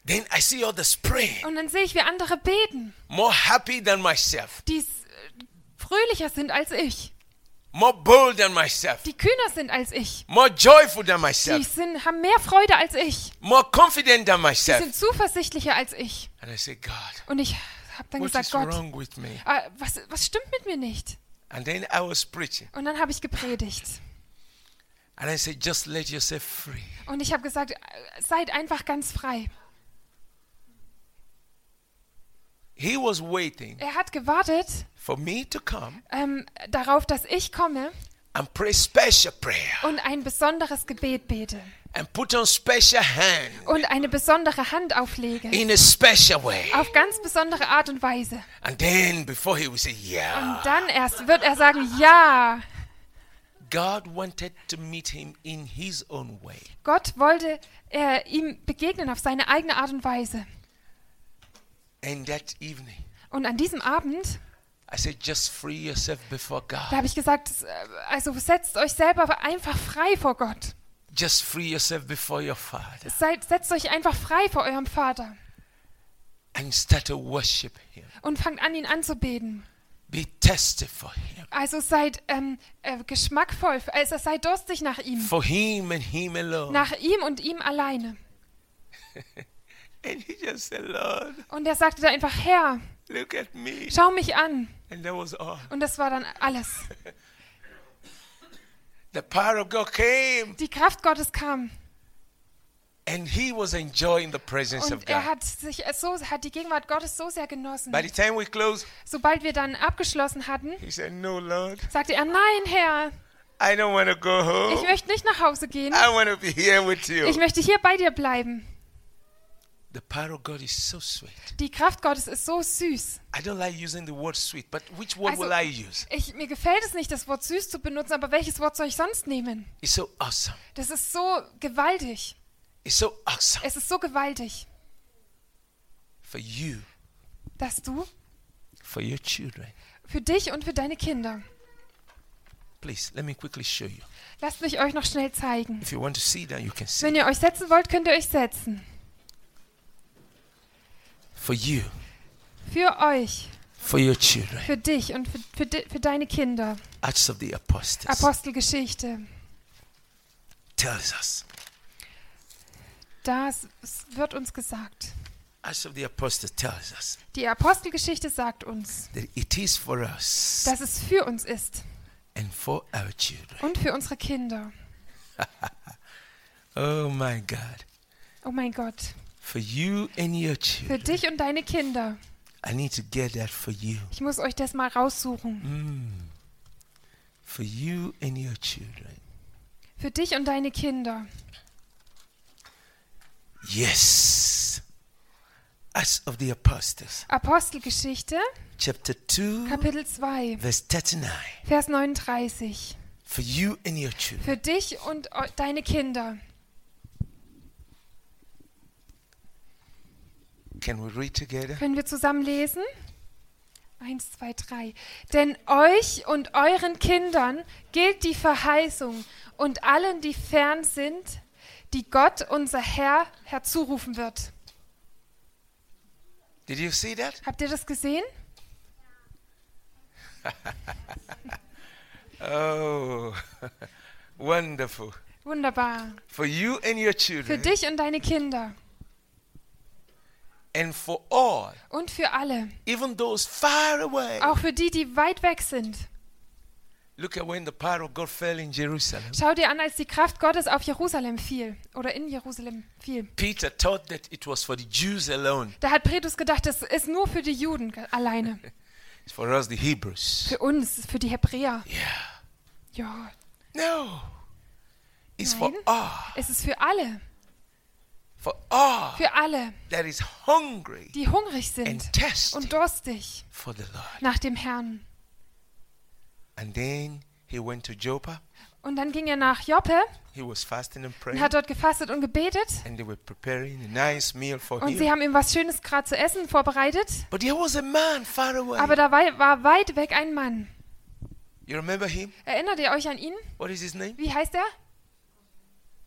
[SPEAKER 1] Then I see others praying,
[SPEAKER 2] Und dann sehe ich, wie andere beten,
[SPEAKER 1] more happy than myself,
[SPEAKER 2] die s- äh, fröhlicher sind als ich,
[SPEAKER 1] more bold than myself,
[SPEAKER 2] die kühner sind als ich,
[SPEAKER 1] more joyful than
[SPEAKER 2] die
[SPEAKER 1] myself,
[SPEAKER 2] sind, haben mehr Freude als ich,
[SPEAKER 1] more confident than
[SPEAKER 2] die
[SPEAKER 1] myself.
[SPEAKER 2] sind zuversichtlicher als ich.
[SPEAKER 1] And I said, God,
[SPEAKER 2] Und ich habe dann
[SPEAKER 1] what
[SPEAKER 2] gesagt,
[SPEAKER 1] is
[SPEAKER 2] Gott,
[SPEAKER 1] wrong with me?
[SPEAKER 2] äh, was, was stimmt mit mir nicht?
[SPEAKER 1] And then I was preaching,
[SPEAKER 2] Und dann habe ich gepredigt.
[SPEAKER 1] and I said, just let yourself free.
[SPEAKER 2] Und ich habe gesagt, äh, seid einfach ganz frei.
[SPEAKER 1] He was waiting
[SPEAKER 2] Er hat gewartet
[SPEAKER 1] for me to come
[SPEAKER 2] ähm, darauf, dass ich komme
[SPEAKER 1] and pray special prayer
[SPEAKER 2] und ein besonderes Gebet bete
[SPEAKER 1] and put on special hand
[SPEAKER 2] und eine besondere Hand auflege.
[SPEAKER 1] in a special way.
[SPEAKER 2] Auf ganz besondere Art und Weise.
[SPEAKER 1] And then before he would say, yeah,
[SPEAKER 2] Und dann erst wird er sagen, ja,
[SPEAKER 1] God wanted to meet him in his own way.
[SPEAKER 2] Gott wollte äh, ihm begegnen auf seine eigene Art und Weise.
[SPEAKER 1] And that evening,
[SPEAKER 2] Und an diesem Abend,
[SPEAKER 1] I said, just free yourself before
[SPEAKER 2] da
[SPEAKER 1] God.
[SPEAKER 2] habe ich gesagt, s- äh, also setzt euch selber einfach frei vor Gott.
[SPEAKER 1] Just free yourself before your Father
[SPEAKER 2] Seid, setzt euch einfach frei vor eurem Vater
[SPEAKER 1] and start to worship Him.
[SPEAKER 2] und fangt an, ihn anzubeten.
[SPEAKER 1] Be tested for Him.
[SPEAKER 2] Also seid ähm, äh, geschmackvoll, also seid durstig nach ihm.
[SPEAKER 1] For Him and Him alone.
[SPEAKER 2] Nach ihm und ihm alleine.
[SPEAKER 1] And he just said, Lord,
[SPEAKER 2] Und er sagte da einfach, Herr,
[SPEAKER 1] look at me.
[SPEAKER 2] schau mich an.
[SPEAKER 1] And that was all.
[SPEAKER 2] Und das war dann alles.
[SPEAKER 1] The power of God came
[SPEAKER 2] Die Kraft Gottes kam
[SPEAKER 1] and he was enjoying the presence of
[SPEAKER 2] und er
[SPEAKER 1] God.
[SPEAKER 2] hat sich so hat die Gegenwart Gottes so sehr genossen.
[SPEAKER 1] By the time we closed,
[SPEAKER 2] Sobald wir dann abgeschlossen hatten,
[SPEAKER 1] he said, No, Lord,
[SPEAKER 2] sagte er: Nein, Herr,
[SPEAKER 1] I don't want to go
[SPEAKER 2] ich
[SPEAKER 1] home.
[SPEAKER 2] möchte nicht nach Hause gehen.
[SPEAKER 1] I want to be here with
[SPEAKER 2] Ich
[SPEAKER 1] you.
[SPEAKER 2] möchte hier bei dir bleiben.
[SPEAKER 1] The power of God is so sweet.
[SPEAKER 2] Die Kraft Gottes ist so süß.
[SPEAKER 1] I don't like using the word sweet, but which word
[SPEAKER 2] Also,
[SPEAKER 1] will I use?
[SPEAKER 2] ich, mir gefällt es nicht, das Wort süß zu benutzen, aber welches Wort soll ich sonst nehmen?
[SPEAKER 1] It's so awesome.
[SPEAKER 2] Das ist so gewaltig.
[SPEAKER 1] It's so awesome
[SPEAKER 2] Es ist so gewaltig,
[SPEAKER 1] for you,
[SPEAKER 2] dass du
[SPEAKER 1] for your children.
[SPEAKER 2] für dich und für deine Kinder.
[SPEAKER 1] Please, let me quickly show you.
[SPEAKER 2] Lasst mich euch noch schnell zeigen.
[SPEAKER 1] If you want to see that, you can see.
[SPEAKER 2] Wenn ihr euch setzen wollt, könnt ihr euch setzen.
[SPEAKER 1] For you,
[SPEAKER 2] Für euch,
[SPEAKER 1] for your children.
[SPEAKER 2] für dich und für, für, di für deine Kinder.
[SPEAKER 1] Acts of the Apostles
[SPEAKER 2] Apostelgeschichte.
[SPEAKER 1] tells us.
[SPEAKER 2] Das wird uns gesagt.
[SPEAKER 1] Acts of the Apostles tells us
[SPEAKER 2] Die Apostelgeschichte sagt uns,
[SPEAKER 1] that it is for us
[SPEAKER 2] dass es für uns ist
[SPEAKER 1] and for our children.
[SPEAKER 2] und für unsere Kinder.
[SPEAKER 1] Oh my God.
[SPEAKER 2] Oh mein Gott.
[SPEAKER 1] For you and your
[SPEAKER 2] Für
[SPEAKER 1] children.
[SPEAKER 2] dich und deine Kinder.
[SPEAKER 1] I need to get that for you.
[SPEAKER 2] Ich muss euch das mal raussuchen.
[SPEAKER 1] For you and your children.
[SPEAKER 2] Für dich und deine Kinder.
[SPEAKER 1] Yes. Acts of the Apostles,
[SPEAKER 2] Apostelgeschichte,
[SPEAKER 1] chapter 2,
[SPEAKER 2] Kapitel 2,
[SPEAKER 1] verse 39.
[SPEAKER 2] Vers 39.
[SPEAKER 1] For you and your children.
[SPEAKER 2] Für dich und eu- deine Kinder.
[SPEAKER 1] Can we read together?
[SPEAKER 2] Können wir zusammen lesen? Eins, zwei, drei. Denn euch und euren Kindern gilt die Verheißung und allen, die fern sind, die Gott, unser Herr, herzurufen wird.
[SPEAKER 1] Did you see that?
[SPEAKER 2] Habt ihr das gesehen?
[SPEAKER 1] Oh, [LAUGHS] wonderful.
[SPEAKER 2] Wunderbar.
[SPEAKER 1] For you and your
[SPEAKER 2] Für
[SPEAKER 1] children.
[SPEAKER 2] dich und deine Kinder
[SPEAKER 1] And for all,
[SPEAKER 2] und für alle.
[SPEAKER 1] even those far away.
[SPEAKER 2] Auch für die, die weit weg sind.
[SPEAKER 1] Look at when the power of God fell in Jerusalem.
[SPEAKER 2] Schau dir an, als die Kraft Gottes auf Jerusalem fiel oder in Jerusalem fiel.
[SPEAKER 1] Peter thought that it was for the Jews alone.
[SPEAKER 2] Da hat Petrus gedacht, das ist nur für die Juden ge- alleine.
[SPEAKER 1] It's for us, the Hebrews.
[SPEAKER 2] Für uns, für die Hebräer.
[SPEAKER 1] Yeah.
[SPEAKER 2] Ja,
[SPEAKER 1] No. It's for
[SPEAKER 2] Nein.
[SPEAKER 1] all.
[SPEAKER 2] es ist für alle.
[SPEAKER 1] For all
[SPEAKER 2] Für alle,
[SPEAKER 1] that is hungry
[SPEAKER 2] die hungrig
[SPEAKER 1] and
[SPEAKER 2] sind
[SPEAKER 1] thirsty
[SPEAKER 2] und durstig
[SPEAKER 1] for the Lord.
[SPEAKER 2] nach dem Herrn.
[SPEAKER 1] And then he went to Joppa.
[SPEAKER 2] Und dann ging er nach Joppe
[SPEAKER 1] He was fasting and
[SPEAKER 2] und
[SPEAKER 1] praying.
[SPEAKER 2] hat dort gefastet und gebetet.
[SPEAKER 1] And they were preparing a nice meal for
[SPEAKER 2] Und sie
[SPEAKER 1] him.
[SPEAKER 2] haben ihm was Schönes gerade zu essen vorbereitet.
[SPEAKER 1] But there was a man far away.
[SPEAKER 2] Aber da war, war weit weg ein Mann.
[SPEAKER 1] You remember him?
[SPEAKER 2] Erinnert ihr euch an ihn?
[SPEAKER 1] What is his name?
[SPEAKER 2] Wie heißt er?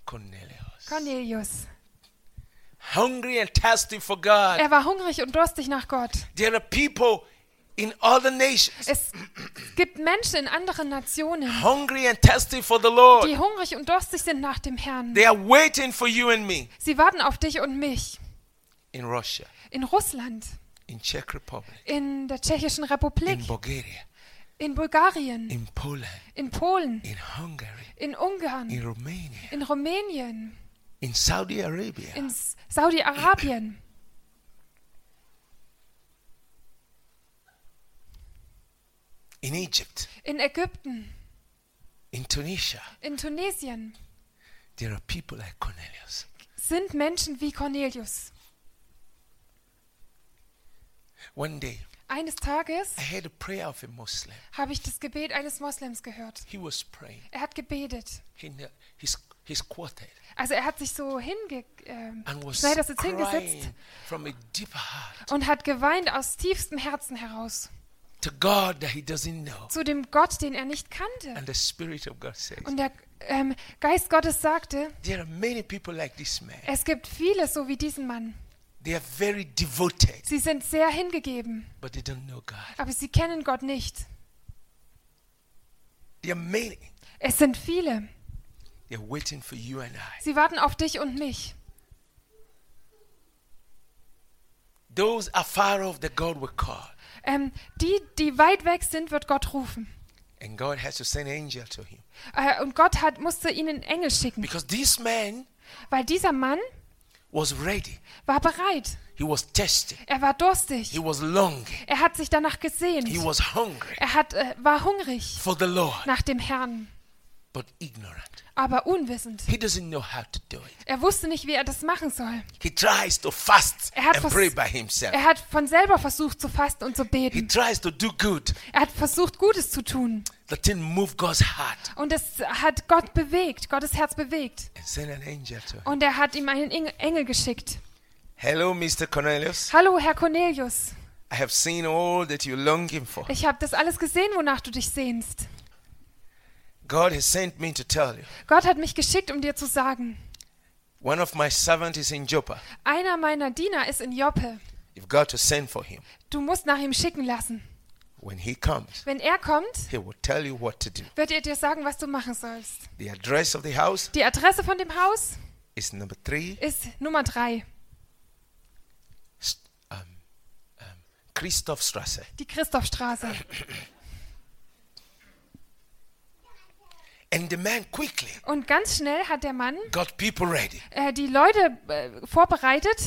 [SPEAKER 1] Cornelius.
[SPEAKER 2] Cornelius.
[SPEAKER 1] Hungry and thirsty for God.
[SPEAKER 2] Er war hungrig und durstig nach Gott.
[SPEAKER 1] There are people in other nations
[SPEAKER 2] Es gibt Menschen in anderen Nationen,
[SPEAKER 1] hungry and thirsty for the Lord.
[SPEAKER 2] die hungrig und durstig sind nach dem Herrn.
[SPEAKER 1] They are waiting for you and me
[SPEAKER 2] Sie warten auf dich und mich.
[SPEAKER 1] in Russia,
[SPEAKER 2] In Russland,
[SPEAKER 1] in Czech Republic,
[SPEAKER 2] in der Tschechischen Republik,
[SPEAKER 1] in Bulgaria,
[SPEAKER 2] in Bulgarien,
[SPEAKER 1] in Poland,
[SPEAKER 2] in Polen,
[SPEAKER 1] in Hungary,
[SPEAKER 2] in Ungarn,
[SPEAKER 1] in Romania,
[SPEAKER 2] in Rumänien,
[SPEAKER 1] in Saudi Arabia.
[SPEAKER 2] in S- Saudi-Arabien.
[SPEAKER 1] in Egypt,
[SPEAKER 2] In Ägypten,
[SPEAKER 1] in Tunisia.
[SPEAKER 2] in Tunesien
[SPEAKER 1] There are people like Cornelius.
[SPEAKER 2] sind Menschen wie Cornelius.
[SPEAKER 1] One day,
[SPEAKER 2] Eines Tages
[SPEAKER 1] I heard a prayer of a Muslim.
[SPEAKER 2] habe ich das Gebet eines Moslems gehört.
[SPEAKER 1] He was praying.
[SPEAKER 2] Er hat gebetet.
[SPEAKER 1] He, kn- he, squ- he squatted
[SPEAKER 2] Also er hat sich so hinge... ähm,
[SPEAKER 1] and was
[SPEAKER 2] Schneidersitz hingesetzt
[SPEAKER 1] crying from a deep heart
[SPEAKER 2] und hat geweint aus tiefstem Herzen heraus.
[SPEAKER 1] to God that he doesn't know.
[SPEAKER 2] Zu dem Gott, den er nicht kannte.
[SPEAKER 1] And the Spirit of God says,
[SPEAKER 2] Und der ähm, Geist Gottes sagte,
[SPEAKER 1] There are many people like this man.
[SPEAKER 2] es gibt viele so wie diesen Mann.
[SPEAKER 1] They are very devoted,
[SPEAKER 2] Sie sind sehr hingegeben,
[SPEAKER 1] but they don't know God.
[SPEAKER 2] aber sie kennen Gott nicht.
[SPEAKER 1] There are many.
[SPEAKER 2] Es sind viele.
[SPEAKER 1] They're waiting for you and I.
[SPEAKER 2] Sie warten auf dich und mich.
[SPEAKER 1] Those are far off that God will call.
[SPEAKER 2] Ähm, die, die weit weg sind, wird Gott rufen.
[SPEAKER 1] And God has to send an angel to him.
[SPEAKER 2] Äh, und Gott hat, musste ihnen Engel schicken,
[SPEAKER 1] Because this man
[SPEAKER 2] weil dieser Mann
[SPEAKER 1] was ready.
[SPEAKER 2] war bereit.
[SPEAKER 1] He was testing.
[SPEAKER 2] Er war
[SPEAKER 1] He
[SPEAKER 2] durstig.
[SPEAKER 1] was longing.
[SPEAKER 2] Er hat sich danach
[SPEAKER 1] He
[SPEAKER 2] gesehnt.
[SPEAKER 1] was hungry
[SPEAKER 2] Er hat, äh, war hungrig
[SPEAKER 1] for the Lord.
[SPEAKER 2] nach dem Herrn.
[SPEAKER 1] but ignorant.
[SPEAKER 2] aber unwissend.
[SPEAKER 1] He doesn't know how to do it.
[SPEAKER 2] Er wusste nicht, wie er das machen soll.
[SPEAKER 1] He tries to fast
[SPEAKER 2] Er hat
[SPEAKER 1] and
[SPEAKER 2] vers-
[SPEAKER 1] pray by himself.
[SPEAKER 2] Er hat von selber versucht zu fasten und zu
[SPEAKER 1] He
[SPEAKER 2] beten.
[SPEAKER 1] tries to do good.
[SPEAKER 2] Er hat versucht, Gutes zu tun.
[SPEAKER 1] The thing moved God's heart
[SPEAKER 2] Und es hat Gott bewegt, Gottes Herz bewegt.
[SPEAKER 1] and sent an angel to him.
[SPEAKER 2] Und er hat ihm einen Engel- Engel geschickt.
[SPEAKER 1] Hello, Mr. Cornelius.
[SPEAKER 2] Hallo, Herr Cornelius.
[SPEAKER 1] I have seen all that you're longing for.
[SPEAKER 2] Ich habe das alles gesehen, wonach du dich sehnst.
[SPEAKER 1] God has sent me to tell you.
[SPEAKER 2] Gott hat mich geschickt, um dir zu sagen,
[SPEAKER 1] One of my servants is in Joppa.
[SPEAKER 2] einer meiner Diener ist in Joppe.
[SPEAKER 1] You've got to send for him.
[SPEAKER 2] Du musst nach ihm schicken lassen.
[SPEAKER 1] When he comes,
[SPEAKER 2] Wenn er kommt,
[SPEAKER 1] he will tell you what to do.
[SPEAKER 2] wird er dir sagen, was du machen sollst.
[SPEAKER 1] The address of the house
[SPEAKER 2] Die Adresse von dem Haus
[SPEAKER 1] is number three,
[SPEAKER 2] ist Nummer 3,
[SPEAKER 1] st- um, um, Christophstrasse.
[SPEAKER 2] die Christophstraße.
[SPEAKER 1] And the man quickly
[SPEAKER 2] Und ganz schnell hat der Mann
[SPEAKER 1] got people ready.
[SPEAKER 2] äh, die Leute äh, vorbereitet.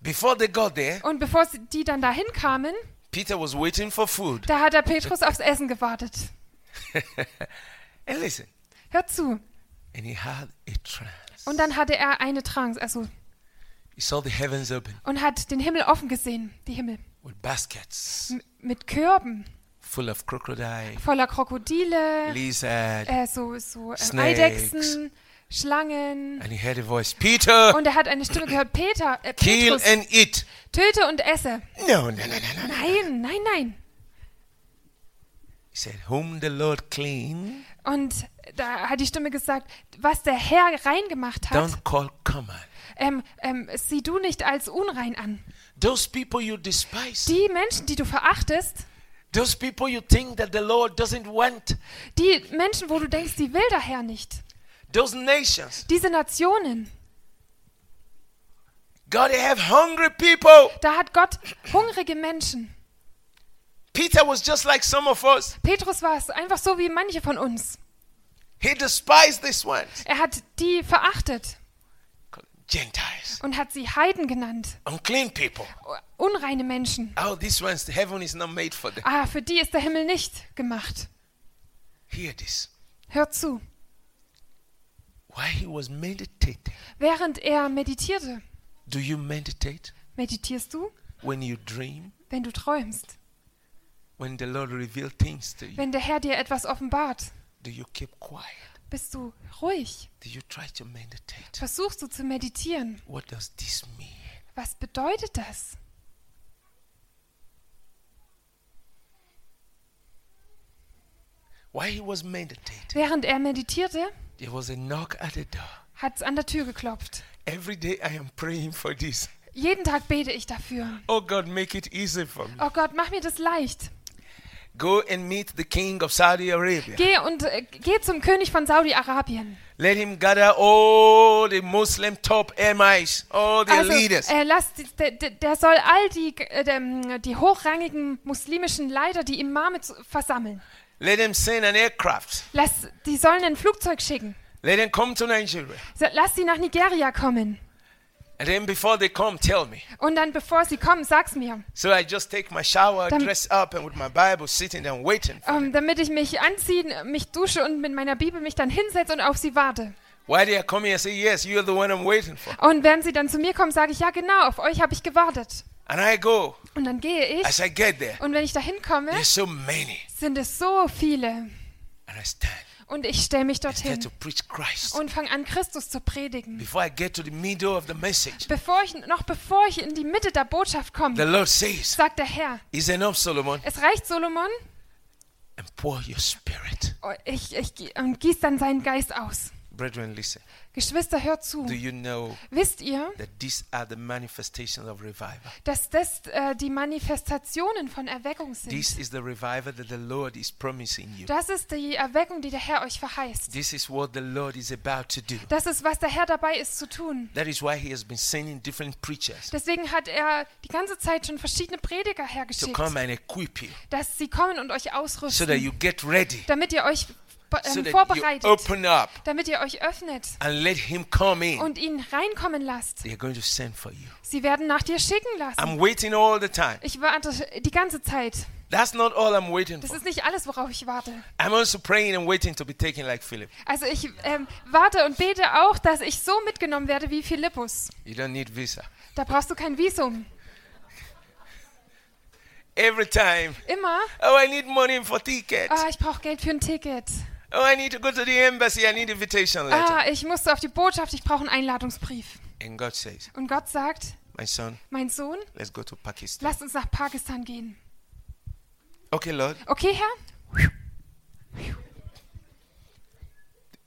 [SPEAKER 1] Before they got there,
[SPEAKER 2] Und bevor sie- die dann dahin kamen,
[SPEAKER 1] Peter was waiting for food.
[SPEAKER 2] da hat der Petrus aufs Essen gewartet.
[SPEAKER 1] And listen,
[SPEAKER 2] Hör zu.
[SPEAKER 1] and he had a trance.
[SPEAKER 2] Und dann hatte er eine Trance, also,
[SPEAKER 1] He saw the heavens open
[SPEAKER 2] und hat den Himmel offen gesehen, die Himmel,
[SPEAKER 1] with baskets
[SPEAKER 2] M mit Körben
[SPEAKER 1] full of crocodile,
[SPEAKER 2] voller Krokodile,
[SPEAKER 1] lizard,
[SPEAKER 2] äh, so, so äh,
[SPEAKER 1] Snakes.
[SPEAKER 2] Eidechsen, Schlangen.
[SPEAKER 1] and he heard a voice, Peter,
[SPEAKER 2] Und er hat eine Stimme gehört, Peter, äh,
[SPEAKER 1] kill
[SPEAKER 2] Petrus,
[SPEAKER 1] and eat.
[SPEAKER 2] töte und esse.
[SPEAKER 1] No, no, no, no, no.
[SPEAKER 2] Nein, nein, nein.
[SPEAKER 1] He said, whom the Lord clean,
[SPEAKER 2] Und da hat die Stimme gesagt, was der Herr rein gemacht hat,
[SPEAKER 1] don't call common.
[SPEAKER 2] ähm, ähm, sieh du nicht als unrein an.
[SPEAKER 1] Those people you despise,
[SPEAKER 2] Die Menschen, die du verachtest,
[SPEAKER 1] those people you think that the Lord doesn't want,
[SPEAKER 2] die Menschen, wo du denkst, die will der Herr nicht.
[SPEAKER 1] those nations.
[SPEAKER 2] Diese Nationen,
[SPEAKER 1] God, they have hungry people.
[SPEAKER 2] da hat Gott hungrige Menschen.
[SPEAKER 1] Peter was just like some of us.
[SPEAKER 2] Petrus war es einfach so wie manche von uns.
[SPEAKER 1] He despised these ones,
[SPEAKER 2] Er hat die verachtet
[SPEAKER 1] Gentiles,
[SPEAKER 2] und hat sie Heiden genannt,
[SPEAKER 1] unclean people.
[SPEAKER 2] unreine Menschen.
[SPEAKER 1] Oh, these ones, heaven is not made for them.
[SPEAKER 2] Ah, für die ist der Himmel nicht gemacht.
[SPEAKER 1] Hear this.
[SPEAKER 2] Hör zu.
[SPEAKER 1] While he was meditating,
[SPEAKER 2] Während er meditierte,
[SPEAKER 1] do you meditate
[SPEAKER 2] meditierst du,
[SPEAKER 1] when you dream?
[SPEAKER 2] wenn du träumst,
[SPEAKER 1] When the Lord reveals things to you,
[SPEAKER 2] wenn der Herr dir etwas offenbart,
[SPEAKER 1] do you keep quiet?
[SPEAKER 2] bist du ruhig,
[SPEAKER 1] Do you try to meditate?
[SPEAKER 2] versuchst du zu meditieren.
[SPEAKER 1] What does this mean?
[SPEAKER 2] Was bedeutet das?
[SPEAKER 1] While he was meditating,
[SPEAKER 2] Während er meditierte,
[SPEAKER 1] there was a knock at the door.
[SPEAKER 2] hat es an der Tür geklopft.
[SPEAKER 1] Every day I am praying for this.
[SPEAKER 2] Jeden Tag bete ich dafür.
[SPEAKER 1] Oh God, make it easy for me.
[SPEAKER 2] Oh Gott, mach mir das leicht.
[SPEAKER 1] Go and meet the king of Saudi Arabia.
[SPEAKER 2] Geh und äh, geh zum König von Saudi-Arabien.
[SPEAKER 1] Let him gather all the Muslim top MIs, all the
[SPEAKER 2] Also,
[SPEAKER 1] leaders.
[SPEAKER 2] äh, lass, die- der, der- der soll all die, äh, dem- die hochrangigen muslimischen Leiter, die Imame zu- versammeln.
[SPEAKER 1] Let them send an aircraft.
[SPEAKER 2] Lass, die sollen ein Flugzeug schicken.
[SPEAKER 1] Let them come to Nigeria.
[SPEAKER 2] Sa- Lass sie nach Nigeria kommen.
[SPEAKER 1] And then before they come, tell me.
[SPEAKER 2] Und dann, bevor sie kommen, sag's mir,
[SPEAKER 1] So I just take my shower,
[SPEAKER 2] Dann-
[SPEAKER 1] dress up, and with my Bible sitting and waiting.
[SPEAKER 2] ähm, damit ich mich anziehe, mich dusche und mit meiner Bibel mich dann hinsetze und auf sie warte.
[SPEAKER 1] Why they are coming and say, Yes, you're the one I'm waiting for.
[SPEAKER 2] Und wenn sie dann zu mir kommen, sage ich, ja genau, auf euch habe ich gewartet.
[SPEAKER 1] And I go.
[SPEAKER 2] Und dann gehe ich.
[SPEAKER 1] As I get there,
[SPEAKER 2] Und wenn ich dahin komme,
[SPEAKER 1] there's so many.
[SPEAKER 2] sind es so viele.
[SPEAKER 1] And I stand.
[SPEAKER 2] Und ich stelle mich
[SPEAKER 1] I start
[SPEAKER 2] dorthin
[SPEAKER 1] to preach Christ.
[SPEAKER 2] und fange an, Christus zu predigen.
[SPEAKER 1] Before I get to the middle of the message,
[SPEAKER 2] Bevor ich, noch bevor ich in die Mitte der Botschaft
[SPEAKER 1] the
[SPEAKER 2] komme,
[SPEAKER 1] Lord says,
[SPEAKER 2] sagt der Herr,
[SPEAKER 1] Is enough, Solomon,
[SPEAKER 2] es reicht Solomon,
[SPEAKER 1] and pour your spirit.
[SPEAKER 2] ich, ich, und gießt dann seinen Geist aus.
[SPEAKER 1] Brethren, listen.
[SPEAKER 2] Geschwister, hört zu.
[SPEAKER 1] Do you know
[SPEAKER 2] Wisst ihr,
[SPEAKER 1] that these are the manifestations of revival.
[SPEAKER 2] dass das äh, die Manifestationen von Erweckung sind?
[SPEAKER 1] This is the revival that the Lord is promising you.
[SPEAKER 2] Das ist die Erweckung, die der Herr euch verheißt.
[SPEAKER 1] This is what the Lord is about to do.
[SPEAKER 2] Das ist, was der Herr dabei ist zu tun.
[SPEAKER 1] That is why He has been sending different preachers
[SPEAKER 2] Deswegen hat er die ganze Zeit schon verschiedene Prediger
[SPEAKER 1] to
[SPEAKER 2] hergeschickt,
[SPEAKER 1] come and equip you
[SPEAKER 2] dass sie kommen und euch
[SPEAKER 1] so that
[SPEAKER 2] ausrüsten,
[SPEAKER 1] you get ready,
[SPEAKER 2] damit ihr euch be-
[SPEAKER 1] so
[SPEAKER 2] ähm,
[SPEAKER 1] that you
[SPEAKER 2] vorbereitet,
[SPEAKER 1] open up
[SPEAKER 2] damit ihr euch öffnet
[SPEAKER 1] and let Him come in.
[SPEAKER 2] und ihn reinkommen lasst.
[SPEAKER 1] They are going to send for you.
[SPEAKER 2] Sie werden nach dir schicken lassen.
[SPEAKER 1] I'm waiting all the time.
[SPEAKER 2] Ich warte die ganze Zeit.
[SPEAKER 1] That's not all I'm waiting
[SPEAKER 2] Das
[SPEAKER 1] for.
[SPEAKER 2] ist nicht alles, worauf ich warte.
[SPEAKER 1] I'm also praying and waiting to be taken like Philip.
[SPEAKER 2] Also ich ähm, warte und bete auch, dass ich so mitgenommen werde wie Philippus.
[SPEAKER 1] You don't need visa.
[SPEAKER 2] Da brauchst du kein Visum.
[SPEAKER 1] Every time,
[SPEAKER 2] Immer,
[SPEAKER 1] oh, I need money for ticket.
[SPEAKER 2] ah, ich brauche Geld für ein Ticket.
[SPEAKER 1] Oh, I need to go to the embassy. I need invitation letter.
[SPEAKER 2] Ah, ich musste auf die Botschaft, ich brauche einen Einladungsbrief.
[SPEAKER 1] And God says,
[SPEAKER 2] Und Gott sagt,
[SPEAKER 1] my son,
[SPEAKER 2] mein Sohn,
[SPEAKER 1] let's go to Pakistan.
[SPEAKER 2] lasst uns nach Pakistan gehen.
[SPEAKER 1] Okay, Lord,
[SPEAKER 2] Okay, Herr?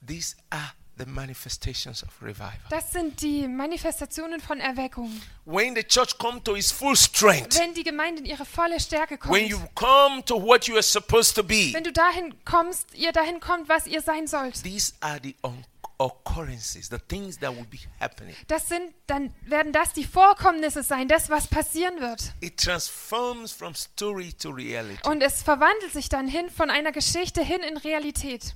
[SPEAKER 1] these are the manifestations of revival.
[SPEAKER 2] Das sind die Manifestationen von Erweckung.
[SPEAKER 1] When the church come to its full strength,
[SPEAKER 2] Wenn die Gemeinde in ihre volle Stärke
[SPEAKER 1] when you
[SPEAKER 2] kommt,
[SPEAKER 1] come to what you are supposed to be,
[SPEAKER 2] wenn du dahin kommst, ihr dahin kommt, was ihr sein sollt,
[SPEAKER 1] these are the un- occurrences, the things that will be happening.
[SPEAKER 2] das sind, dann werden das die Vorkommnisse sein, das, was passieren wird.
[SPEAKER 1] It transforms from story to reality.
[SPEAKER 2] Und es verwandelt sich dann hin von einer Geschichte hin in Realität.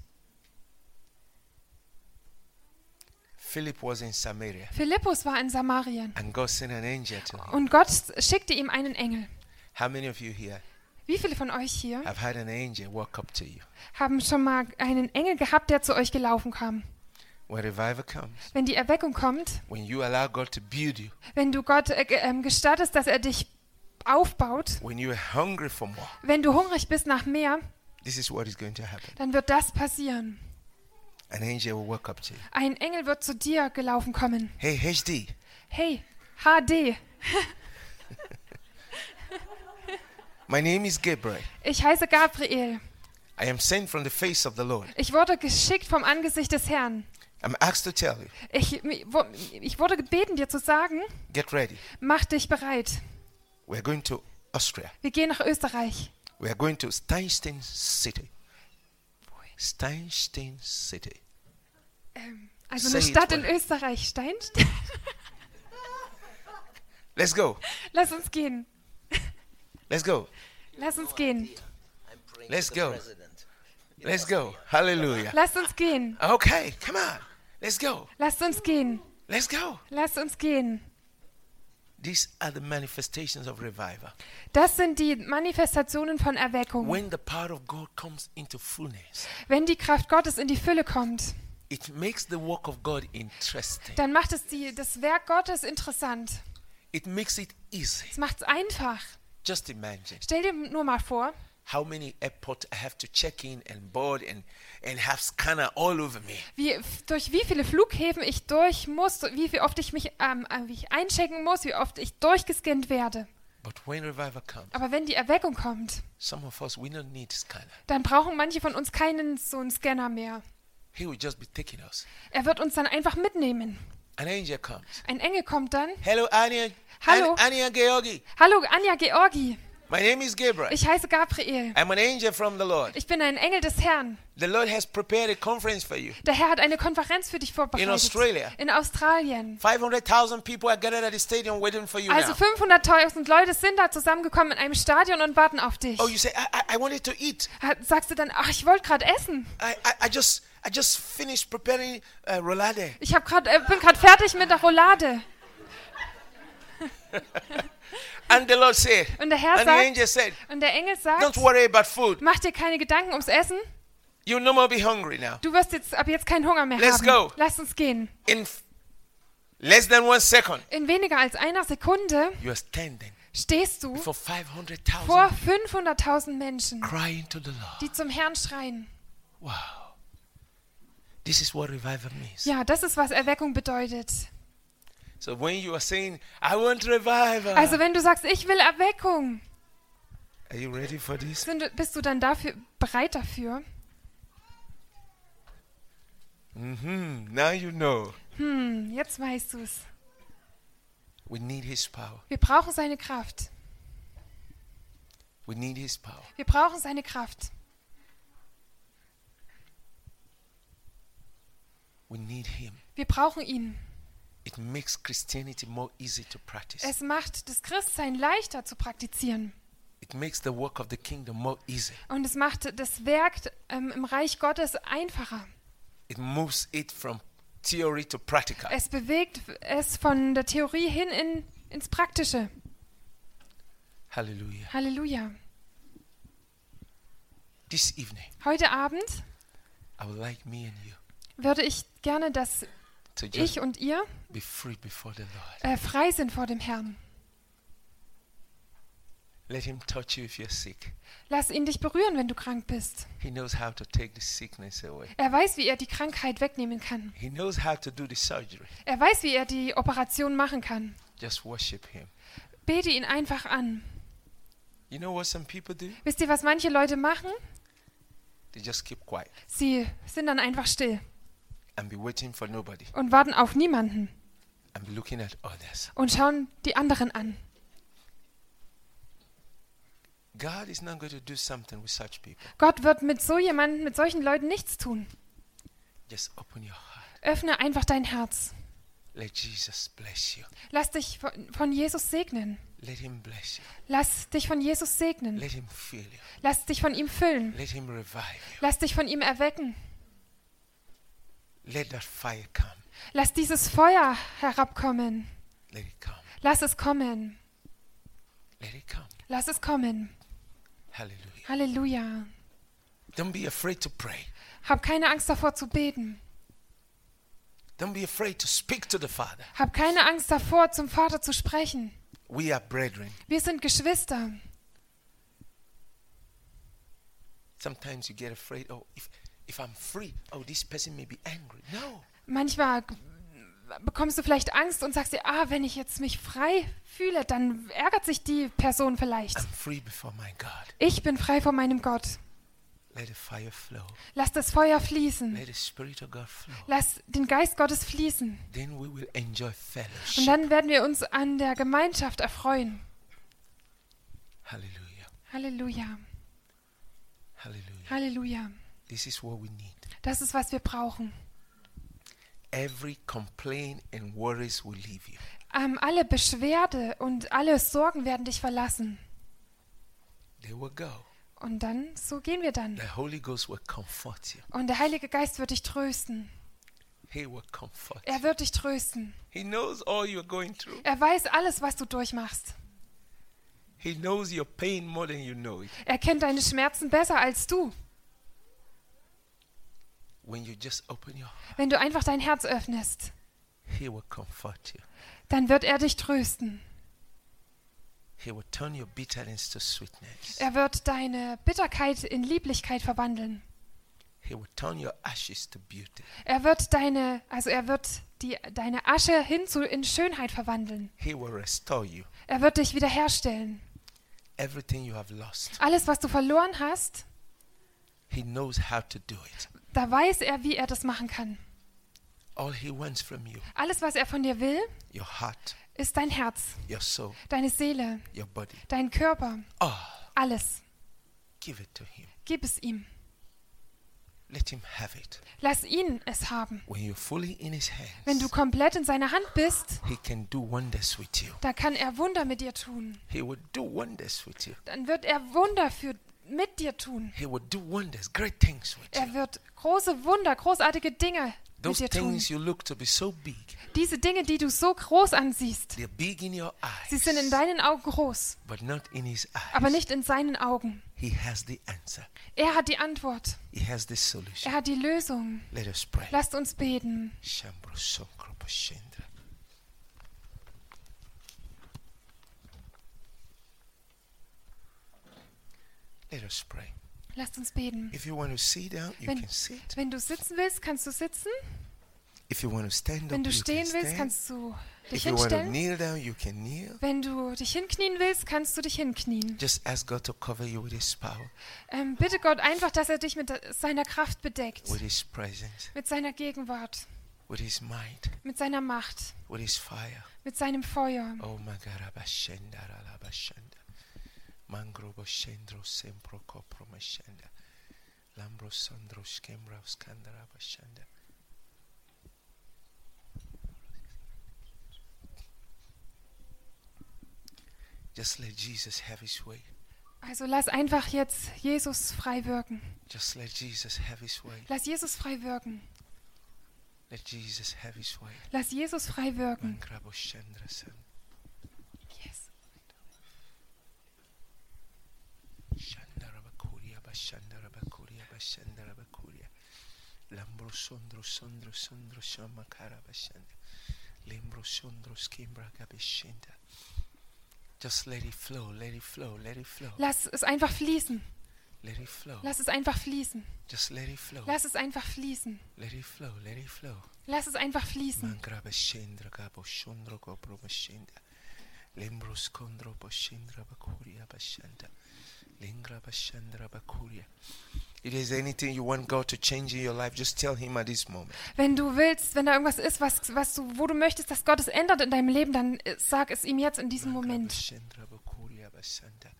[SPEAKER 1] Philip was in Samaria,
[SPEAKER 2] Philippus war in Samarien
[SPEAKER 1] and God sent an angel to him.
[SPEAKER 2] und Gott schickte ihm einen Engel.
[SPEAKER 1] How many of you here
[SPEAKER 2] Wie viele von euch hier
[SPEAKER 1] have had an angel walk up to you?
[SPEAKER 2] haben schon mal einen Engel gehabt, der zu euch gelaufen kam?
[SPEAKER 1] When revival comes,
[SPEAKER 2] Wenn die Erweckung kommt,
[SPEAKER 1] when you allow God to build you,
[SPEAKER 2] wenn du Gott äh, ge- ähm, gestattest, dass er dich aufbaut,
[SPEAKER 1] when you are hungry for more,
[SPEAKER 2] wenn du hungrig bist nach mehr,
[SPEAKER 1] this is what is going to happen.
[SPEAKER 2] dann wird das passieren.
[SPEAKER 1] An angel will walk up to you.
[SPEAKER 2] Ein Engel wird zu dir gelaufen kommen.
[SPEAKER 1] Hey, HD,
[SPEAKER 2] Hey, HD,
[SPEAKER 1] my name is Gabriel.
[SPEAKER 2] ich heiße Gabriel.
[SPEAKER 1] I am sent from the face of the Lord.
[SPEAKER 2] Ich wurde geschickt vom Angesicht des Herrn.
[SPEAKER 1] I'm asked to tell you,
[SPEAKER 2] Ich, mi- wo- ich wurde gebeten, dir zu sagen,
[SPEAKER 1] get ready.
[SPEAKER 2] mach dich bereit.
[SPEAKER 1] We're going to Austria.
[SPEAKER 2] Wir gehen nach Österreich.
[SPEAKER 1] We are going to Steinstein City. Steinstein City.
[SPEAKER 2] Also eine
[SPEAKER 1] Say it
[SPEAKER 2] Stadt in
[SPEAKER 1] well.
[SPEAKER 2] Österreich. Stein? [LAUGHS]
[SPEAKER 1] Let's go.
[SPEAKER 2] Lass uns gehen.
[SPEAKER 1] Let's go.
[SPEAKER 2] Lass uns gehen.
[SPEAKER 3] I'm praying
[SPEAKER 1] Let's
[SPEAKER 3] to the
[SPEAKER 1] go.
[SPEAKER 3] president.
[SPEAKER 1] Let's go. Hallelujah.
[SPEAKER 2] Lass uns gehen.
[SPEAKER 1] Okay, come on. Let's go.
[SPEAKER 2] Lass uns gehen.
[SPEAKER 1] Let's go.
[SPEAKER 2] Lass uns gehen.
[SPEAKER 1] These are the manifestations of revival.
[SPEAKER 2] Das sind die Manifestationen von Erweckung.
[SPEAKER 1] When the power of God comes into fullness,
[SPEAKER 2] Wenn die Kraft Gottes in die Fülle kommt,
[SPEAKER 1] it makes the work of God interesting.
[SPEAKER 2] dann macht es die, das Werk Gottes interessant.
[SPEAKER 1] It makes it easy.
[SPEAKER 2] Es macht es einfach.
[SPEAKER 1] Just imagine
[SPEAKER 2] Stell dir nur mal vor,
[SPEAKER 1] how many airports I have to check in and board and, and have scanner all over me.
[SPEAKER 2] wie, durch wie viele Flughäfen ich durch muss, wie, wie oft ich mich ähm, äh, wie ich einchecken muss, wie oft ich durchgescannt werde.
[SPEAKER 1] But when revival comes,
[SPEAKER 2] Aber wenn die Erweckung kommt,
[SPEAKER 1] some of us we don't need scanner.
[SPEAKER 2] dann brauchen manche von uns keinen so einen Scanner mehr.
[SPEAKER 1] He will just be taking us.
[SPEAKER 2] Er wird uns dann einfach mitnehmen.
[SPEAKER 1] An angel comes.
[SPEAKER 2] Ein Engel kommt dann.
[SPEAKER 1] Hello, Anya.
[SPEAKER 2] Hello.
[SPEAKER 1] An- Anya Georgi.
[SPEAKER 2] Hallo, Anja Georgi.
[SPEAKER 1] My name is Gabriel.
[SPEAKER 2] Ich heiße Gabriel.
[SPEAKER 1] I'm an angel from the Lord.
[SPEAKER 2] Ich bin ein Engel des Herrn.
[SPEAKER 1] The Lord has prepared a conference for you.
[SPEAKER 2] Der Herr hat eine Konferenz für dich vorbereitet.
[SPEAKER 1] In Australia.
[SPEAKER 2] In Australien.
[SPEAKER 1] 500,000 people are gathered at the stadium waiting for you
[SPEAKER 2] Also
[SPEAKER 1] now.
[SPEAKER 2] 500.000 Leute sind da zusammengekommen in einem Stadion und warten auf dich.
[SPEAKER 1] Oh, you say, I, I, I wanted to eat.
[SPEAKER 2] Ha- Sagst du dann, ach, ich wollte gerade essen.
[SPEAKER 1] I, I, I just I just finished preparing uh, rolade.
[SPEAKER 2] Ich hab grad, äh, bin gerade fertig mit der Roulade.
[SPEAKER 1] And the Lord said,
[SPEAKER 2] Und der Herr
[SPEAKER 1] and the
[SPEAKER 2] sagt-
[SPEAKER 1] angel said,
[SPEAKER 2] Und der Engel sagt,
[SPEAKER 1] don't worry about food.
[SPEAKER 2] mach dir keine Gedanken ums Essen.
[SPEAKER 1] You'll no more be hungry now.
[SPEAKER 2] Du wirst jetzt ab jetzt keinen Hunger mehr
[SPEAKER 1] Let's
[SPEAKER 2] haben.
[SPEAKER 1] go.
[SPEAKER 2] Lass uns gehen.
[SPEAKER 1] In f- less than one second,
[SPEAKER 2] In weniger als einer Sekunde
[SPEAKER 1] you are standing
[SPEAKER 2] stehst du
[SPEAKER 1] for 500,000
[SPEAKER 2] vor 500.000 Menschen,
[SPEAKER 1] crying to the Lord.
[SPEAKER 2] die zum Herrn schreien.
[SPEAKER 1] Wow. This is what revival means.
[SPEAKER 2] Ja, das ist, was Erweckung bedeutet.
[SPEAKER 1] So when you are saying, I want revival,
[SPEAKER 2] Also wenn du sagst, ich will Erweckung,
[SPEAKER 1] are you ready for this?
[SPEAKER 2] sind, du- bist du dann dafür bereit dafür?
[SPEAKER 1] hmm Now you know.
[SPEAKER 2] Hm, jetzt weißt du es.
[SPEAKER 1] We need His power.
[SPEAKER 2] Wir brauchen seine Kraft.
[SPEAKER 1] We need His power.
[SPEAKER 2] Wir brauchen seine Kraft.
[SPEAKER 1] We need Him.
[SPEAKER 2] Wir brauchen ihn.
[SPEAKER 1] It makes Christianity more easy to practice.
[SPEAKER 2] Es macht das Christsein leichter zu praktizieren.
[SPEAKER 1] it makes the work of the kingdom more easy.
[SPEAKER 2] Und es macht das Werk ähm, im Reich Gottes einfacher.
[SPEAKER 1] It moves it from theory to practical.
[SPEAKER 2] Es bewegt es von der Theorie hin in, ins Praktische.
[SPEAKER 1] Hallelujah.
[SPEAKER 2] Halleluja.
[SPEAKER 1] This evening,
[SPEAKER 2] Heute Abend
[SPEAKER 1] I would like me and you
[SPEAKER 2] würde ich gerne, dass
[SPEAKER 1] to just
[SPEAKER 2] ich und ihr
[SPEAKER 1] be free before the Lord.
[SPEAKER 2] äh, frei sind vor dem Herrn.
[SPEAKER 1] Let Him touch you if you're sick.
[SPEAKER 2] Lass ihn dich berühren, wenn du krank bist.
[SPEAKER 1] He knows how to take the sickness away.
[SPEAKER 2] Er weiß, wie er die Krankheit wegnehmen kann.
[SPEAKER 1] He knows how to do the surgery.
[SPEAKER 2] Er weiß, wie er die Operation machen kann.
[SPEAKER 1] Just worship Him.
[SPEAKER 2] Bete ihn einfach an.
[SPEAKER 1] You know what some people do?
[SPEAKER 2] Wisst ihr, was manche Leute machen?
[SPEAKER 1] They just keep quiet
[SPEAKER 2] Sie sind dann einfach still
[SPEAKER 1] and be waiting for nobody
[SPEAKER 2] und warten auf niemanden
[SPEAKER 1] and be looking at others.
[SPEAKER 2] und schauen die anderen an.
[SPEAKER 1] God is not going to do something with such people.
[SPEAKER 2] Gott wird mit so jemandem, mit solchen Leuten nichts tun.
[SPEAKER 1] Just open your heart.
[SPEAKER 2] Öffne einfach dein Herz.
[SPEAKER 1] Let Jesus bless you.
[SPEAKER 2] Lass dich von, von Jesus segnen.
[SPEAKER 1] Let Him bless you.
[SPEAKER 2] Lass dich von Jesus segnen.
[SPEAKER 1] Let Him fill you.
[SPEAKER 2] Lass dich von ihm füllen.
[SPEAKER 1] Let Him revive
[SPEAKER 2] Lass dich von ihm erwecken.
[SPEAKER 1] you. Let that fire come.
[SPEAKER 2] Lass dieses Feuer herabkommen.
[SPEAKER 1] Let it come.
[SPEAKER 2] Lass es kommen.
[SPEAKER 1] Let it come.
[SPEAKER 2] Lass es kommen.
[SPEAKER 1] Hallelujah.
[SPEAKER 2] Halleluja.
[SPEAKER 1] Don't be afraid to pray.
[SPEAKER 2] Hab keine Angst davor zu beten.
[SPEAKER 1] Don't be afraid to speak to the Father.
[SPEAKER 2] Hab keine Angst davor, zum Vater zu sprechen.
[SPEAKER 1] We are brethren.
[SPEAKER 2] Wir sind Geschwister.
[SPEAKER 1] Sometimes you get afraid. Oh, if if I'm free, oh, this person may be angry. No,
[SPEAKER 2] Manchmal g- bekommst du vielleicht Angst und sagst dir, ah, wenn ich jetzt mich frei fühle, dann ärgert sich die Person vielleicht.
[SPEAKER 1] I'm free before my God.
[SPEAKER 2] Ich bin frei von meinem Gott.
[SPEAKER 1] Let the fire flow.
[SPEAKER 2] Lass das Feuer fließen.
[SPEAKER 1] Let the Spirit of God flow.
[SPEAKER 2] Lass den Geist Gottes fließen.
[SPEAKER 1] Then we will enjoy
[SPEAKER 2] Und
[SPEAKER 1] fellowship.
[SPEAKER 2] dann werden wir uns an der Gemeinschaft erfreuen.
[SPEAKER 1] Hallelujah.
[SPEAKER 2] Halleluja.
[SPEAKER 1] Hallelujah.
[SPEAKER 2] Halleluja.
[SPEAKER 1] This is what we need.
[SPEAKER 2] Das ist, was wir brauchen.
[SPEAKER 1] Every complaint and worries will leave you.
[SPEAKER 2] Ähm, alle Beschwerde und alle Sorgen werden dich verlassen.
[SPEAKER 1] They will go.
[SPEAKER 2] Und dann, so gehen wir dann.
[SPEAKER 1] The Holy Ghost will comfort you.
[SPEAKER 2] Und der Heilige Geist wird dich trösten.
[SPEAKER 1] He will comfort you.
[SPEAKER 2] Er wird dich trösten.
[SPEAKER 1] He knows all you're going through.
[SPEAKER 2] Er weiß alles, was du durchmachst.
[SPEAKER 1] He knows your pain more than you know it.
[SPEAKER 2] Er kennt deine Schmerzen besser als du,
[SPEAKER 1] When you just open your heart,
[SPEAKER 2] wenn du einfach dein Herz öffnest.
[SPEAKER 1] He will comfort you.
[SPEAKER 2] Dann wird er dich trösten.
[SPEAKER 1] He will turn your bitterness to sweetness.
[SPEAKER 2] Er wird deine Bitterkeit in Lieblichkeit verwandeln.
[SPEAKER 1] He will turn your ashes to beauty.
[SPEAKER 2] Er wird deine, also er wird die, deine Asche hin zu in Schönheit verwandeln.
[SPEAKER 1] He will restore you.
[SPEAKER 2] Er wird dich wiederherstellen.
[SPEAKER 1] Everything you have lost,
[SPEAKER 2] Alles, was du verloren hast,
[SPEAKER 1] He knows how to do it.
[SPEAKER 2] da weiß er, wie er das machen kann.
[SPEAKER 1] All He wants from you
[SPEAKER 2] Alles, was er von dir will,
[SPEAKER 1] your heart,
[SPEAKER 2] ist dein Herz,
[SPEAKER 1] your soul,
[SPEAKER 2] deine Seele,
[SPEAKER 1] your body.
[SPEAKER 2] dein Körper,
[SPEAKER 1] Oh,
[SPEAKER 2] alles.
[SPEAKER 1] give it to Him.
[SPEAKER 2] Gib es ihm.
[SPEAKER 1] Let Him have it.
[SPEAKER 2] Lass ihn es haben.
[SPEAKER 1] When you're fully in His
[SPEAKER 2] Wenn du
[SPEAKER 1] hands,
[SPEAKER 2] komplett in seiner Hand bist,
[SPEAKER 1] He can do wonders with you.
[SPEAKER 2] da kann er Wunder mit dir tun.
[SPEAKER 1] He will do wonders with you.
[SPEAKER 2] Dann wird er Wunder für, mit dir tun.
[SPEAKER 1] He will do wonders, great things with you.
[SPEAKER 2] Er wird große Wunder, großartige Dinge mit
[SPEAKER 1] Those
[SPEAKER 2] dir tun.
[SPEAKER 1] things you look to be so big,
[SPEAKER 2] Diese Dinge, die du so groß ansiehst,
[SPEAKER 1] they're big in your
[SPEAKER 2] sie sind in
[SPEAKER 1] eyes,
[SPEAKER 2] deinen Augen groß,
[SPEAKER 1] but not in His
[SPEAKER 2] aber
[SPEAKER 1] eyes.
[SPEAKER 2] nicht in seinen Augen.
[SPEAKER 1] He has the answer.
[SPEAKER 2] Er hat die Antwort.
[SPEAKER 1] He has the solution.
[SPEAKER 2] Er hat die Lösung.
[SPEAKER 1] Let us pray.
[SPEAKER 2] Lasst uns beten.
[SPEAKER 1] Shambro Sonkropo Shendra. Let us pray.
[SPEAKER 2] Lasst uns beten.
[SPEAKER 1] If you want to sit down, you
[SPEAKER 2] Wenn-
[SPEAKER 1] can sit.
[SPEAKER 2] Wenn du sitzen willst, kannst du sitzen.
[SPEAKER 1] If you want to stand up,
[SPEAKER 2] Wenn du
[SPEAKER 1] you can
[SPEAKER 2] stehen willst,
[SPEAKER 1] stand.
[SPEAKER 2] kannst du
[SPEAKER 1] If
[SPEAKER 2] dich
[SPEAKER 1] you want to
[SPEAKER 2] hinstellen.
[SPEAKER 1] kneel down, you can kneel.
[SPEAKER 2] Wenn du dich hinknien willst, kannst du dich hinknien.
[SPEAKER 1] Just ask God to cover you with His power,
[SPEAKER 2] Ähm, bitte Gott einfach, dass er dich mit seiner Kraft bedeckt,
[SPEAKER 1] with His presence,
[SPEAKER 2] mit seiner Gegenwart,
[SPEAKER 1] with His might,
[SPEAKER 2] mit seiner Macht,
[SPEAKER 1] with His fire.
[SPEAKER 2] mit seinem Feuer.
[SPEAKER 1] Oh my God, Abashenda, Alabashenda. Mangrobo Shendro Sempro Coproma Shenda. Lambro Sandro Skembra Skandara Bashenda. Just let Jesus have his way.
[SPEAKER 2] Also lass einfach jetzt Jesus frei wirken.
[SPEAKER 1] Just let Jesus have his way.
[SPEAKER 2] Lass Jesus frei wirken.
[SPEAKER 1] Let Jesus have his way.
[SPEAKER 2] Lass Jesus frei wirken.
[SPEAKER 1] Mangrabo Shendra Sen.
[SPEAKER 2] Yes.
[SPEAKER 1] Shandara Bakuria Bashandara Bakuria. Shandra Bakuria. Lambro Sondro Sondro Sondro Shama Karabashanda. Limbro Sondro Skimbra Gabishenda. Just let it flow, let it flow, let it flow,
[SPEAKER 2] Lass es einfach fließen.
[SPEAKER 1] let it flow.
[SPEAKER 2] Lass es einfach fließen.
[SPEAKER 1] Just let it flow,
[SPEAKER 2] Lass es einfach fließen.
[SPEAKER 1] let it flow, let it flow.
[SPEAKER 2] Lass es einfach fließen.
[SPEAKER 1] Mangra Bashendra Gabo Shondro Gobro Bashenda. Limbro Skondro Bashendra Bakuria Bashanda. Lingra Bashandra Bakuria. If there's anything you want God to change in your life, just tell Him at this moment.
[SPEAKER 2] Wenn du willst, wenn da irgendwas ist, was, was du, wo du möchtest, dass Gott es ändert in deinem Leben, dann äh, sag es ihm jetzt in diesem Moment.
[SPEAKER 1] Bashendra Bakuria Bashanda.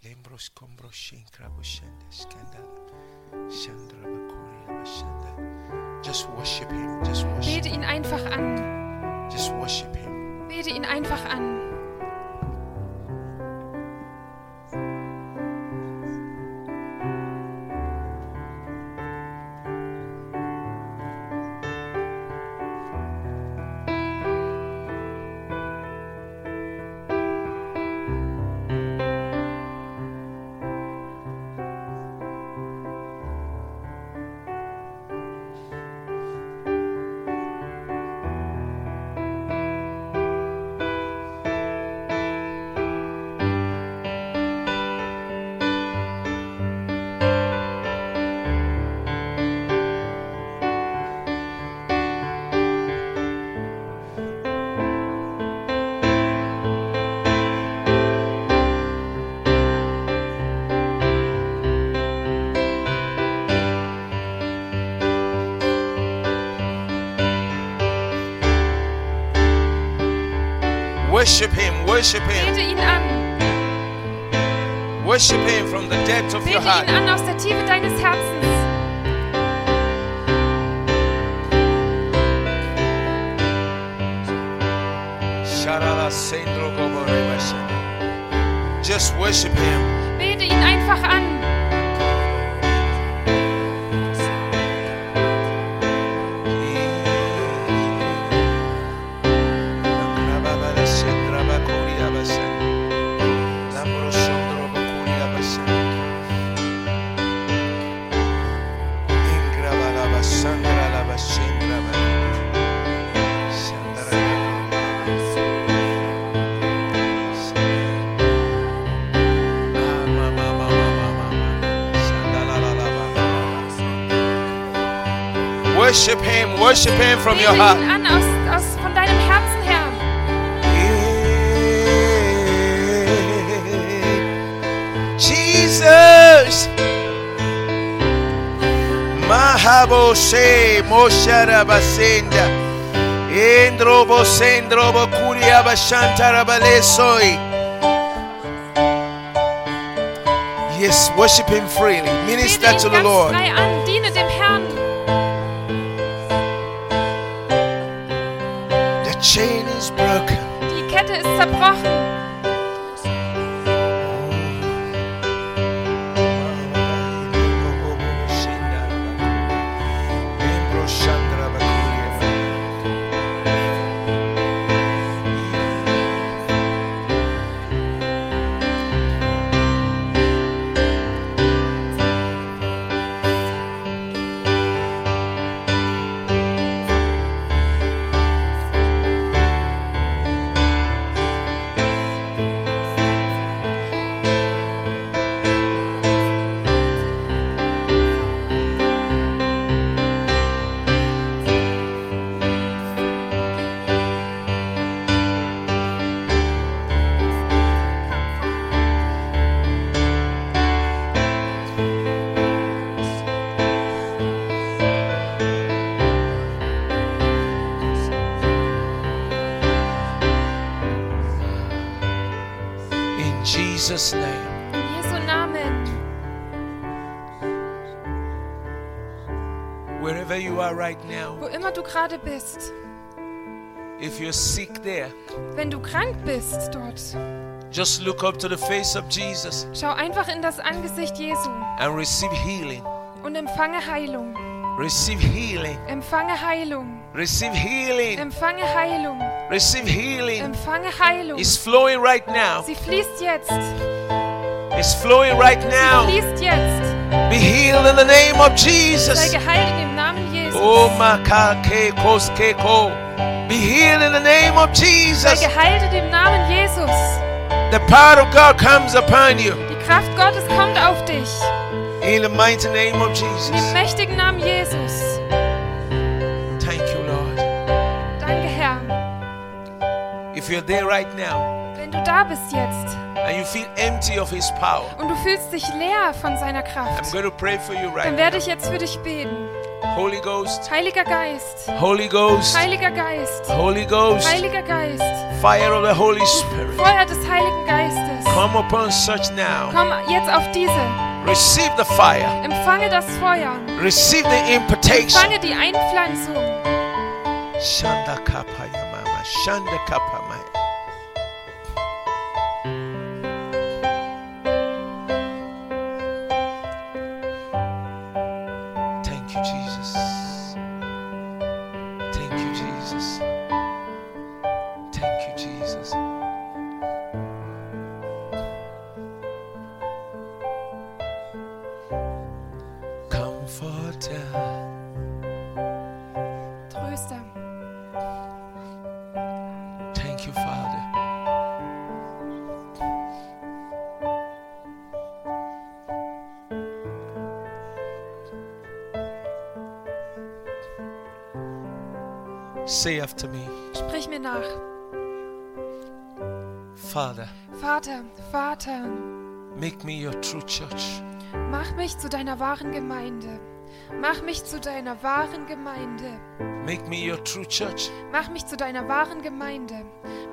[SPEAKER 1] Limbro Skombro Shinkra Bashanda. Skandala. Shandra Bakuria Bashanda. Just worship Him. Just worship
[SPEAKER 2] Bete ihn einfach an.
[SPEAKER 1] Just worship Him.
[SPEAKER 2] Bete ihn einfach an.
[SPEAKER 1] Worship Him, worship Him,
[SPEAKER 2] Bete ihn an.
[SPEAKER 1] worship Him from the depth of
[SPEAKER 2] Bete
[SPEAKER 1] your
[SPEAKER 2] ihn
[SPEAKER 1] heart.
[SPEAKER 2] an aus der Tiefe deines Herzens.
[SPEAKER 1] Sharala Sendro Goborebashana. Just worship Him.
[SPEAKER 2] Bete ihn einfach an.
[SPEAKER 1] Worship him, worship him from
[SPEAKER 2] Bete
[SPEAKER 1] your
[SPEAKER 2] ihn
[SPEAKER 1] heart.
[SPEAKER 2] an aus, aus, von deinem Herzen her.
[SPEAKER 1] Jesus Mahabose Mosharabasenda Endrobo Sendrobo Kuriabashantarabalesoy Yes, worship him freely.
[SPEAKER 2] Bete ihn
[SPEAKER 1] Minister
[SPEAKER 2] ganz
[SPEAKER 1] to the Lord.
[SPEAKER 2] frei an. Diene dem Herrn.
[SPEAKER 1] The chain is broken.
[SPEAKER 2] Die Kette ist zerbrochen.
[SPEAKER 1] In Jesus' name,
[SPEAKER 2] In Jesu Namen.
[SPEAKER 1] wherever you are right now,
[SPEAKER 2] Wo immer du gerade bist.
[SPEAKER 1] if you're sick there,
[SPEAKER 2] Wenn du krank bist dort,
[SPEAKER 1] just look up to the face of Jesus
[SPEAKER 2] schau einfach in das Angesicht Jesu
[SPEAKER 1] and receive healing.
[SPEAKER 2] und empfange Heilung.
[SPEAKER 1] Receive healing.
[SPEAKER 2] Empfange Heilung.
[SPEAKER 1] Receive healing.
[SPEAKER 2] Empfange Heilung.
[SPEAKER 1] Receive healing.
[SPEAKER 2] Empfange Heilung.
[SPEAKER 1] It's flowing right now.
[SPEAKER 2] Sie fließt jetzt.
[SPEAKER 1] It's It's flowing right now.
[SPEAKER 2] Fließt jetzt.
[SPEAKER 1] Be healed in the name of
[SPEAKER 2] Sei
[SPEAKER 1] Jesus.
[SPEAKER 2] geheilt in dem Namen Jesus.
[SPEAKER 1] Oh, makake koskeko. Be healed in the name of
[SPEAKER 2] Sei
[SPEAKER 1] Jesus.
[SPEAKER 2] geheilt in dem Namen Jesus.
[SPEAKER 1] The power of God comes upon you.
[SPEAKER 2] Die Kraft Gottes kommt auf dich.
[SPEAKER 1] In the mighty name of
[SPEAKER 2] In dem
[SPEAKER 1] Jesus.
[SPEAKER 2] mächtigen Namen Jesus.
[SPEAKER 1] Thank you, Lord.
[SPEAKER 2] Danke, Herr.
[SPEAKER 1] If you're there right now
[SPEAKER 2] Wenn du da bist jetzt
[SPEAKER 1] and you feel empty of His power,
[SPEAKER 2] und du fühlst dich leer von seiner
[SPEAKER 1] I'm
[SPEAKER 2] Kraft,
[SPEAKER 1] going to pray for you right
[SPEAKER 2] dann
[SPEAKER 1] now.
[SPEAKER 2] werde ich jetzt für dich beten.
[SPEAKER 1] Holy Ghost,
[SPEAKER 2] Heiliger Geist.
[SPEAKER 1] Holy Ghost,
[SPEAKER 2] Heiliger Geist.
[SPEAKER 1] Holy Ghost,
[SPEAKER 2] Heiliger Geist.
[SPEAKER 1] fire of the Holy Spirit.
[SPEAKER 2] Feuer des Heiligen Geistes.
[SPEAKER 1] Come upon such now.
[SPEAKER 2] Komm jetzt auf diese.
[SPEAKER 1] Receive the fire.
[SPEAKER 2] Empfange das Feuer.
[SPEAKER 1] Receive the impartation.
[SPEAKER 2] Empfange die Einpflanzung.
[SPEAKER 1] Shanda kapa ya mama. Shanda kapa maya. Thank you, Jesus. Thank you, Jesus. Thank you, Jesus. Comforter,
[SPEAKER 2] Tröster.
[SPEAKER 1] thank you, Father. Say after me,
[SPEAKER 2] Sprich mir nach.
[SPEAKER 1] Father,
[SPEAKER 2] Vater, Vater,
[SPEAKER 1] make me your true church.
[SPEAKER 2] mach mich zu deiner wahren Gemeinde. Mach mich zu deiner wahren Gemeinde.
[SPEAKER 1] Make me your true church.
[SPEAKER 2] Mach mich zu deiner wahren Gemeinde.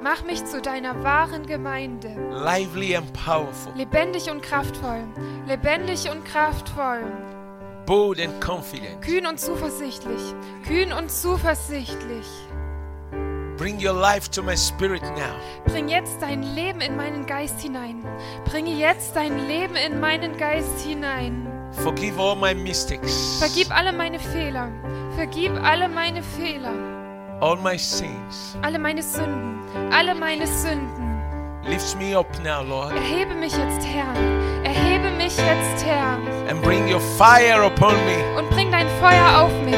[SPEAKER 2] Mach mich zu deiner wahren Gemeinde.
[SPEAKER 1] Lively and powerful,
[SPEAKER 2] Lebendig und kraftvoll. Lebendig und kraftvoll.
[SPEAKER 1] bold and confident.
[SPEAKER 2] Kühn und zuversichtlich. Kühn und zuversichtlich.
[SPEAKER 1] Bring your life to my spirit now.
[SPEAKER 2] Bring jetzt dein Leben in meinen Geist hinein. Bringe jetzt dein Leben in meinen Geist hinein.
[SPEAKER 1] Forgive all my mistakes,
[SPEAKER 2] Vergib alle meine Fehler. Vergib alle meine Fehler.
[SPEAKER 1] all my sins.
[SPEAKER 2] Alle meine Sünden. Alle meine Sünden.
[SPEAKER 1] Lift me up now, Lord,
[SPEAKER 2] Erhebe mich jetzt, Herr. Erhebe mich jetzt, Herr.
[SPEAKER 1] and bring your fire upon me
[SPEAKER 2] und bring dein Feuer auf mich.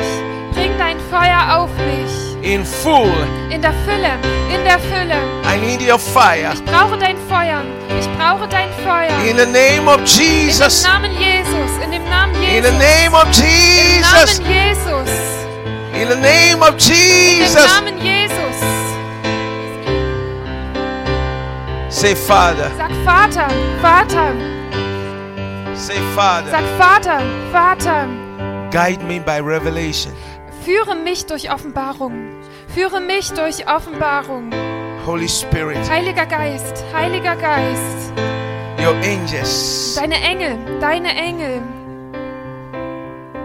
[SPEAKER 2] Bring dein Feuer auf mich.
[SPEAKER 1] in full.
[SPEAKER 2] In der Fülle, in der Fülle.
[SPEAKER 1] I need your fire.
[SPEAKER 2] Ich brauche dein Feuer. Ich brauche dein Feuer.
[SPEAKER 1] In the name of
[SPEAKER 2] Im
[SPEAKER 1] Jesus.
[SPEAKER 2] Namen Jesus, in dem Namen
[SPEAKER 1] In
[SPEAKER 2] Jesus.
[SPEAKER 1] the name of
[SPEAKER 2] Im
[SPEAKER 1] Jesus.
[SPEAKER 2] Namen Jesus.
[SPEAKER 1] In the name of
[SPEAKER 2] Im
[SPEAKER 1] Jesus.
[SPEAKER 2] Namen Jesus.
[SPEAKER 1] Say, Father.
[SPEAKER 2] Sag Vater, Vater.
[SPEAKER 1] Say,
[SPEAKER 2] Sag
[SPEAKER 1] Father.
[SPEAKER 2] Vater, Vater.
[SPEAKER 1] Guide me by revelation.
[SPEAKER 2] Führe mich durch Offenbarung. Führe mich durch Offenbarung.
[SPEAKER 1] Holy Spirit,
[SPEAKER 2] Heiliger Geist, Heiliger Geist.
[SPEAKER 1] your angels.
[SPEAKER 2] Deine Engel, deine Engel.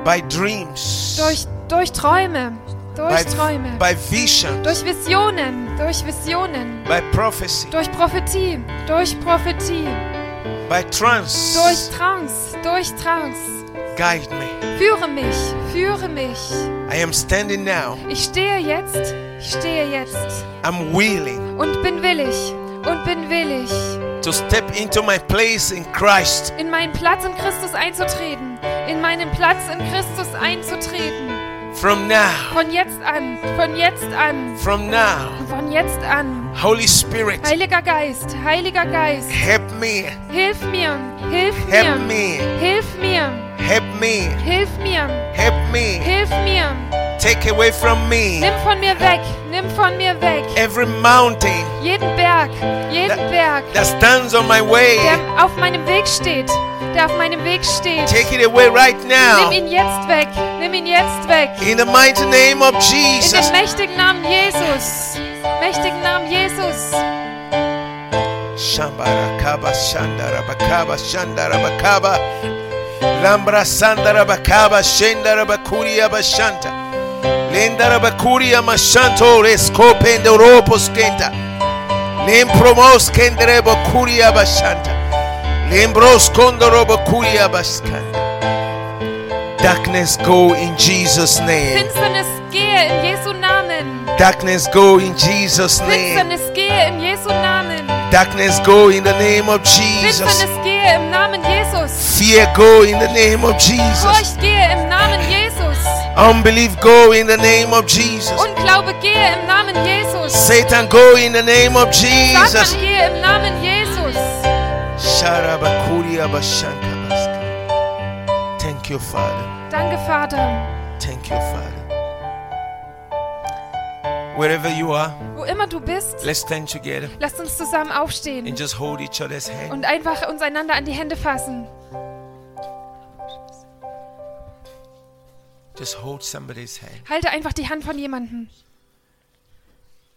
[SPEAKER 1] By dreams.
[SPEAKER 2] Durch, durch Träume, durch
[SPEAKER 1] By,
[SPEAKER 2] Träume,
[SPEAKER 1] by vision.
[SPEAKER 2] durch Visionen, durch Visionen,
[SPEAKER 1] By prophecy.
[SPEAKER 2] durch Prophetie, durch Prophetie,
[SPEAKER 1] By
[SPEAKER 2] durch
[SPEAKER 1] trance.
[SPEAKER 2] Trance, durch Trance.
[SPEAKER 1] Guide me.
[SPEAKER 2] Führe mich, führe mich.
[SPEAKER 1] I am standing now.
[SPEAKER 2] Ich stehe jetzt, ich stehe jetzt
[SPEAKER 1] I'm willing
[SPEAKER 2] und bin willig und bin willig,
[SPEAKER 1] to step into my place in Christ.
[SPEAKER 2] in meinen Platz in Christus einzutreten, in meinen Platz in Christus einzutreten.
[SPEAKER 1] From now.
[SPEAKER 2] Von jetzt an, von jetzt an,
[SPEAKER 1] From now.
[SPEAKER 2] von jetzt an.
[SPEAKER 1] Holy Spirit,
[SPEAKER 2] Heiliger Geist, Heiliger Geist.
[SPEAKER 1] help me.
[SPEAKER 2] Hilf mir, hilf mir,
[SPEAKER 1] Help me.
[SPEAKER 2] hilf mir,
[SPEAKER 1] Help me.
[SPEAKER 2] hilf mir,
[SPEAKER 1] Help me.
[SPEAKER 2] hilf mir.
[SPEAKER 1] Take away from me
[SPEAKER 2] Nimm von mir weg, nimm von mir weg.
[SPEAKER 1] every mountain
[SPEAKER 2] Jeden Berg, jeden Berg,
[SPEAKER 1] that stands on my way.
[SPEAKER 2] der auf meinem Weg steht, der auf meinem Weg steht.
[SPEAKER 1] Take it away right
[SPEAKER 2] Nimm
[SPEAKER 1] now.
[SPEAKER 2] ihn jetzt weg, nimm ihn jetzt weg.
[SPEAKER 1] In the mighty name of
[SPEAKER 2] In den
[SPEAKER 1] Jesus.
[SPEAKER 2] mächtigen Namen Jesus, mächtigen Namen Jesus.
[SPEAKER 1] Shambarakaba shandarabakaba shandarabakaba. Lambra sandarabakaba shendarabakuria bashanta. Lendarabakuria mashanto rescopendoropos kenta. Lempromos kenderebokuria bashanta. Lembros kondorobokuria bashkanda. Darkness go in Jesus' name.
[SPEAKER 2] Finsternis gehe in Jesu Namen.
[SPEAKER 1] Darkness go in Jesus' name.
[SPEAKER 2] Finsternis gehe in Jesu Namen.
[SPEAKER 1] Darkness go in the name of Jesus.
[SPEAKER 2] Finsternis gehe im Namen Jesus.
[SPEAKER 1] Fear go in the name of Jesus.
[SPEAKER 2] Furcht gehe im Namen Jesus.
[SPEAKER 1] Unbelief go in the name of Jesus.
[SPEAKER 2] Unglaube gehe im Namen Jesus.
[SPEAKER 1] Satan go in the name of Jesus.
[SPEAKER 2] Satan gehe im Namen Jesus.
[SPEAKER 1] Sharabakuri abashankabaska. Thank you, Father.
[SPEAKER 2] Danke, Vater.
[SPEAKER 1] Thank you, Father. Wherever you are,
[SPEAKER 2] Wo immer du bist,
[SPEAKER 1] let's stand together
[SPEAKER 2] lasst uns zusammen aufstehen
[SPEAKER 1] and just hold each other's hand.
[SPEAKER 2] und einfach uns einander an die Hände fassen.
[SPEAKER 1] Just hold somebody's hand.
[SPEAKER 2] Halte einfach die Hand von jemandem.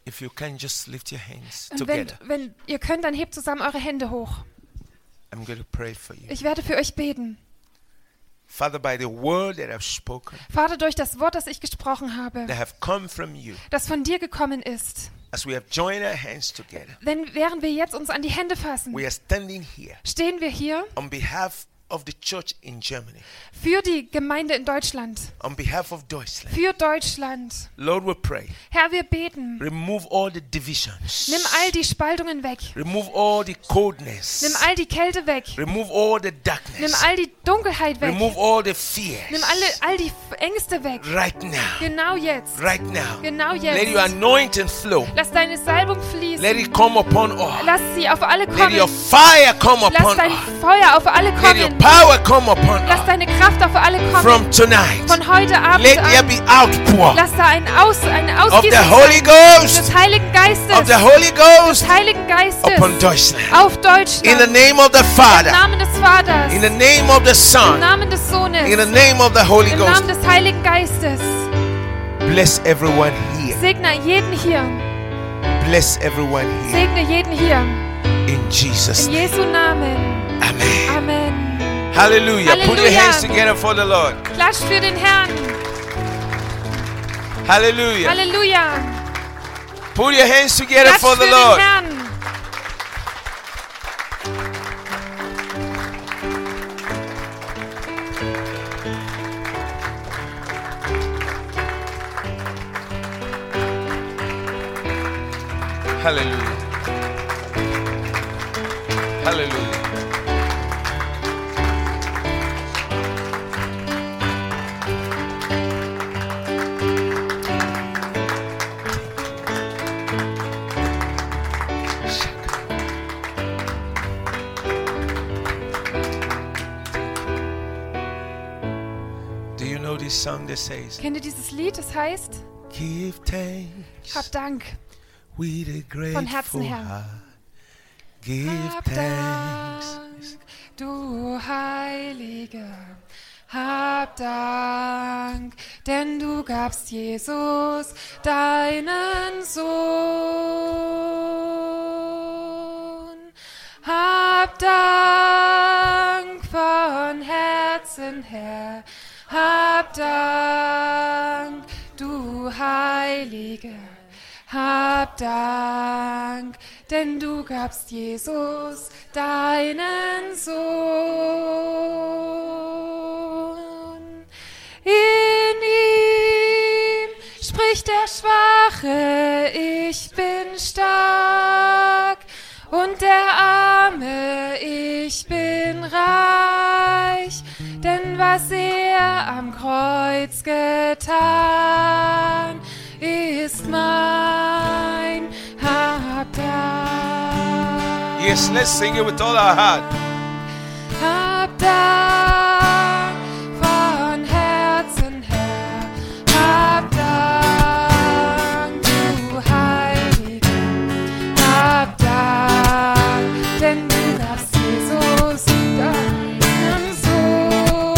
[SPEAKER 1] If you can, just lift your hands
[SPEAKER 2] Und wenn,
[SPEAKER 1] together.
[SPEAKER 2] wenn ihr könnt, dann hebt zusammen eure Hände hoch.
[SPEAKER 1] I'm going to pray for you.
[SPEAKER 2] Ich werde für euch beten.
[SPEAKER 1] Father, by the word that I've spoken,
[SPEAKER 2] Vater, durch das Wort, das ich gesprochen habe,
[SPEAKER 1] that have come from you,
[SPEAKER 2] das von dir gekommen ist,
[SPEAKER 1] as we have joined our hands together,
[SPEAKER 2] denn während wir jetzt uns an die Hände fassen,
[SPEAKER 1] we are standing here
[SPEAKER 2] stehen wir hier
[SPEAKER 1] on behalf of the church in Germany,
[SPEAKER 2] für die Gemeinde in Deutschland,
[SPEAKER 1] on behalf of Deutschland.
[SPEAKER 2] für Deutschland.
[SPEAKER 1] Lord, we pray.
[SPEAKER 2] Herr, wir beten.
[SPEAKER 1] Remove all the divisions.
[SPEAKER 2] Nimm all die Spaltungen weg.
[SPEAKER 1] Remove all the coldness.
[SPEAKER 2] Nimm all die Kälte weg.
[SPEAKER 1] Remove all the
[SPEAKER 2] Nimm
[SPEAKER 1] darkness.
[SPEAKER 2] all die Dunkelheit weg.
[SPEAKER 1] Remove all the fears.
[SPEAKER 2] Nimm alle, all die Ängste weg.
[SPEAKER 1] Right now.
[SPEAKER 2] Genau jetzt.
[SPEAKER 1] Right now.
[SPEAKER 2] Genau jetzt.
[SPEAKER 1] Let your anointing flow.
[SPEAKER 2] Lass deine Salbung
[SPEAKER 1] Let
[SPEAKER 2] fließen.
[SPEAKER 1] it come upon all.
[SPEAKER 2] Lass sie auf alle
[SPEAKER 1] Let your
[SPEAKER 2] kommen.
[SPEAKER 1] fire come
[SPEAKER 2] Lass
[SPEAKER 1] upon
[SPEAKER 2] dein
[SPEAKER 1] all.
[SPEAKER 2] Feuer auf alle
[SPEAKER 1] Let your
[SPEAKER 2] kommen.
[SPEAKER 1] power come upon
[SPEAKER 2] Lass
[SPEAKER 1] all.
[SPEAKER 2] deine Kraft auf alle kommen.
[SPEAKER 1] From tonight.
[SPEAKER 2] Von heute Abend
[SPEAKER 1] Let there
[SPEAKER 2] an.
[SPEAKER 1] be outpour
[SPEAKER 2] Lass da ein Aus, eine
[SPEAKER 1] of the
[SPEAKER 2] Ausgießung
[SPEAKER 1] Holy Ghost.
[SPEAKER 2] des Heiligen
[SPEAKER 1] Of
[SPEAKER 2] Geistes.
[SPEAKER 1] the Holy Ghost
[SPEAKER 2] Des Heiligen
[SPEAKER 1] upon
[SPEAKER 2] Geistes.
[SPEAKER 1] Deutschland.
[SPEAKER 2] Auf
[SPEAKER 1] In the
[SPEAKER 2] Deutschland.
[SPEAKER 1] name of the
[SPEAKER 2] Im
[SPEAKER 1] Father.
[SPEAKER 2] Namen des Vaters.
[SPEAKER 1] In the name of the
[SPEAKER 2] Im
[SPEAKER 1] Son.
[SPEAKER 2] Namen des Sohnes.
[SPEAKER 1] In the name of the Holy
[SPEAKER 2] Im Namen
[SPEAKER 1] Ghost.
[SPEAKER 2] des Heiligen Geistes.
[SPEAKER 1] Bless everyone here.
[SPEAKER 2] Segne jeden hier.
[SPEAKER 1] Bless everyone here.
[SPEAKER 2] Segne jeden hier.
[SPEAKER 1] In Jesus'
[SPEAKER 2] In
[SPEAKER 1] name.
[SPEAKER 2] Jesu Namen.
[SPEAKER 1] Amen.
[SPEAKER 2] Amen.
[SPEAKER 1] Hallelujah. Put your
[SPEAKER 2] Hallelujah.
[SPEAKER 1] hands together for the Lord.
[SPEAKER 2] Klatscht für den Herrn.
[SPEAKER 1] Hallelujah.
[SPEAKER 2] Halleluja.
[SPEAKER 1] Put your hands together
[SPEAKER 2] Klatscht
[SPEAKER 1] for
[SPEAKER 2] für
[SPEAKER 1] the
[SPEAKER 2] den
[SPEAKER 1] Lord.
[SPEAKER 2] Herrn.
[SPEAKER 1] Hallelujah. Hallelujah. Do you know this song that says,
[SPEAKER 2] Kennt ihr dieses Lied? Das heißt,
[SPEAKER 1] Give thanks.
[SPEAKER 2] hab Dank.
[SPEAKER 1] with a
[SPEAKER 2] Herzen
[SPEAKER 1] grateful
[SPEAKER 2] her.
[SPEAKER 1] heart. Give
[SPEAKER 2] Hab
[SPEAKER 1] thanks.
[SPEAKER 2] Dank, du Heiliger. Hab Dank, denn du gabst Jesus deinen Sohn. Hab Dank von Herzen her. Hab Dank, du Heiliger. Hab Dank, denn du gabst Jesus deinen Sohn. In ihm spricht der Schwache, ich bin stark, und der Arme, ich bin reich, denn was er am Kreuz getan, ist mein Hab Dank.
[SPEAKER 1] Yes, let's sing it with all our heart.
[SPEAKER 2] Hab Dank von Herzen her. Hab Dank, du Heilige. Hab Dank, denn du gabst Jesus deinen Sohn.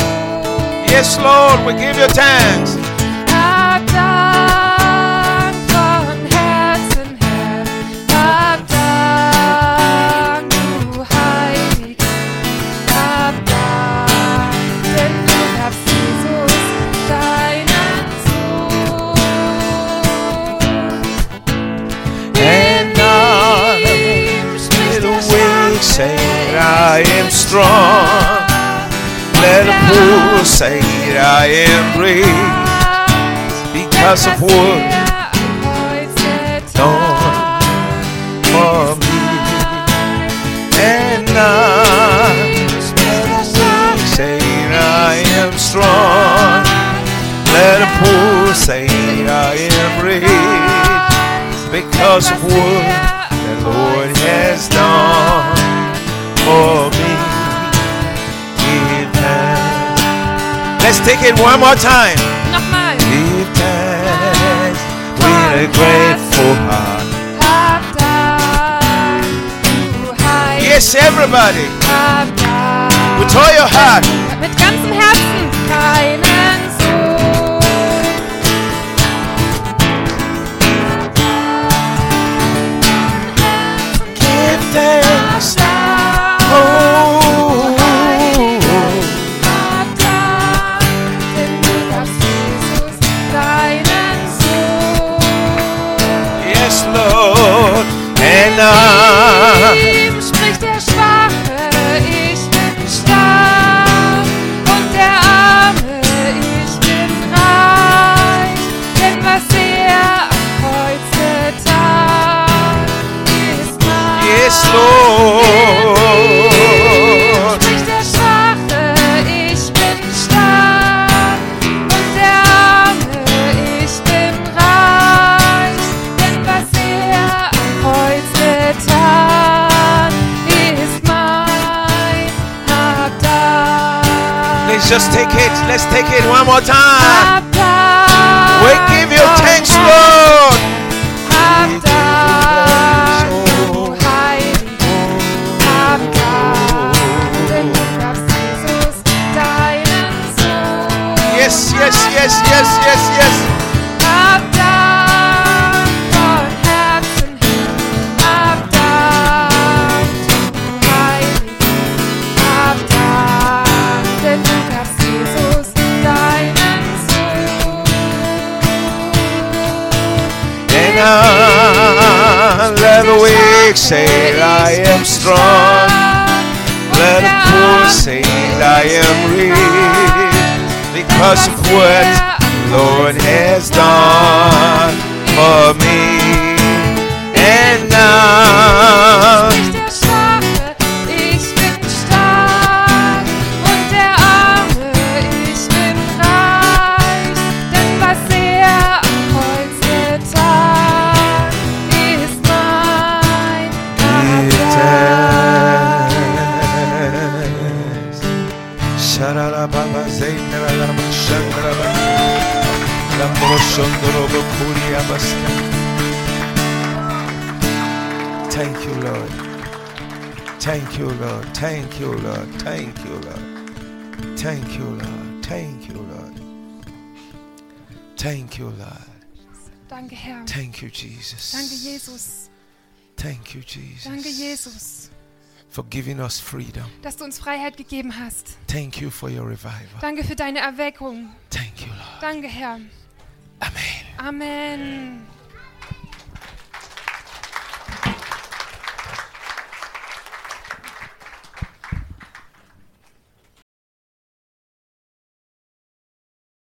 [SPEAKER 1] Yes, Lord, we give you thanks.
[SPEAKER 2] Hab Dank von Herzen her. Hab Dank, du Heilige. Hab Dank, denn du gabst Jesus deinen
[SPEAKER 1] And
[SPEAKER 2] Sohn.
[SPEAKER 1] I
[SPEAKER 2] Ihm spricht
[SPEAKER 1] will
[SPEAKER 2] der
[SPEAKER 1] weak say
[SPEAKER 2] Schwache,
[SPEAKER 1] I
[SPEAKER 2] ich
[SPEAKER 1] am
[SPEAKER 2] bin
[SPEAKER 1] strong. Let the poor say I am brave
[SPEAKER 2] stark.
[SPEAKER 1] because of
[SPEAKER 2] Denn was
[SPEAKER 1] what
[SPEAKER 2] er am Kreuz
[SPEAKER 1] done
[SPEAKER 2] getan
[SPEAKER 1] for me.
[SPEAKER 2] hat,
[SPEAKER 1] because of what the Lord has done for me. Give thanks. Let's take it one more time.
[SPEAKER 2] Nochmal.
[SPEAKER 1] Give thanks with a grateful heart.
[SPEAKER 2] Hab Dank, du Heil.
[SPEAKER 1] Yes, everybody,
[SPEAKER 2] Hab Dank.
[SPEAKER 1] with all your heart.
[SPEAKER 2] Mit ganzem Herzen. Deinen Sohn.
[SPEAKER 1] Give thanks.
[SPEAKER 2] Dank,
[SPEAKER 1] Oh,
[SPEAKER 2] Hab Dank, denn du gabst Jesus deinen Sohn.
[SPEAKER 1] yes, Lord. And I.
[SPEAKER 2] Ihm spricht der Schwache, ich bin stark. Und der Arme, ich bin reich. Denn was er am Kreuz getan, ist mein.
[SPEAKER 1] Yes, Lord.
[SPEAKER 2] Spricht der Schwache, ich bin stark. Und der Arme, ich bin reich. Denn was er am Kreuz getan, ist mein Hab Dank.
[SPEAKER 1] Let's just take it. Let's take it one more time.
[SPEAKER 2] Hab Dank.
[SPEAKER 1] We give you thanks, Lord.
[SPEAKER 2] Hab Dank, du Heilige. Hab Dank, denn du gabst Jesus deinen Sohn.
[SPEAKER 1] Yes, yes, yes, yes, yes, yes.
[SPEAKER 2] Hab Dank von Herzen her. Hab Dank, du Heilige. Hab Dank, denn du gabst Jesus deinen Sohn.
[SPEAKER 1] And I let the weak say I am strong. Let the poor say I am rich because of what the Lord has done for me. And now,
[SPEAKER 2] Nicht der Schwache, ich bin stark und der Arme, ich bin reich. Denn was er am Kreuz getan, ist mein
[SPEAKER 1] give
[SPEAKER 2] Vater.
[SPEAKER 1] thanks. Shararababa Zainarababa Shandarababa. Lambrosondorobo Kuriabasta. Thank you, Lord. Thank you, Lord. Thank you, Lord. Thank you, Lord. Thank you, Lord. Thank you, Lord. Thank you, Lord.
[SPEAKER 2] Danke, Herr.
[SPEAKER 1] Thank you, Jesus.
[SPEAKER 2] Danke, Jesus.
[SPEAKER 1] Thank you, Jesus.
[SPEAKER 2] Danke, Jesus,
[SPEAKER 1] For giving us freedom.
[SPEAKER 2] dass du uns Freiheit gegeben hast.
[SPEAKER 1] Thank you for your revival.
[SPEAKER 2] Danke für deine Erweckung.
[SPEAKER 1] Thank you, Lord.
[SPEAKER 2] Danke, Herr.
[SPEAKER 1] Amen.
[SPEAKER 2] Amen.